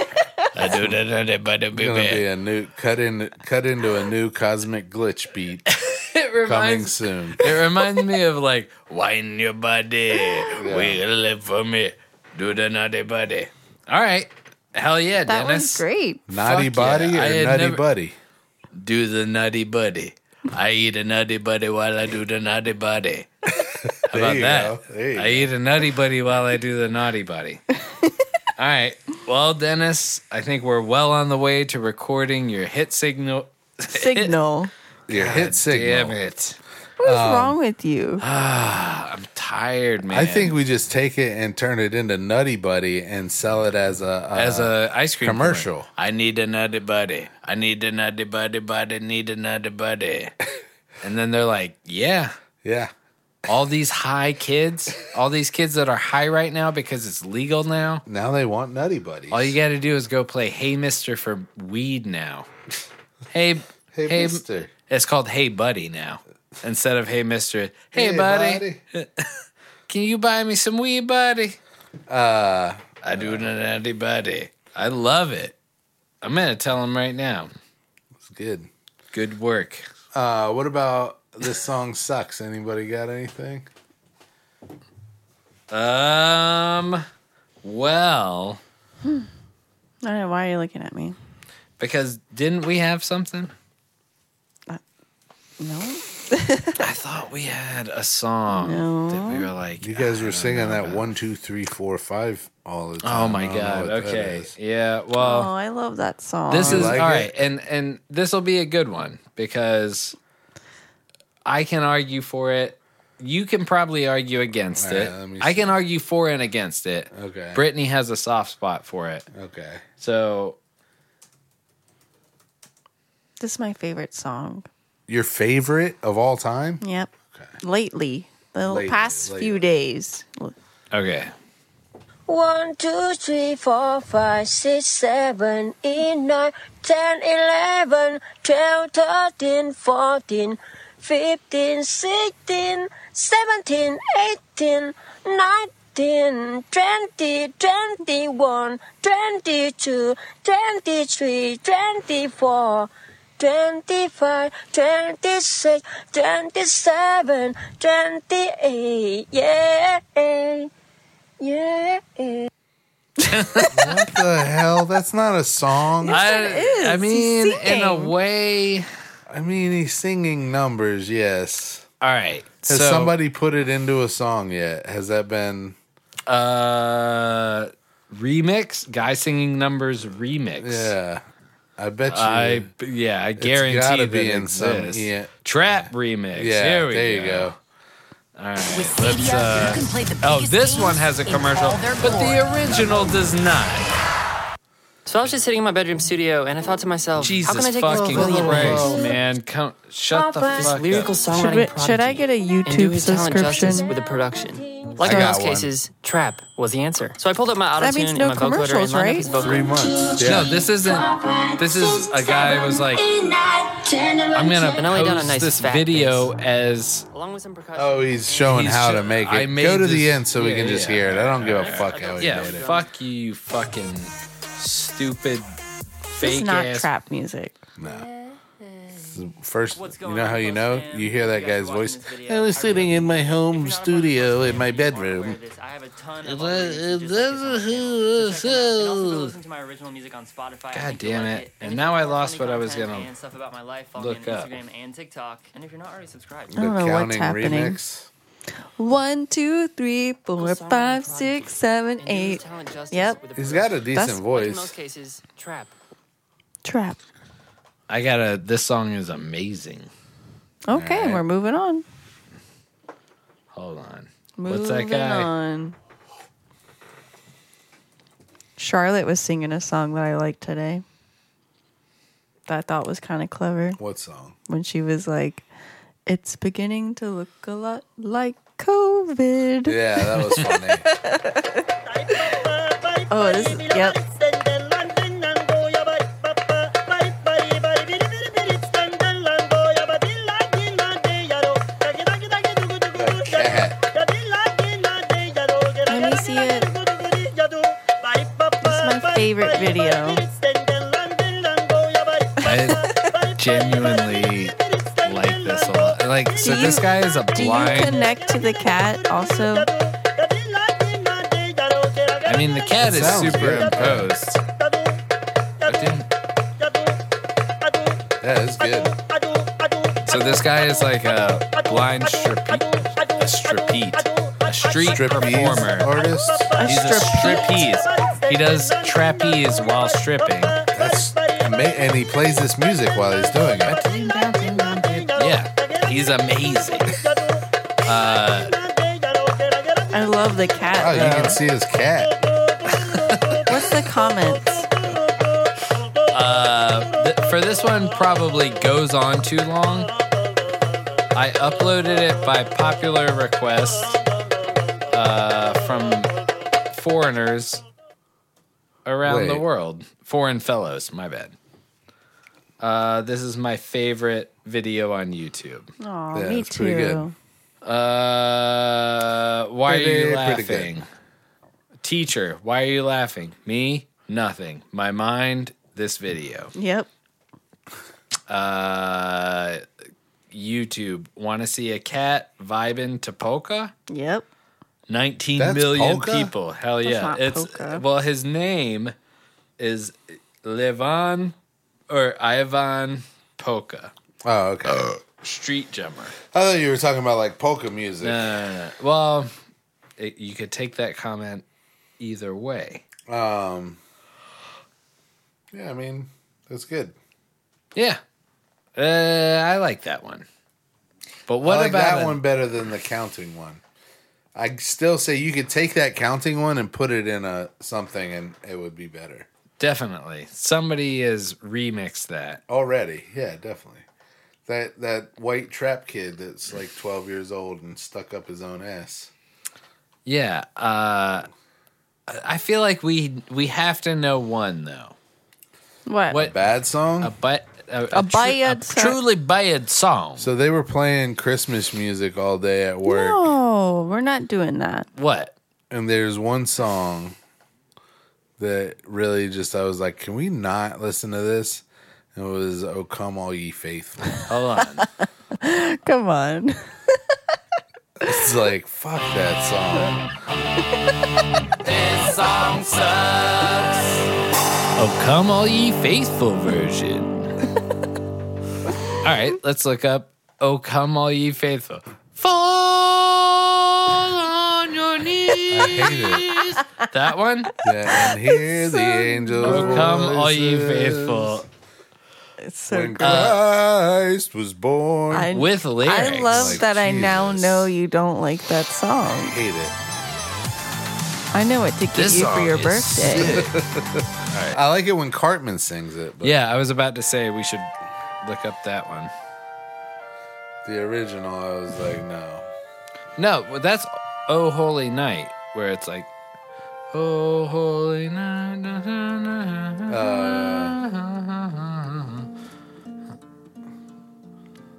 Speaker 2: I do the naughty buddy,
Speaker 3: Gonna be
Speaker 2: baby.
Speaker 3: a new cut in cut into a new cosmic glitch
Speaker 2: *laughs*
Speaker 3: beat
Speaker 2: It
Speaker 3: coming
Speaker 2: reminds,
Speaker 3: soon.
Speaker 2: it reminds me of like, wind your body. Wiggle it for me. Do the naughty buddy. All right. Hell yeah,
Speaker 4: that
Speaker 2: Dennis.
Speaker 4: was
Speaker 2: *laughs*
Speaker 4: great.
Speaker 3: Naughty
Speaker 2: yeah.
Speaker 3: body
Speaker 2: I
Speaker 3: or
Speaker 2: had
Speaker 3: nutty
Speaker 2: never-
Speaker 3: buddy?
Speaker 2: do the nutty buddy. I eat a nutty buddy while I do the naughty buddy. How about
Speaker 3: you
Speaker 2: that?
Speaker 3: go. There you
Speaker 2: I
Speaker 3: go.
Speaker 2: eat a nutty buddy while I do the
Speaker 4: *laughs*
Speaker 2: naughty buddy. All right. Well, Dennis, I think we're well on the way to recording your hit signal.
Speaker 3: *laughs*
Speaker 4: Signal.
Speaker 3: Your hit signal.
Speaker 2: Damn it.
Speaker 4: What
Speaker 3: Um,
Speaker 4: is wrong with
Speaker 2: *gasps*
Speaker 4: you?
Speaker 2: I'm tired, man.
Speaker 3: I think we just take it and turn it into Nutty Buddy and sell it as a, a
Speaker 2: as a ice cream
Speaker 3: commercial.
Speaker 2: commercial. I need a nutty buddy. I need a nutty buddy. Buddy need a
Speaker 3: *laughs*
Speaker 2: nutty buddy. and then they're like, "Yeah,
Speaker 3: yeah.
Speaker 2: all these high kids, all these kids that are high right now because it's legal now.
Speaker 3: Now they want Nutty Buddies.
Speaker 2: All you got to do is go play Hey Mister for weed now. *laughs* Hey,
Speaker 3: hey,
Speaker 2: hey,
Speaker 3: Mister.
Speaker 2: it's called Hey Buddy now instead of Hey Mister. Hey,
Speaker 3: Hey,
Speaker 2: buddy,
Speaker 3: buddy.
Speaker 2: can you buy me some weed, buddy? Uh, I do not anybody. buddy. I love it. I'm gonna tell him right now.
Speaker 3: It's good.
Speaker 2: Good work.
Speaker 3: Uh, what about this song sucks? Anybody got anything?
Speaker 2: Um, well,
Speaker 4: I don't know why you're looking at me.
Speaker 2: because didn't we have something?
Speaker 4: No,
Speaker 2: I thought we had a song
Speaker 4: No.
Speaker 2: that we were like,
Speaker 3: You guys were singing that one, two, three, four, five all the time.
Speaker 2: oh my
Speaker 3: I don't know
Speaker 2: god,
Speaker 3: what that
Speaker 2: okay,
Speaker 3: is.
Speaker 2: yeah.
Speaker 4: oh,
Speaker 2: Well,
Speaker 4: I love that song.
Speaker 2: this
Speaker 3: You
Speaker 2: is
Speaker 3: like
Speaker 2: all
Speaker 3: it?
Speaker 2: right, and and this will be a good one because I can argue for it. You can probably argue against
Speaker 3: All right,
Speaker 2: it.
Speaker 3: let me
Speaker 2: I can
Speaker 3: see.
Speaker 2: argue for and against it.
Speaker 3: Okay.
Speaker 2: Brittany has a soft spot for it,
Speaker 3: Okay.
Speaker 2: so
Speaker 4: this is my favorite song.
Speaker 3: Your favorite of all time?
Speaker 4: Yep. Lately, the
Speaker 3: Lately,
Speaker 4: past few
Speaker 3: lately.
Speaker 4: days.
Speaker 2: okay.
Speaker 6: One, two, three, four, five, six, seven, eight, nine, ten, eleven, twelve, thirteen, fourteen, fifteen, sixteen, seventeen, eighteen, nineteen, twenty, twenty-one, twenty-two, twenty-three, twenty-four. 25, 26, 27, 28, yeah. Yeah.
Speaker 3: What the hell? That's not a song. I,
Speaker 4: it
Speaker 2: I, I
Speaker 4: is. He's
Speaker 2: mean, in a
Speaker 4: singing.
Speaker 2: way, all
Speaker 3: mean, he's singing numbers, yes.
Speaker 2: right.
Speaker 3: Has
Speaker 2: so,
Speaker 3: somebody put it into a song yet? Has that been.
Speaker 2: uh remix guy singing numbers remix
Speaker 3: Yeah. I bet you.
Speaker 2: i yeah i guarantee
Speaker 3: gotta
Speaker 2: that
Speaker 3: be
Speaker 2: it
Speaker 3: in some
Speaker 2: exists.
Speaker 3: E-
Speaker 2: trap remix
Speaker 3: yeah,
Speaker 2: there we
Speaker 3: there
Speaker 2: go.
Speaker 3: you go.
Speaker 2: All right,
Speaker 12: With
Speaker 2: let's.
Speaker 12: Stadia,
Speaker 2: Uh,
Speaker 12: you can play the
Speaker 2: oh,
Speaker 12: biggest
Speaker 2: this one
Speaker 12: games
Speaker 2: has a
Speaker 12: in
Speaker 2: commercial,
Speaker 12: all their
Speaker 2: but the
Speaker 12: glory.
Speaker 2: original does not.
Speaker 13: So I was just sitting in my bedroom studio, and I thought to myself,
Speaker 2: Jesus
Speaker 13: "How can I take
Speaker 2: fucking
Speaker 13: this video
Speaker 2: Christ,
Speaker 13: world
Speaker 2: man! Come, shut the
Speaker 13: Papa.
Speaker 2: fuck
Speaker 13: Lyrical
Speaker 2: up.
Speaker 13: songwriting Should we- should I prodigy get a
Speaker 4: YouTube
Speaker 13: and do his talent
Speaker 4: subscription?
Speaker 13: justice with a production?" Like
Speaker 4: I
Speaker 13: in
Speaker 4: got
Speaker 13: most
Speaker 4: one.
Speaker 13: cases, trap was the answer. So I pulled up my auto
Speaker 4: That
Speaker 13: tune
Speaker 4: means
Speaker 13: and
Speaker 4: no
Speaker 13: my vocoder and
Speaker 4: commercials,
Speaker 13: lined up
Speaker 4: right?
Speaker 13: his vocal.
Speaker 4: Three
Speaker 13: months.
Speaker 2: No, this isn't. This is a guy who was like, I'm gonna
Speaker 13: And I laid down a
Speaker 2: post
Speaker 13: nice
Speaker 2: this
Speaker 13: fat
Speaker 2: video as.
Speaker 3: Oh, he's showing
Speaker 2: He's
Speaker 3: how to
Speaker 2: sho-
Speaker 3: make it.
Speaker 2: I made
Speaker 3: Go to the
Speaker 2: this-
Speaker 3: end so we
Speaker 2: yeah,
Speaker 3: can just
Speaker 2: yeah.
Speaker 3: hear it. I don't give a fuck how he
Speaker 2: Yeah,
Speaker 3: made it.
Speaker 2: fuck you, you fucking stupid
Speaker 4: It's
Speaker 2: fake
Speaker 4: not
Speaker 2: ass.
Speaker 4: trap music.
Speaker 3: No. First, you know how you know? You hear that guy's voice. I was sitting in my home studio in my bedroom.
Speaker 13: Listen to my original music on Spotify.
Speaker 2: God damn it! And now I lost what I was gonna.
Speaker 13: And stuff about my life. Follow
Speaker 2: Look
Speaker 13: me on
Speaker 2: up.
Speaker 13: Instagram and TikTok. And if you're not already subscribed,
Speaker 4: I don't know what's happening. One, two, three, four, five, six, seven, eight. Yep.
Speaker 3: He's got a decent
Speaker 4: That's-
Speaker 13: Like in most cases, trap.
Speaker 4: Trap.
Speaker 2: I gotta. This song is amazing.
Speaker 4: Okay, we're moving on.
Speaker 2: Hold on.
Speaker 4: Moving
Speaker 2: What's that guy?
Speaker 4: on. Charlotte was singing a song that I liked today. That I thought was kind of clever.
Speaker 3: What song?
Speaker 4: When she was like, "It's beginning to look a lot like COVID."
Speaker 3: Yeah, that was
Speaker 4: funny. oh, this yep.
Speaker 12: Let me see it.
Speaker 4: It's my favorite video.
Speaker 2: I *laughs* genuinely like this a lot. Like, so
Speaker 4: Do
Speaker 2: this
Speaker 4: you-
Speaker 2: guy is a
Speaker 4: Do you
Speaker 2: blind.
Speaker 4: connect to the cat also?
Speaker 2: I mean, the cat is
Speaker 3: Sounds
Speaker 2: superimposed. But then-
Speaker 3: That is good.
Speaker 2: So this guy is like a blind stripete, a stripete, a street performer
Speaker 3: artist.
Speaker 4: A
Speaker 2: He's a striptease. He does trapeze while stripping.
Speaker 3: That's ama- and he plays this music while he's doing it.
Speaker 2: Yeah, he's amazing. Uh,
Speaker 4: I love the cat.
Speaker 3: Oh, you
Speaker 4: though.
Speaker 3: can see his cat.
Speaker 4: What's the comments?
Speaker 2: uh, th- for this one, probably goes on too long. I uploaded it by popular request uh, from foreigners around the
Speaker 3: Wait.
Speaker 2: world. Foreign fellows, my bad. Uh, this is my favorite video on YouTube.
Speaker 4: Oh,
Speaker 2: Yeah,
Speaker 4: me
Speaker 2: it's pretty
Speaker 4: too.
Speaker 2: good. Uh, why are you
Speaker 3: Pretty, pretty good.
Speaker 2: laughing? Teacher, why are you laughing? Me? Nothing. My mind, this video.
Speaker 4: Yep.
Speaker 2: Uh, YouTube, want to see a cat vibing to polka?
Speaker 4: Yep.
Speaker 2: Nineteen
Speaker 5: That's
Speaker 2: million
Speaker 5: polka?
Speaker 2: people. Hell
Speaker 5: That's
Speaker 2: yeah.
Speaker 5: not
Speaker 2: It's
Speaker 5: polka.
Speaker 2: well his name is Levan or Ivan Polka.
Speaker 3: Oh, okay.
Speaker 2: Street drummer.
Speaker 3: I thought you were talking about like polka music.
Speaker 2: No, no, no, no. Well, it, you could take that comment either way.
Speaker 3: Um. Yeah, I mean, that's good.
Speaker 2: Yeah, uh, I like that one. But what
Speaker 3: I like
Speaker 2: about
Speaker 3: that
Speaker 2: a-
Speaker 3: one better than the counting one? I still say you could take that counting one and put it in a something, and it would be better
Speaker 2: Definitely, somebody has remixed that.
Speaker 3: already. Yeah, definitely. That that white trap kid that's like twelve years old and stuck up his own ass.
Speaker 2: Yeah, uh, I feel like we we have to know one though.
Speaker 4: What?
Speaker 2: What
Speaker 3: bad song?
Speaker 2: A but a,
Speaker 4: A
Speaker 2: tru-
Speaker 4: bad song.
Speaker 2: truly bad song.
Speaker 3: So they were playing Christmas music all day at work.
Speaker 4: No, Oh, we're not doing that.
Speaker 2: What?
Speaker 3: And there's one song that really just I was like, can we not listen to this? And it was "Oh Come All Ye Faithful." *laughs*
Speaker 2: *laughs* Hold on,
Speaker 4: Come on. *laughs*
Speaker 3: it's like fuck that song.
Speaker 2: This song sucks. Oh, come all ye faithful version. all right, let's look up. Oh, come all ye faithful. Fall on
Speaker 4: *laughs*
Speaker 2: your *laughs* knees. That one.
Speaker 3: Yeah, and hear the angels.
Speaker 2: Oh, come all ye
Speaker 3: voices.
Speaker 2: faithful.
Speaker 4: It's so
Speaker 10: when
Speaker 4: good.
Speaker 10: Christ was born
Speaker 2: *laughs*
Speaker 4: I- I love that I now know you don't like that song. I
Speaker 3: hate it.
Speaker 4: I know what to get you for your birthday.
Speaker 3: I like it when Cartman sings it. But
Speaker 2: Yeah, I was about to say we should look up that one.
Speaker 3: The original, I was like, no.
Speaker 2: No, well, that's Oh Holy Night, where it's like, Oh Holy Night. na, na, na, na, na, na."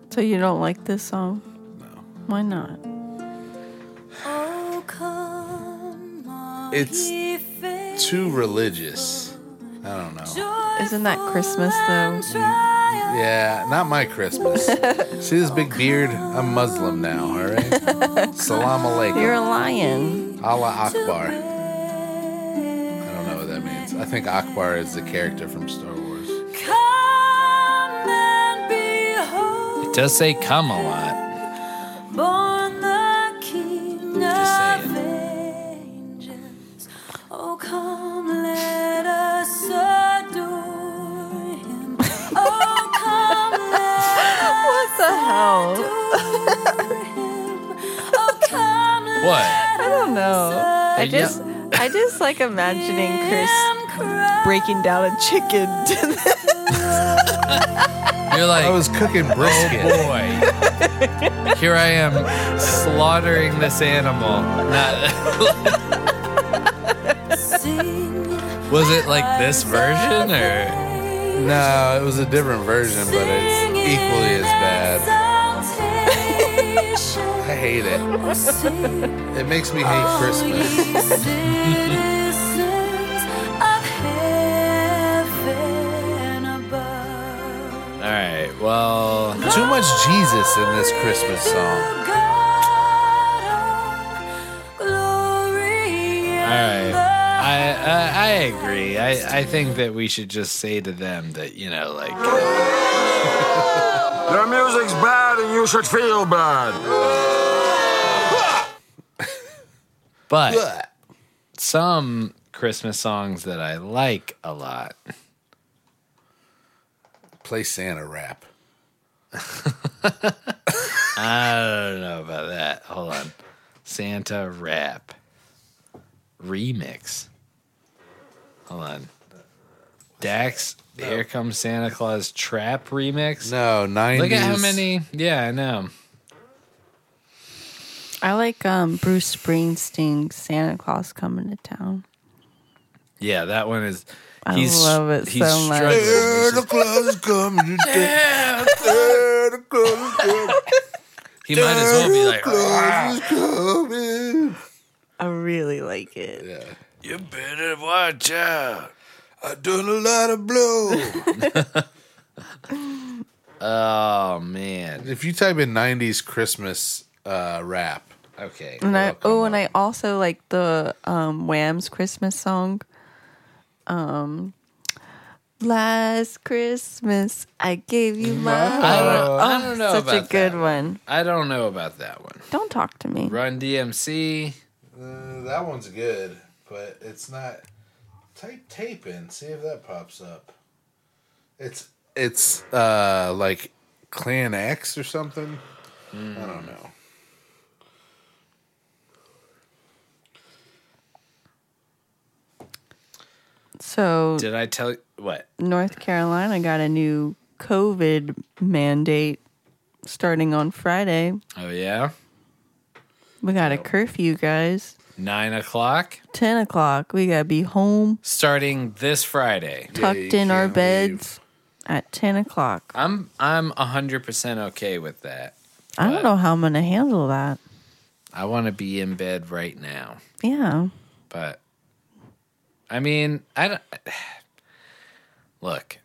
Speaker 4: So you don't like this song? No. Why not?
Speaker 3: It's too religious. I don't know.
Speaker 4: Isn't that Christmas though?
Speaker 3: Yeah, not
Speaker 4: *laughs*
Speaker 3: my Christmas. See this big beard? I'm Muslim now, all
Speaker 4: *laughs*
Speaker 3: right? Salam alaikum.
Speaker 4: You're a lion.
Speaker 3: Allah Akbar. I don't know what that means. I think Akbar is the character from Star Wars.
Speaker 2: It does say come a lot.
Speaker 12: Born the King of Angels. Oh, come, let us adore him. Oh,
Speaker 4: *laughs*
Speaker 12: come,
Speaker 4: What the hell?
Speaker 12: Oh,
Speaker 2: What?
Speaker 4: I don't know. I
Speaker 2: Yeah.
Speaker 4: just I just like imagining Chris breaking down a chicken *laughs* to
Speaker 2: You're like, I was
Speaker 3: cooking brisket.
Speaker 2: Oh boy. Here I am slaughtering this animal. Not- *laughs* was it like this version or?
Speaker 3: No, it was a different version, but it's equally as bad. *laughs* I hate it. It makes me hate Christmas.
Speaker 2: *laughs* All right, well.
Speaker 3: Too much Jesus in this Christmas song.
Speaker 2: All right. I, I I agree. I, I think that we should just say to them that you know like
Speaker 14: Your music's bad and you should feel bad.
Speaker 2: But some Christmas songs that I like a lot.
Speaker 3: Play Santa rap.
Speaker 2: I don't know about that. Hold on. Santa rap remix. Hold on. Dax, here comes Santa Claus trap remix.
Speaker 3: No, 90s.
Speaker 2: Look at how many. Yeah, I know.
Speaker 4: I like um, Bruce Springsteen's Santa Claus coming to town.
Speaker 2: Yeah, that one is.
Speaker 4: I
Speaker 2: He's,
Speaker 4: love it
Speaker 2: he's
Speaker 4: so much.
Speaker 2: struggling.
Speaker 4: Santa
Speaker 3: Claus is coming *laughs* to town. Santa Claus is coming.
Speaker 2: He might as well be like,
Speaker 3: Claus is coming.
Speaker 4: I really like it.
Speaker 3: Yeah.
Speaker 2: You better watch out.
Speaker 3: I done a lot of blow.
Speaker 2: oh man.
Speaker 3: If you type in nineties Christmas uh rap.
Speaker 2: Okay.
Speaker 4: And I oh, and I also like the um, Wham's Christmas song. Um, last Christmas I gave you my
Speaker 2: Mm-hmm. I don't, I
Speaker 4: heart. Oh,
Speaker 2: don't know
Speaker 4: Such
Speaker 2: about
Speaker 4: a good
Speaker 2: that
Speaker 4: one.
Speaker 2: I don't know about that one.
Speaker 4: Don't talk to me.
Speaker 2: Run DMC.
Speaker 3: Uh, that one's good, but it's not. Type tape in, see if that pops up. It's it's uh like Clan X or something. I don't know.
Speaker 4: So
Speaker 2: Did I tell what?
Speaker 4: North Carolina got a new COVID mandate starting on Friday.
Speaker 2: Oh yeah,
Speaker 4: We got a curfew, guys.
Speaker 2: nine o'clock
Speaker 4: Ten o'clock. We gotta be home,
Speaker 2: starting this Friday.
Speaker 4: tucked in our beds at ten o'clock.
Speaker 2: I'm I'm hundred percent okay with that.
Speaker 4: I don't know how I'm gonna handle that.
Speaker 2: I want to be in bed right now,
Speaker 4: Yeah.
Speaker 2: but I mean, I don't. *sighs* Look,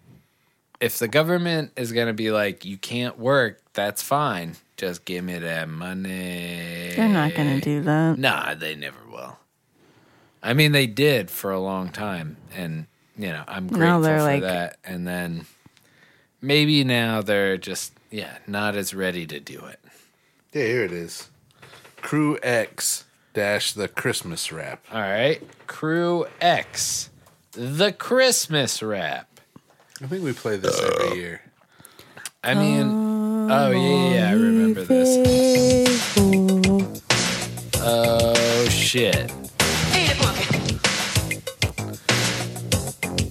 Speaker 2: if the government is gonna be like, you can't work, that's fine. Just give me that money.
Speaker 4: They're not
Speaker 2: Eh,
Speaker 4: gonna do that.
Speaker 2: Nah, they never will. I mean, they did for a long time, and you know, I'm
Speaker 4: Now
Speaker 2: grateful
Speaker 4: they're
Speaker 2: for
Speaker 4: like-
Speaker 2: that. And then maybe now they're just yeah, not as ready to do it.
Speaker 3: Yeah, here it is. Crew X dash the Christmas rap.
Speaker 2: All right, Crew X, the Christmas rap. Uh,
Speaker 3: I think we play this every year.
Speaker 2: I mean, oh yeah, yeah, I remember this. Oh shit!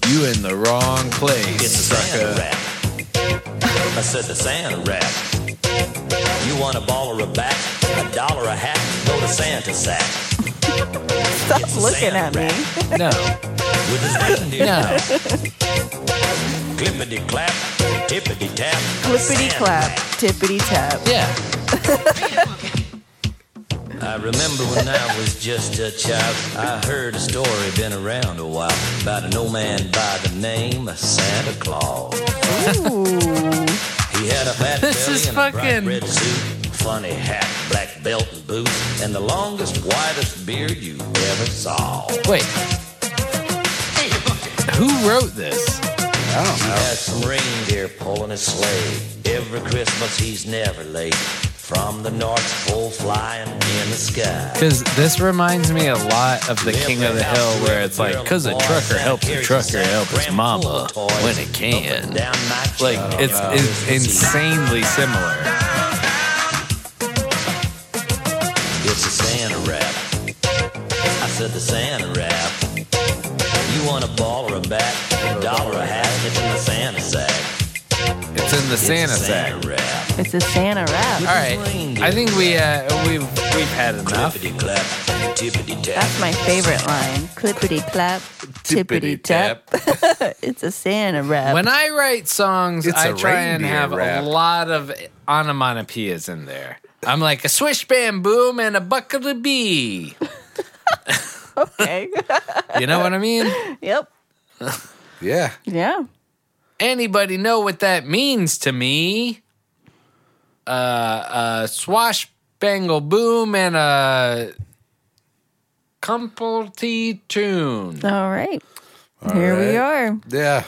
Speaker 2: You in the wrong place,
Speaker 15: It's a
Speaker 2: sucker.
Speaker 15: Santa rap. I said the Santa rap. You want a ball or a bat, a dollar a hat, go to Santa's sack.
Speaker 4: Stop looking at me.
Speaker 2: No.
Speaker 15: With his reindeer
Speaker 4: No.
Speaker 15: cap. Clippity clap, tippity tap.
Speaker 4: Clippity clap, tippity tap.
Speaker 2: Yeah.
Speaker 15: I remember when I was just a child, I heard a story, been around a while, about an old man by the name of Santa Claus. He had a fat
Speaker 2: This
Speaker 15: belly
Speaker 2: is
Speaker 15: and a bright
Speaker 2: fucking-
Speaker 15: red suit, funny hat, black belt and boots, and the longest, whitest beard you ever saw.
Speaker 2: Wait. Who wrote this?
Speaker 15: I don't know. He has some reindeer pulling his sleigh. Every Christmas he's never late. From the North Pole flying in the sky.
Speaker 2: Because this reminds me a lot of the King of the Hill, where it's like, because a trucker helps a trucker help his mama when it can. Like, it's,
Speaker 15: Uh,
Speaker 2: it's insanely similar.
Speaker 15: It's a Santa rap. I said the Santa rap. You want a ball or a bat, a dollar a hat, it's in the Santa sack.
Speaker 2: It's in the Santa sack.
Speaker 15: Santa rap.
Speaker 4: It's a Santa rap.
Speaker 2: All right, I think we uh, we've we've had enough.
Speaker 4: That's my favorite line. Clippity clap, tippity tap. *laughs* it's a Santa rap.
Speaker 2: When I write songs,
Speaker 4: It's
Speaker 2: I
Speaker 4: a
Speaker 2: try and
Speaker 4: reindeer
Speaker 2: have
Speaker 4: rap.
Speaker 2: a lot of onomatopoeias in there. I'm like a swish bam boom and a bucket of bee.
Speaker 4: okay. *laughs*
Speaker 2: You know what I mean?
Speaker 4: Yep.
Speaker 3: Yeah.
Speaker 4: Yeah.
Speaker 2: Anybody know what that means to me? Uh, uh, swash bangle boom and a compulty tune.
Speaker 4: All right. Here we are.
Speaker 3: Yeah.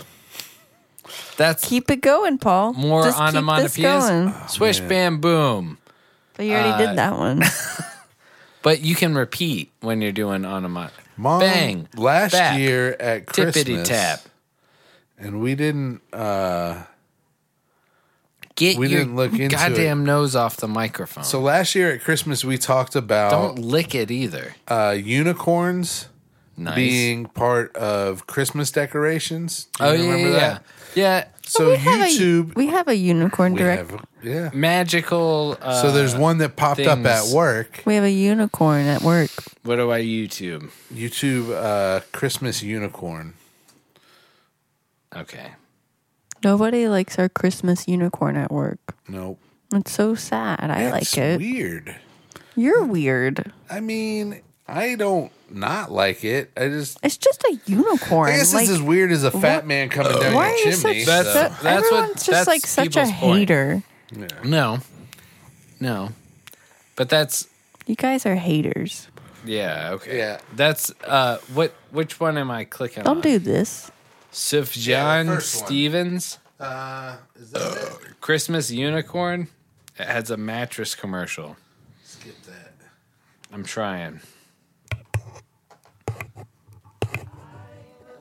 Speaker 2: That's
Speaker 4: Keep it going, Paul.
Speaker 2: more
Speaker 4: Just keep this going.
Speaker 2: onomatopoeias. Swish, bam, boom.
Speaker 4: But you already
Speaker 2: Uh,
Speaker 4: did that
Speaker 2: *laughs*
Speaker 4: one.
Speaker 2: But you can repeat when you're doing onomat.
Speaker 3: Mom,
Speaker 2: Bang.
Speaker 3: Last
Speaker 2: back,
Speaker 3: year at Christmas.
Speaker 2: Tippity tap.
Speaker 3: And we didn't. uh
Speaker 2: Get
Speaker 3: we
Speaker 2: your
Speaker 3: didn't look into
Speaker 2: goddamn nose off the microphone.
Speaker 3: It. So last year at Christmas, we talked about
Speaker 2: Don't lick it either.
Speaker 3: uh unicorns
Speaker 2: Nice.
Speaker 3: being part of Christmas decorations. Do you
Speaker 2: Oh, yeah,
Speaker 3: remember
Speaker 2: yeah,
Speaker 3: that?
Speaker 2: Yeah.
Speaker 3: So
Speaker 4: We have a- we have a unicorn
Speaker 3: We
Speaker 4: direct.
Speaker 3: have- yeah.
Speaker 2: Magical. Uh,
Speaker 3: so there's one that popped up at
Speaker 2: things.
Speaker 3: work.
Speaker 4: we have a unicorn at work.
Speaker 2: What do I YouTube?
Speaker 3: YouTube uh, Christmas unicorn.
Speaker 2: Okay.
Speaker 4: Nobody likes our Christmas unicorn at work.
Speaker 3: Nope.
Speaker 4: It's so sad. I
Speaker 3: That's
Speaker 4: like it.
Speaker 3: Weird.
Speaker 4: You're weird.
Speaker 3: I mean, I don't not like it. I just.
Speaker 4: It's just a unicorn.
Speaker 3: I guess
Speaker 4: like,
Speaker 3: it's as weird as a fat
Speaker 4: what-
Speaker 3: man coming down
Speaker 4: Why are
Speaker 3: your
Speaker 4: you
Speaker 3: chimney.
Speaker 4: such?
Speaker 3: so-
Speaker 4: so- everyone's just
Speaker 2: that's
Speaker 4: like such a
Speaker 2: people's point.
Speaker 4: hater.
Speaker 2: No. No. But that's
Speaker 4: You guys are haters.
Speaker 2: yeah, okay. Yeah. That's uh what which one am I clicking
Speaker 4: Don't
Speaker 2: on?
Speaker 4: do this.
Speaker 2: Sufjan
Speaker 3: Yeah, the first one.
Speaker 2: Stevens
Speaker 3: Uh, is that it?
Speaker 2: *clears throat* Christmas Unicorn. It has a mattress commercial.
Speaker 3: Skip that.
Speaker 2: I'm trying.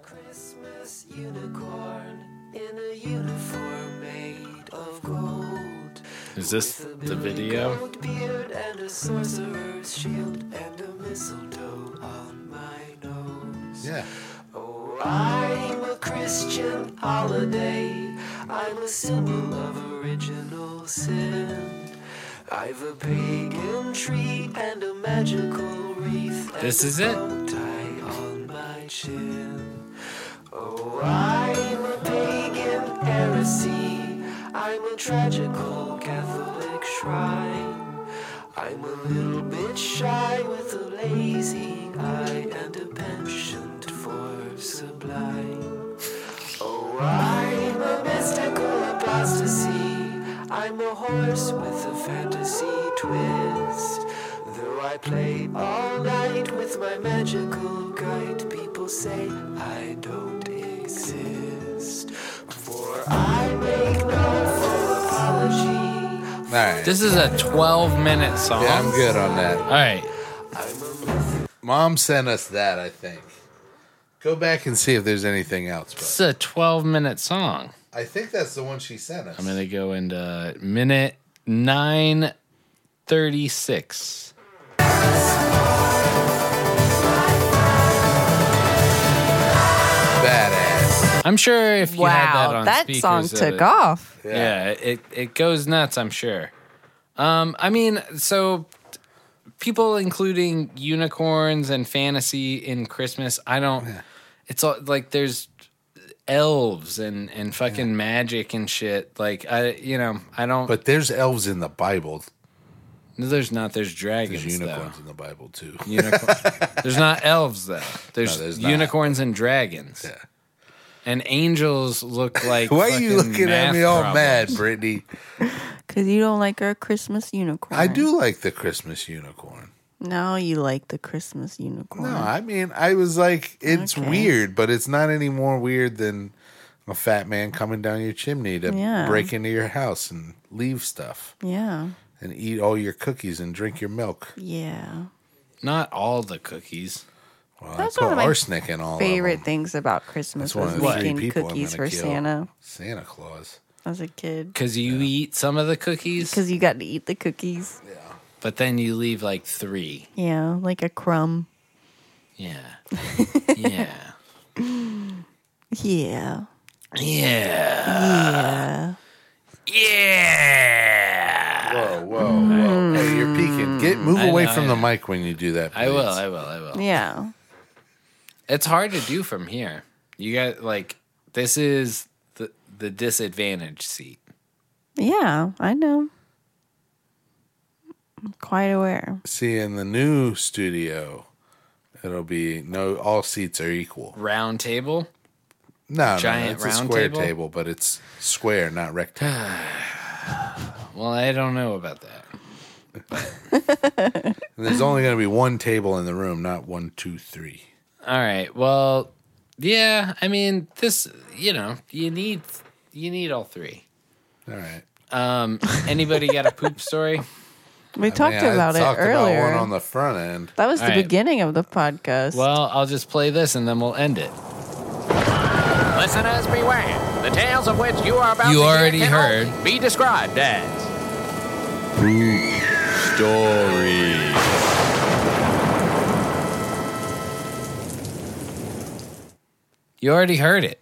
Speaker 16: Christmas unicorn in a uniform made of gold.
Speaker 2: Is this the video?
Speaker 16: Gold beard and a sorcerer's shield and a mistletoe on my nose.
Speaker 3: Yeah.
Speaker 16: Oh, I'm a Christian holiday. I'm a symbol of original sin. I've a pagan tree and a magical wreath. and
Speaker 2: This
Speaker 16: a
Speaker 2: is it?
Speaker 16: bow tie on my chin. Oh, I'm a pagan heresy. I'm a tragical Catholic shrine. I'm a little bit shy with a lazy eye and a penchant for sublime. Oh, I'm a mystical apostasy. I'm a horse with a fantasy twist. Though I play all night with my magical kite, people say I don't exist. For I make no full apology.
Speaker 2: All right. This is a 12 minute song.
Speaker 3: Yeah, I'm good on that. All
Speaker 2: right.
Speaker 3: Mom sent us that, I think. Go back and see if there's anything else.
Speaker 2: This is a 12 minute song.
Speaker 3: I think that's the one she sent us.
Speaker 2: I'm gonna go into minute nine thirty six.
Speaker 3: Badass.
Speaker 2: I'm sure if you had
Speaker 4: Wow,
Speaker 2: that on
Speaker 4: that
Speaker 2: speakers, uh,
Speaker 4: song
Speaker 2: that
Speaker 4: took
Speaker 2: it-
Speaker 4: off.
Speaker 2: Yeah, it it goes nuts. I'm sure. Um, I mean, so t- people including unicorns and fantasy in Christmas. I don't. It's all like there's elves and and fucking magic and shit. Like I, you know, I don't.
Speaker 3: But there's elves in the Bible.
Speaker 2: No, there's not. There's dragons.
Speaker 3: There's unicorns
Speaker 2: though.
Speaker 3: in the Bible too. *laughs*
Speaker 2: Unicorn- there's not elves though. There's,
Speaker 3: there's not.
Speaker 2: unicorns and dragons. Yeah. And
Speaker 3: *laughs*
Speaker 2: angels look like.
Speaker 3: Why are you
Speaker 2: fucking
Speaker 3: looking at
Speaker 2: math
Speaker 3: me all mad,
Speaker 2: problems.
Speaker 3: Brittany?
Speaker 4: Because you don't like our Christmas unicorn.
Speaker 3: I do like the Christmas unicorn.
Speaker 4: No, you like the Christmas unicorn.
Speaker 3: No, I mean, I was like, it's
Speaker 4: Okay.
Speaker 3: weird, but it's not any more weird than a fat man coming down your chimney to
Speaker 4: Yeah.
Speaker 3: break into your house and leave stuff
Speaker 4: yeah.
Speaker 3: and eat all your cookies and drink your milk.
Speaker 4: Yeah.
Speaker 2: Not all the cookies.
Speaker 3: Well,
Speaker 4: That's
Speaker 3: I
Speaker 4: one
Speaker 3: put
Speaker 4: of my
Speaker 3: arsenic in all of
Speaker 4: Favorite
Speaker 3: them.
Speaker 4: things about Christmas
Speaker 3: That's one
Speaker 4: was
Speaker 3: of the three
Speaker 4: making
Speaker 3: people I'm
Speaker 4: cookies for
Speaker 3: gonna kill.
Speaker 4: Santa
Speaker 3: Santa Claus.
Speaker 4: as a kid.
Speaker 2: Because you eat some of the cookies,
Speaker 4: Because you got to eat the cookies.
Speaker 2: but then you leave like three.
Speaker 4: Yeah, like a crumb. *laughs*
Speaker 2: Yeah. yeah.
Speaker 4: Yeah.
Speaker 2: Yeah.
Speaker 4: Yeah.
Speaker 3: Whoa, whoa,
Speaker 4: Hmm.
Speaker 3: whoa! Hey, you're peeking. Get move
Speaker 2: I
Speaker 3: away
Speaker 2: know,
Speaker 3: from
Speaker 2: I
Speaker 3: the
Speaker 2: know.
Speaker 3: mic when you do that.
Speaker 2: I will.
Speaker 3: please.
Speaker 2: I will. I will.
Speaker 4: Yeah.
Speaker 2: It's hard to do from here. You got like this is the the disadvantage seat.
Speaker 4: Yeah, I know. I'm quite aware.
Speaker 3: See, in the new studio, it'll be no. All seats are equal.
Speaker 2: Round table.
Speaker 3: No, no,
Speaker 2: Giant
Speaker 3: it's a
Speaker 2: round
Speaker 3: square
Speaker 2: table?
Speaker 3: table? but it's square, not rectangle.
Speaker 2: Well, I don't know about that.
Speaker 3: And there's only going to be one table in the room, not one, two, three.
Speaker 2: All right. Well, yeah. I mean, this. You know, you need you need all three.
Speaker 3: All right.
Speaker 2: Um. Anybody got
Speaker 3: *laughs*
Speaker 2: a poop story?
Speaker 4: We talked
Speaker 3: Man, I
Speaker 4: about it
Speaker 3: talked
Speaker 4: earlier.
Speaker 3: About one on the front end.
Speaker 4: that was the
Speaker 2: All right.
Speaker 4: beginning of the podcast.
Speaker 2: Well, I'll just play this and then we'll end it.
Speaker 17: Listeners, beware. The tales of which you are about
Speaker 2: You
Speaker 17: to hear
Speaker 2: already
Speaker 17: can
Speaker 2: heard.
Speaker 17: only be described as
Speaker 2: Story. You already heard it.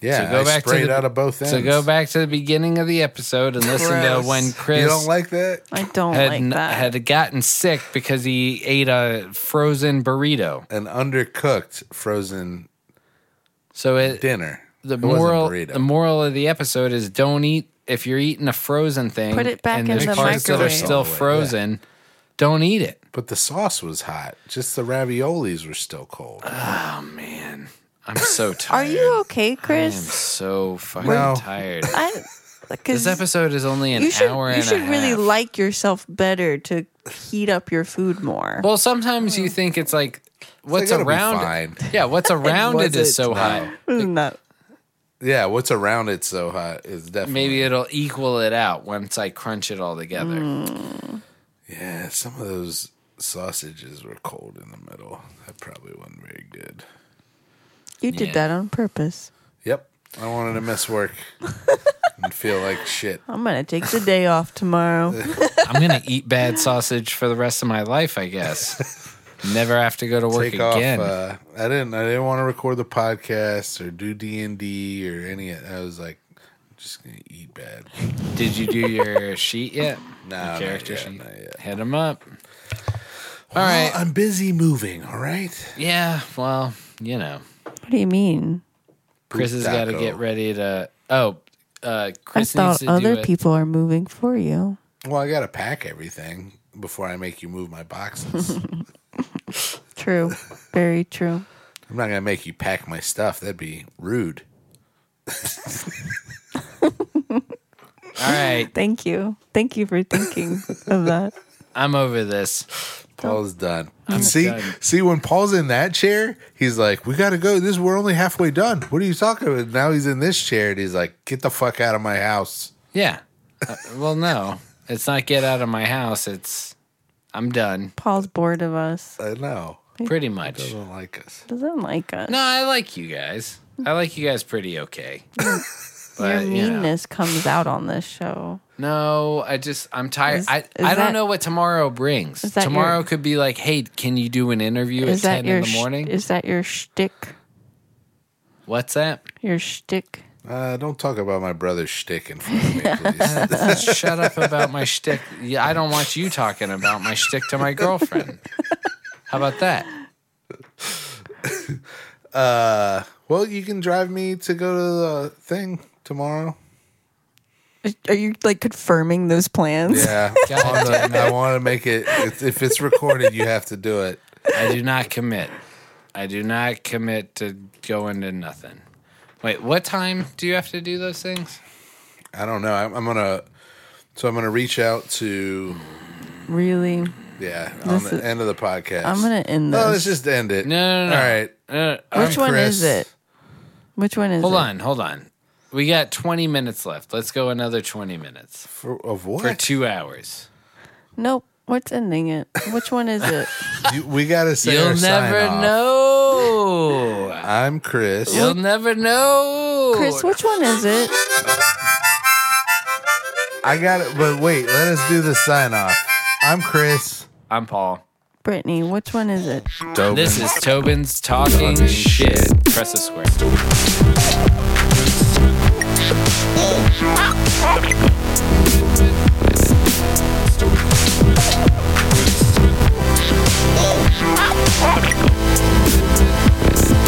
Speaker 3: Yeah, I sprayed out of both
Speaker 2: So
Speaker 3: ends.
Speaker 2: go back to the beginning of the episode and listen to
Speaker 3: Gross.
Speaker 2: when Chris
Speaker 3: You don't like that?
Speaker 4: I don't
Speaker 2: had,
Speaker 4: like
Speaker 2: n-
Speaker 4: that.
Speaker 2: had gotten sick because he ate a frozen burrito.
Speaker 3: An undercooked frozen
Speaker 2: So it
Speaker 3: dinner.
Speaker 2: the
Speaker 3: It wasn't
Speaker 2: moral
Speaker 3: burrito.
Speaker 2: the moral of the episode is don't eat if you're eating a frozen thing
Speaker 4: Put it back
Speaker 2: and
Speaker 4: in
Speaker 2: there's
Speaker 4: the
Speaker 2: parts that are
Speaker 4: microwave.
Speaker 2: still frozen, don't eat it.
Speaker 3: But the sauce was hot. Just the raviolis were still cold.
Speaker 2: Oh man. I'm
Speaker 4: *laughs*
Speaker 2: so
Speaker 4: Are
Speaker 2: tired.
Speaker 4: you okay,
Speaker 2: I am
Speaker 4: Chris?
Speaker 2: so fucking
Speaker 3: No.
Speaker 2: tired.
Speaker 4: I,
Speaker 2: This
Speaker 4: because
Speaker 2: episode is only an
Speaker 4: you should,
Speaker 2: hour
Speaker 4: you
Speaker 2: and
Speaker 4: should
Speaker 2: a
Speaker 4: really
Speaker 2: half.
Speaker 4: like yourself better to heat up your food more.
Speaker 2: Well, sometimes
Speaker 4: Mm.
Speaker 2: you think it's like what's
Speaker 3: it'll be
Speaker 2: around.
Speaker 3: fine.
Speaker 2: Yeah,
Speaker 4: *laughs*
Speaker 2: what's around it
Speaker 4: wasn't.
Speaker 2: is so high.
Speaker 4: No.
Speaker 3: Yeah, what's around it so hot is definitely
Speaker 2: Maybe it'll equal it out once I crunch it all together.
Speaker 4: Mm.
Speaker 3: Yeah, some of those sausages were cold in the middle. That probably wasn't very good.
Speaker 4: You did
Speaker 2: Yeah.
Speaker 4: that on purpose.
Speaker 3: Yep. I wanted to miss
Speaker 2: *laughs*
Speaker 3: work and feel like shit.
Speaker 4: I'm gonna take the
Speaker 2: *laughs*
Speaker 4: day off tomorrow.
Speaker 2: I'm gonna eat bad sausage for the rest of my life, I *laughs* guess. Never have to go to work
Speaker 3: Take
Speaker 2: again.
Speaker 3: off. Uh, I didn't. I didn't want to record the podcast or do D and D or any. I was like, I'm just gonna eat bad.
Speaker 2: Did you do your sheet yet?
Speaker 3: No,
Speaker 2: Your
Speaker 3: *laughs* not
Speaker 2: character
Speaker 3: yet,
Speaker 2: sheet.
Speaker 3: not yet.
Speaker 2: Hit them up. All
Speaker 3: Well,
Speaker 2: right.
Speaker 3: I'm busy moving. All right.
Speaker 2: Yeah. Well, you know,
Speaker 4: what do you mean?
Speaker 2: Chris has got to
Speaker 3: Taco.
Speaker 2: get ready to. Oh,
Speaker 4: I
Speaker 2: uh, Chris needs
Speaker 4: thought
Speaker 2: to
Speaker 4: other
Speaker 2: do a-
Speaker 4: people are moving for you.
Speaker 3: Well, I gotta pack everything before I make you move my
Speaker 2: *laughs*
Speaker 3: boxes.
Speaker 4: True. Very true.
Speaker 3: I'm not gonna make you pack my stuff. That'd be rude.
Speaker 2: All right.
Speaker 4: Thank you. Thank you for thinking of that.
Speaker 2: I'm over this.
Speaker 3: Paul's done. *laughs*
Speaker 2: I'm
Speaker 3: see,
Speaker 2: done.
Speaker 3: see, when Paul's in that chair, he's like, "We gotta go. This we're only halfway done. What are you talking about?" Now he's in this chair, and he's like, "Get the fuck out of my house."
Speaker 2: Yeah. Uh, well, no, it's not get out of my house. It's I'm done.
Speaker 4: Paul's bored of us.
Speaker 3: I know.
Speaker 2: Pretty much.
Speaker 3: He doesn't like us.
Speaker 4: Doesn't like us.
Speaker 2: No, I like you guys. I like you guys pretty okay.
Speaker 4: Your
Speaker 2: But, you know.
Speaker 4: meanness comes out on this show.
Speaker 2: No, I just I'm tired.
Speaker 4: Is-
Speaker 2: I
Speaker 4: is
Speaker 2: I don't
Speaker 4: that-
Speaker 2: know what tomorrow brings.
Speaker 4: Is that
Speaker 2: Tomorrow
Speaker 4: your-
Speaker 2: could be like, hey, can you do an interview at
Speaker 4: Is that
Speaker 2: ten
Speaker 4: your
Speaker 2: in the
Speaker 4: sh-
Speaker 2: morning?
Speaker 4: is that your shtick?
Speaker 2: What's that?
Speaker 4: Your shtick?
Speaker 3: Uh, don't talk about my brother's shtick in front of me,
Speaker 2: Uh,
Speaker 3: please.
Speaker 2: *laughs* Shut up about my shtick. Yeah, I don't want you talking about my shtick to my girlfriend. How about that?
Speaker 3: Uh, well, you can drive me to go to the thing tomorrow.
Speaker 4: Are you like confirming those plans?
Speaker 3: *laughs* Yeah, on the- I want to make it. If if it's recorded, you have to do it.
Speaker 2: I do not commit. I do not commit to going to nothing. Wait, what time do you have to do those things?
Speaker 3: I don't know. I'm, I'm gonna. So I'm gonna reach out to
Speaker 4: Really?
Speaker 3: yeah on
Speaker 4: This
Speaker 3: the
Speaker 4: is-
Speaker 3: end of the podcast.
Speaker 4: I'm gonna end
Speaker 3: No,
Speaker 4: this.
Speaker 3: let's just end it.
Speaker 2: No, no, no.
Speaker 3: All right.
Speaker 2: Uh,
Speaker 3: I'm
Speaker 4: Which one is
Speaker 3: Chris.
Speaker 4: it? Which one is
Speaker 2: Hold
Speaker 4: it?
Speaker 2: on, hold on. We got 20 minutes left. Let's go another 20 minutes.
Speaker 3: For, of what?
Speaker 2: For two hours.
Speaker 4: Nope. What's ending it? Which one is it?
Speaker 3: You- we gotta say.
Speaker 2: You'll
Speaker 3: our sign
Speaker 2: never
Speaker 3: off.
Speaker 2: know.
Speaker 3: I'm Chris.
Speaker 2: You'll never know.
Speaker 4: Chris, which one is it?
Speaker 3: I got it. But wait, let us do the sign off. I'm Chris.
Speaker 2: I'm Paul.
Speaker 4: Brittany, which one is it?
Speaker 3: Tobin.
Speaker 2: This is Tobin's Talking Shit. Press a square.
Speaker 16: Thank you.